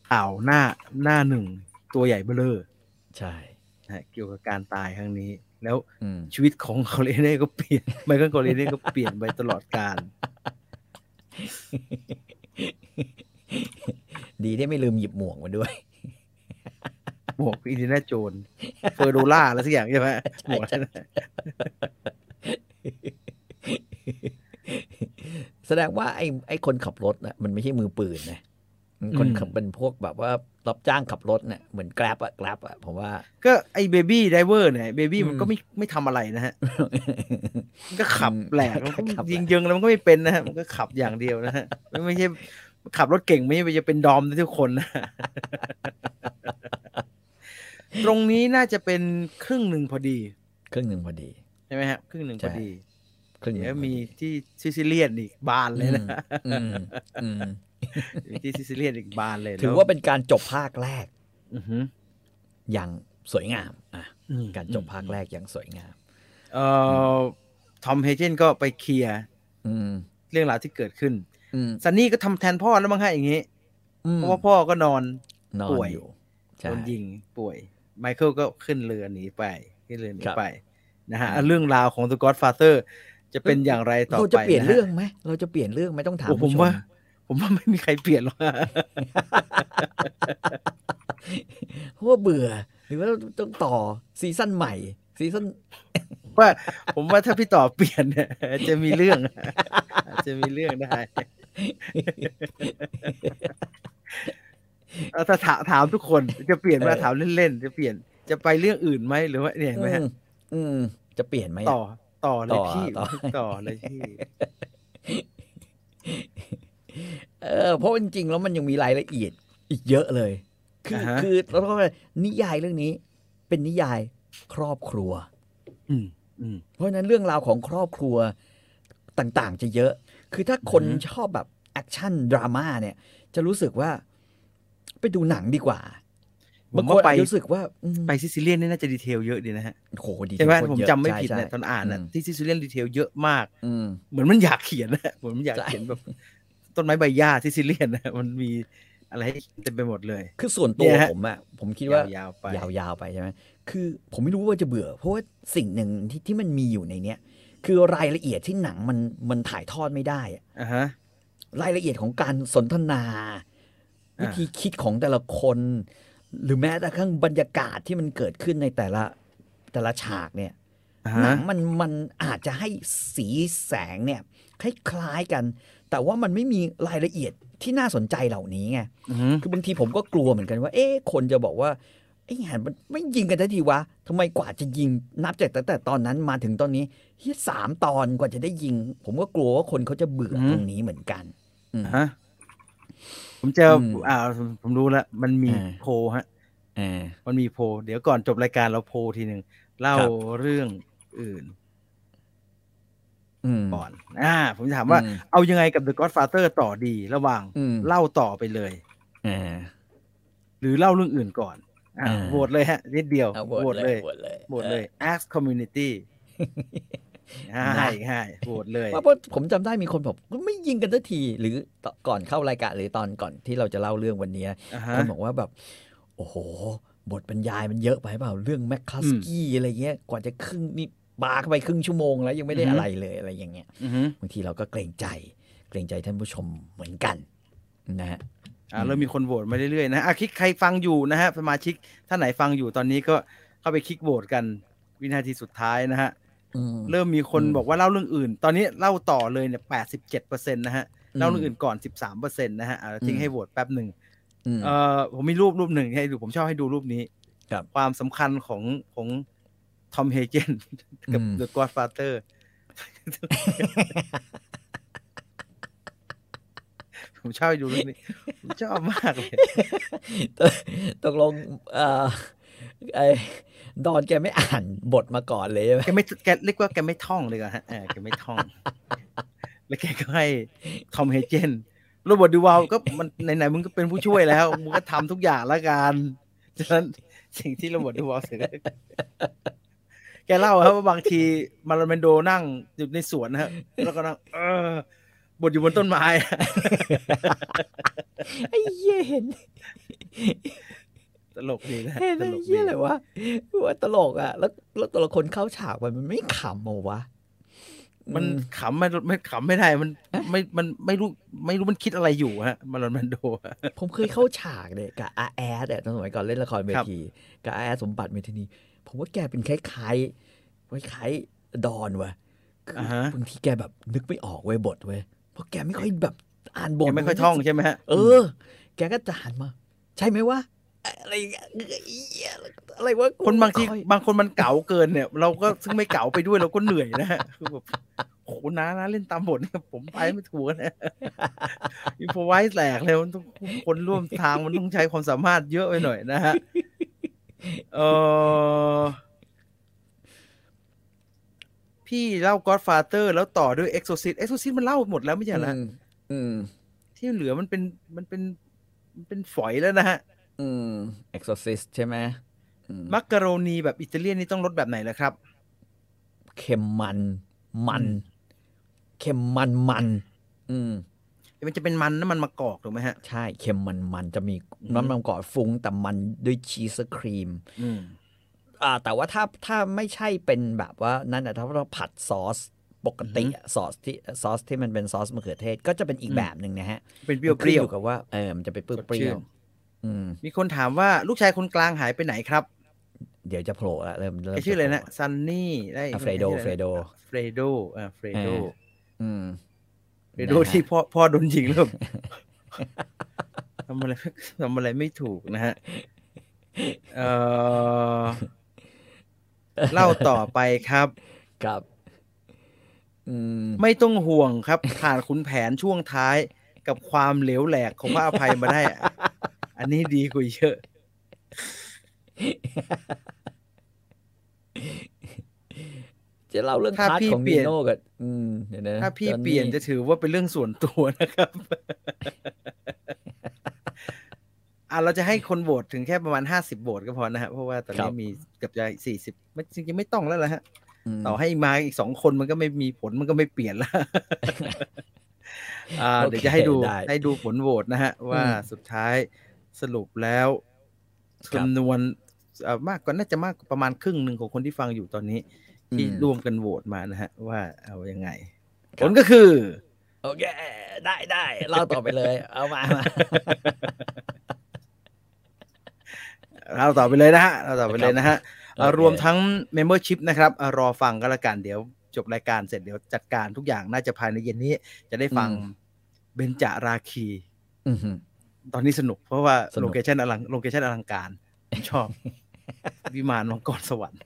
ข่าวหน้าหน้าหนึ่งตัวใหญ่เบ้อเร่อ ใช่ นะฮะเกี่ยวกับการตายครั้งนี้ แล้ว อืม ชีวิตของคอริเน่ก็เปลี่ยน ไมเคิลคอริเน่ก็เปลี่ยนไปตลอดการ ดีได้ไม่ลืมหยิบหมวกมาด้วย หมวกอินเดียนาโจนเฟอร์โดล่าอะไรสักอย่างใช่ไหมหมวกนั่นน่ะ แสดงว่าไอ้ไอ้คนขับรถนะมันไม่ใช่มือปืนนะมันคนขับเป็นพวกแบบว่ารับจ้างขับรถเนะี่ยเหมือนแกร็บอะแกร็บอะผมว่า ก็ไอ้เบบี้ไดเวอร์เนี่ยเบบี้มัน อืม ก็ไม่ไม่ทำอะไรนะฮะ มันก็ขับแหลกมันก็ ขับแหลก ยิงเยิงแล้วมันก็ไม่เป็นนะฮะมันก็ขับอย่างเดียวนะฮะไม่ไม่ใช่ขับรถเก่งไม่ใช่จะเป็นดอมได้ทุกคนนะ ตรงนี้น่าจะเป็นครึ่งหนึ่งพอดี ครึ่งหนึ่งพอดี ใช่ไหมฮะครึ่งหนึ่งพอดี ครึ่งหนึ่ง เดี๋ยว พอ มี ดี ที่ซิซิเลียนอีกบานเลยนะ อืมอืม มีที่ซิซิเลียนอีกบานเลย ถือ แล้ ว่าเป็นการจบภาคแรก อือหือ อย่างสวยงามอ่ะการจบภาคแรกอย่างสวยงาม เอ่อทอมเฮเจนก็ไปเคลียร์ อืม เรื่องราวที่เกิดขึ้น อืม ซันนี่ก็ทำแทนพ่อแล้วมั้งฮะอย่างงี้ อืม เพราะว่าพ่อก็นอน นอน ป่วย อยู่ โด ใช่ นยิงป่วย ไมเคิลก็ขึ้นเรือหนีไปขึ้นเรือหนี ครับ ไปนะฮะ อืม เรื่องราวของ The Godfather จะเป็นอย่างไรต่อไป เราจะเปลี่ยนเรื่อง ะฮะ ไหมเราจะเปลี่ยนเรื่องไหมต้องถาม โอ้ผม ผู้ช ว่า ผมว่าไม่มีใครเปลี่ยนหรอกฮะ เพราะว่าเบื่อ หรือว่าเราต้องต่อซีซั่นใหม่ซีซั่น ว่า ผมว่าถ้าพี่ต่อเปลี่ยนเนี่ยจะมีเรื่อง จะ มีเรื่องได้เอาถ้าถามถามทุกคนจะเปลี่ยนมา เออ ถามเล่นๆจะเปลี่ยนจะไปเรื่องอื่นไหมหรือว่าเนี่ยเห็นไหมฮะ อืมอืมจะเปลี่ยนไหมะ ต่อต่อเลย ต่อ พี่ ต่อ ต่อเลยพี่ เออเพราะจริงๆแล้วมันยังมีรายละเอียดอีกเยอะเลย คือ อ่าฮะ คือแล้วก็นิยายเรื่องนี้ เป็นนิยายครอบครัว อืมอืม เพราะฉะนั้นเรื่องราวของครอบครัวต่างๆ จะเยอะ คือถ้าคนชอบแบบแอคชั่นดราม่าเนี่ย จะรู้สึกว่าไปดูหนังดีกว่า ผม บางค ว่านไป อาจจะรู้สึกว่าอืม ไปซิซิเลียนนี่น่าจะดีเทลเยอะดีนะฮะ โหดี ใช่ไหม โคตร ผม เยอะ จำไม่ ใช่ ผิดนะ ใช่ ตอนอ่านนะ ม ที่ซิซิเลียนดีเทลเยอะมาก อืม เหมือนมันอยากเขียนนะ เหมือนมันอยาก ใช่ เขียนแบบ ต้นไม้ใบหญ้าซิซิเลียนนะมันมีอะไรให้เต็มไปหมดเลย คือส่วนตัว เนี่ยฮะ ผมอะผมคิดว่า ยาวๆไป ยาวๆไปใช่ไหมคือผมไม่รู้ว่าจะเบื่อ เพราะว่าสิ่งหนึ่งที่ที่มันมีอยู่ในเนี้ย คือรายละเอียดที่หนังมันมันถ่ายทอดไม่ได้อะ อ่ะฮะ รายละเอียดของการสนทนา อ่า วิธีคิดของแต่ละคน หรือแม้แต่ข้างบรรยากาศที่มันเกิดขึ้นในแต่ละแต่ละฉากเนี่ย อ่ะ หนั ฮะ งมันมันอาจจะให้สีแสงเนี่ยคล้ายๆกัน แต่ว่ามันไม่มีรายละเอียดที่น่าสนใจเหล่านี้ไง อือฮึ คือบางทีผมก็กลัวเหมือนกันว่า เอ๊ะ คนจะบอกว่าไอ้หันมันไม่ยิงกันทันทีวะทำไมกว่าจะยิงนับจากตั้งแต่ตอนนั้นมาถึงตอนนี้เฮียสามตอนกว่าจะได้ยิง ผมก็กลัวว่าคนเขาจะเบื่ออ ม ตรงนี้เหมือนกัน อืม ฮะผมเจออ ม อ่าผมผมรู้ละมันมี อ่า โพลฮะ อ่า มันมีโพลเดี๋ยวก่อนจบรายการเราโพลทีหนึ่งเล่า ครับ เรื่องอื่น อืม ก่อน อ่า ผมจะถามว่า อืม เอายังไงกับ The Godfather ต่อดีระหว่าง อืม เล่าต่อไปเลย อ่า หรือเล่าเรื่องอื่นก่อน อ่า อ่า โหวตเลยฮะ นิดเดียว อา โหวตเลย โหวตเลย โหวตเลย ask community ให้ให้โหวตเลย ว่าเพราะผมจำได้มีคนบอกไม่ยิงกันทันทีหรือตอนก่อนเข้ารายการหรือตอนก่อนที่เราจะเล่าเรื่องวันนี้ อ่าฮะ คนบอกว่าแบบ โอ้โห บทบรรยายมันเยอะไปเปล่าเรื่องแมคคาสกี้อะไรเงี้ยกว่าจะครึ่งนี่บาเข้าไปครึ่งชั่วโมงแล้วยังไม่ได้ อือฮึ อะไรเลยอะไรอย่างเงี้ย อือฮึ บางทีเราก็เกรงใจ เกรงใจท่านผู้ชมเหมือนกัน นะฮะ อ่าเริ่มมีคนโหวตมาเรื่อยๆนะอ่ะคลิกใครฟังอยู่นะฮะสมาชิกท่านไหนฟังอยู่ตอนนี้ก็เข้าไปคลิกโหวตกันวินาทีสุดท้ายนะฮะ อืม เริ่มมีคน อืม บอกว่าเล่าเรื่องอื่น ตอนนี้เล่าต่อเลยเนี่ยแปดสิบเจ็ดเปอร์เซ็นต์นะฮะเล่าเรื่องอื่นก่อนสิบสามเปอร์เซ็นต์นะฮะอ่าทิ้งให้โหวตแป๊บหนึ่ง อืม เอ่อผมมีรูปรูปหนึ่งให้ดูผมชอบให้ดูรูปนี้ ครับ ความสำคัญของของทอมเฮเจนกับ อืม เดอะก d อดฟาเตอ ร์ผมชอบให้ดูรูปนี้ผมชอบมากเลย ตตกลงเอ่อไอ้ดอนแกไม่อ่านบทมาก่อนเลยใช่ไหม แกไม่แกเรียกว่าแกไม่ท่องเลยเหรอฮะเออแกไม่ ท่อง แล้วแกก็ให้ทอมเฮเจนโรเบิร์ตดูวาลก็มันไหนๆมึงก็เป็นผู้ช่วยแล้วมึงก็ทำทุกอย่างละกันฉะนั้นสิ่งที่โรเบิร์ตดูวาลเสนอ แกเล่าครับว่าบางทีมาราเมนโดนั่งอยู่ในสวนนะฮะแล้วก็นั่งเออบดอยู่บนต้นไม้ ไอ้เหี้ยเห็น ตลกดีนะฮะ เห็น ต ไอ้ ลกดี เหี้ยเลยวะว่าตลกอ่ะ แล้วแล้วแต่ละคนเข้าฉากไปมันไม่ขำเหรอวะ มัน อื ขำไม่ไม่ขำไม่ได้มันไม่มันไม่รู้ไม่รู้มันคิดอะไรอยู่ฮะมาราเมนโดอะ ผมเคยเข้าฉากเนี่ยกับอาแอดเนี่ยตอนสมัยก่อนเล่นละครเว ครับ ทีกับอาแอดสมบัติเมทินี ผมว่าแกเป็นคล้ายๆคล้ายๆดอนว่ะคืออา ฮะ บางทีแกแบบนึกไม่ออกเว้ยบทเว้ยเพราะแกไม่ค่อยแบบอ่านบท ยังไม่ค่อยท่องใช่ไหมฮะ เออ แกก็จะหันมา ใช่ไหมวะอะไรอย่างเงี้ยเหี้ยอะไรวะกู คนบางที อย บางคนมันเก๋าเกินเนี่ย เราก็ซึ่งไม่เก๋าไปด้วยเราก็เหนื่อยนะฮะคือแบบโอ้โหน้านะเล่นตามบทเนี่ยผมไปไม่ถูกนะอินโฟไวส์แหลกเลยมันต้องคนร่วมทางมันต้องใช้ความสามารถเยอะไปหน่อยนะฮะ เออพี่เล่า Godfather แล้วต่อด้วย Exorcist Exorcist มันเล่าหมดแล้วไม่ใช่เหรอ มอืม ที่เหลือมันเป็นมันเป็นมันเป็นฝอยแล้วนะฮะ อืม exorcist ใช่ไหมอืม มักกะโรนีแบบอิตาเลียนนี่ต้องรสแบบไหนล่ะครับ เค็มมัน มัน อืม เค็มมันมัน อืม มันจะเป็นมันน้ำมันมะกอกถูกไหมฮะ ใช่เค็มมันมันจะมี อืม น้ำมันกอดฟุ้งแต่มันด้วยชีสครีม อืม อ่า แต่ว่าถ้าถ้าไม่ใช่เป็นแบบว่านั่นนะถ้าเราผัดซอสปกติอะซอสที่ซอสที่มันเป็นซอสมะเขือเทศก็จะเป็นอีก อืม แบบหนึ่งนะฮะ เป็นเป มั รี้ยวน ๆ ขึ้นอยู่กับว่าเออมันจะเป็นเป สดชื่ รี้ย น วๆอืม มีคนถามว่าลูกชายคนกลางหายไปไหนครับ เดี๋ยวจะโผล่ละเริ่มเริ่ม แกชื่ออะไรนะ จโผ ซันนี่ได้ อ่ะ Fredo คนไหนชื่ออะไนะ Fredo Fredo อ่า Fredo เออ อืม Fredo นะฮะ ที่พ่อพ่อโดนยิงแล้วแบบ ทำอะไรทำอะไรไม่ถูกนะฮะเออเล่าต่อไปครับ ครับ อืม ไม่ต้องห่วงครับ ผ่านขุนแผนช่วงท้ายกับความเหลวแหลกของพระอภัยมาได้ อันนี้ดีกว่าเยอะ จะเล่าเรื่อง ถ้า พาร์ท พี่ ของ เปลี่ นี ยน โน่กับอืมเดี๋ยวนะ ถ้าพี่ จอห์ เปลี่ยนจะถือว่าเป็นเรื่องส่วนตัวนะครับ อ่ะเราจะให้คนโหวตถึงแค่ประมาณห้าสิบโหวตก็พอนะฮะเพราะว่าตอนนี้มีเกือบจะสี่สิบไม่จริงๆไม่ต้องแล้วละฮะ ม ต่อให้มาอีกสองคนมันก็ไม่มีผลมันก็ไม่เปลี่ยน ละ อ่า โอค เดี๋ยวจะให้ดู ไ ให้ดูผลโหวตนะฮะ ว่าสุดท้ายสรุปแล้ว ครับ จำนวนเอ่อมากกว่าน่าจะมากกว่าประมาณครึ่งหนึ่งของคนที่ฟังอยู่ตอนนี้ ที่ อืม ร่วมกันโหวตมานะฮะ ว่าเอายังไงผครับ ลก็คือ โอเค ได้ได้เล่าต่อไปเลย เอา มามา เราต่อไปเลยนะฮะ เราต่อไปเลยนะฮะเอ่อ โอเค รวมทั้ง Membership นะครับเอ่อรอฟังก็แล้วกันเดี๋ยวจบรายการเสร็จเดี๋ยวจัดการทุกอย่างน่าจะภายในเย็นนี้ จะได้ฟังเบญจาราคี อื้อหือ ตอนนี้สนุกเพราะว่า สนุ โล ก เคชันอลังโลเคชันอลัง การผมชอบ วิมานมังกรสวรรค์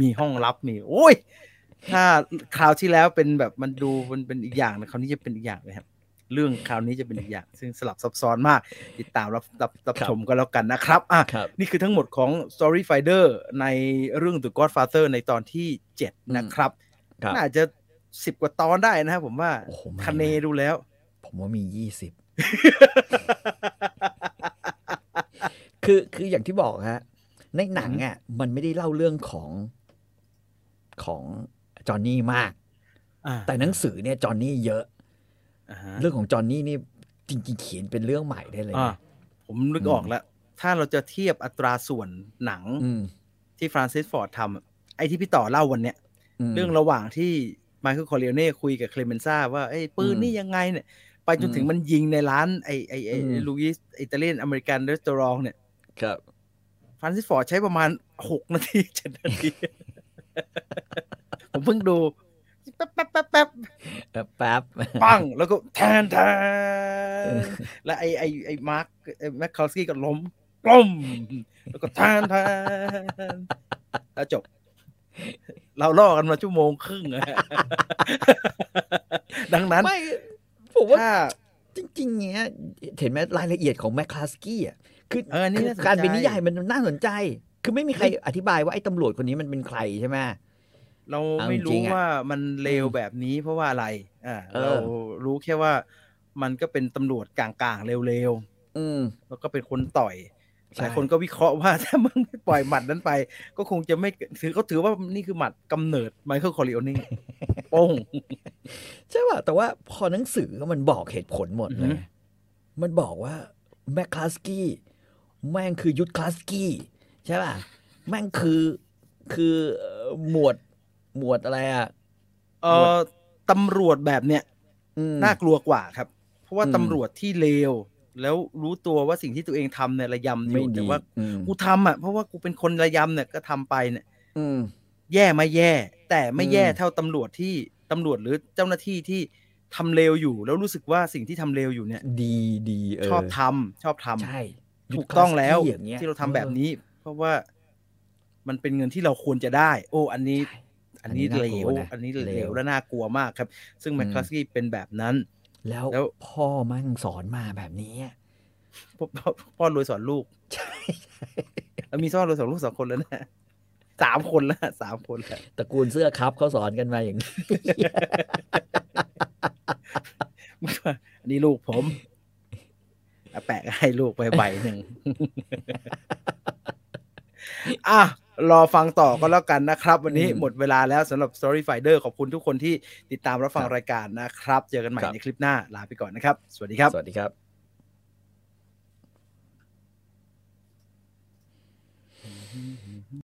มีห้องลับมี โอ้ย ถ้าคราวที่แล้วเป็นแบบมันดูมันเป็นอีกอย่างนะคราวนี้จะเป็นอีกอย่างเลยครับ เรื่องคราวนี้จะเป็นอีกอย่าง ซึ่งสลับซับซ้อนมาก ติดตามรับรับรับชมก็แล้วกันนะครับอ่ะ ครับ นี่คือทั้งหมดของ Story Finder ในเรื่อง The Godfather ในตอนที่ อืม 7 นะครับ ครับ น่าจะ 10 กว่าตอนได้นะครับผมว่า โอ้โหไม่ คะเน นะ ดูแล้ว ผมว่ามียี่สิบ คือคืออย่างที่บอกฮะ ในหนังอ่ะ มันไม่ได้เล่าเรื่องของของจอห์นนี่มาก อ่า แต่หนังสือเนี่ยจอห์นนี่เยอะ อ่าฮะ เรื่องของจอห์นนี่นี่จริงๆเขียนเป็นเรื่องใหม่ได้เลย อ่า นะ ผมนึก อืม ออกแล้ว ถ้าเราจะเทียบอัตราส่วนหนัง อืม ที่ฟรานซิสฟอร์ดทำอะไอ้ที่พี่ต่อเล่าวันเนี้ย ม เรื่องระหว่างที่ไมเคิลคอร์เล n เน่คุยกับเคลเมนซ่าว่าไอ้ยปืน อืม นี่ยังไงเนี่ย ไปจนถึง อืม มันยิงในร้านไอ้ไอ้ไอ้ อืม ลูอิสอิตาเลียนอเมริกันรีสตอรองเนี่ย ครับ ฟรานซิสฟอร์ดใช้ประมาณหกนาที เจ็ดนาที ผมเพิ่งดู แป๊บแป๊บแป๊บแป๊บ แป๊บแป๊บ ปัง แล้วก็แทนแท เอน อ แล้วไอ้ไอ้ไอ้มาร์คแมคคาลสกี้ก็ล้มล้ม แล้วก็แทนแทนแล้วจบ เราล่อกันมาชั่วโมงครึ่ง อะ ดังนั้น ไม่ผมว่า ถ้า จริงๆ เนี้ยเห็นไหมรายละเอียดของแมคคลาสกี้อ่ะ คือ เออนี่ คือ น่าสนใจ การเป็นนิยายมันน่าสนใจ คือไม่มีใครอธิบายว่าไอ้ตำรวจคนนี้มันเป็นใครใช่ไหม เรา เอา ไม่ จริ รู้ งๆอะ ว่ามันเลวแบบนี้เพราะว่าอะไร อ่า เออ เรารู้แค่ว่ามันก็เป็นตำรวจกลางๆเร็ว อืม ๆ แล้วก็เป็นคนต่อย ใช่ หลายคนก็วิเคราะห์ ว่า ถ้ามึงไม่ปล่อยหมัดนั้นไป ก็คงจะไม่ถือเขาถือว่านี่คือหมัดกำเนิดไมเคิลคอริโอนี่ โป้ง ใช่ป่ะ แต่ว่าพอหนังสือมันบอกเหตุผลหมดเล อือยหือ มันบอกว่าแมคคลาสกี้แม่งคือยุทธคลาสกี้ใช่ป่ะ แม่งคือคือเอ่อหมวดหมวดอะไรอ่ะ เออตำรวจแบบเนี้ย อืม น่ากลัวกว่าครับ เพราะว่า อืม ตำรวจที่เลว แล้วรู้ตัวว่าสิ่งที่ตัวเองทำเนี่ยระยำอ ไม่ ยู่ ดี แต่ว่า อืม กูทำอ่ะเพราะว่ากูเป็นคนระยำเนี่ยก็ทำไปเนี่ย อืม แย่ไหม่แย่ แต่ไม่แย่ อืม เท่าตำรวจที่ตำรวจหรือเจ้าหน้าที่ที่ทำเลวอยู่ แล้วรู้สึกว่าสิ่งที่ทำเลวอยู่เนี่ย ดีดีเออ ชอบทำชอบท ใช่ ำ ยุ ถู ทธ ก ค ต้ ลา อง ส แล้ว กี้อย่งงี้ย ที่เราทำแบบนี้ เพราะว่ามันเป็นเงินที่เราควรจะได้ โอ้ อันนี้ ใช่ อันนี้ อัน เหล นี้น่าว กลัวนะ อันนี้ เหเหลลววและน่ากลัวมากครับ ซึ่ง อืม แมคคลาสกี้เป็นแบบนั้น แล้ว แล้ว พ่อมั่งสอนมาแบบนี้อะ พ่อพ่อพ่อรวยสอนลูก เรามีสอนเราสองลูกสองคนแล้วนะ สามคนแล้วสามคนแล้ว ตระกูลเสื้อครับเขาสอนกันมาอย่างนี้ อันนี้ลูกผม อ่ะแปะให้ลูกไปใบหนึ่ง อ่ะรอฟังต่อก็แล้วกันนะครับ วันนี้ อืม หมดเวลาแล้วสำหรับ Story Finder ขอบคุณทุกคนที่ติดตามรับฟัง ครับ รายการนะครับ เจอกันใหม่ในคลิปหน้าลาไปก่อนนะครับ สวัสดีครับ สวัสดีครับ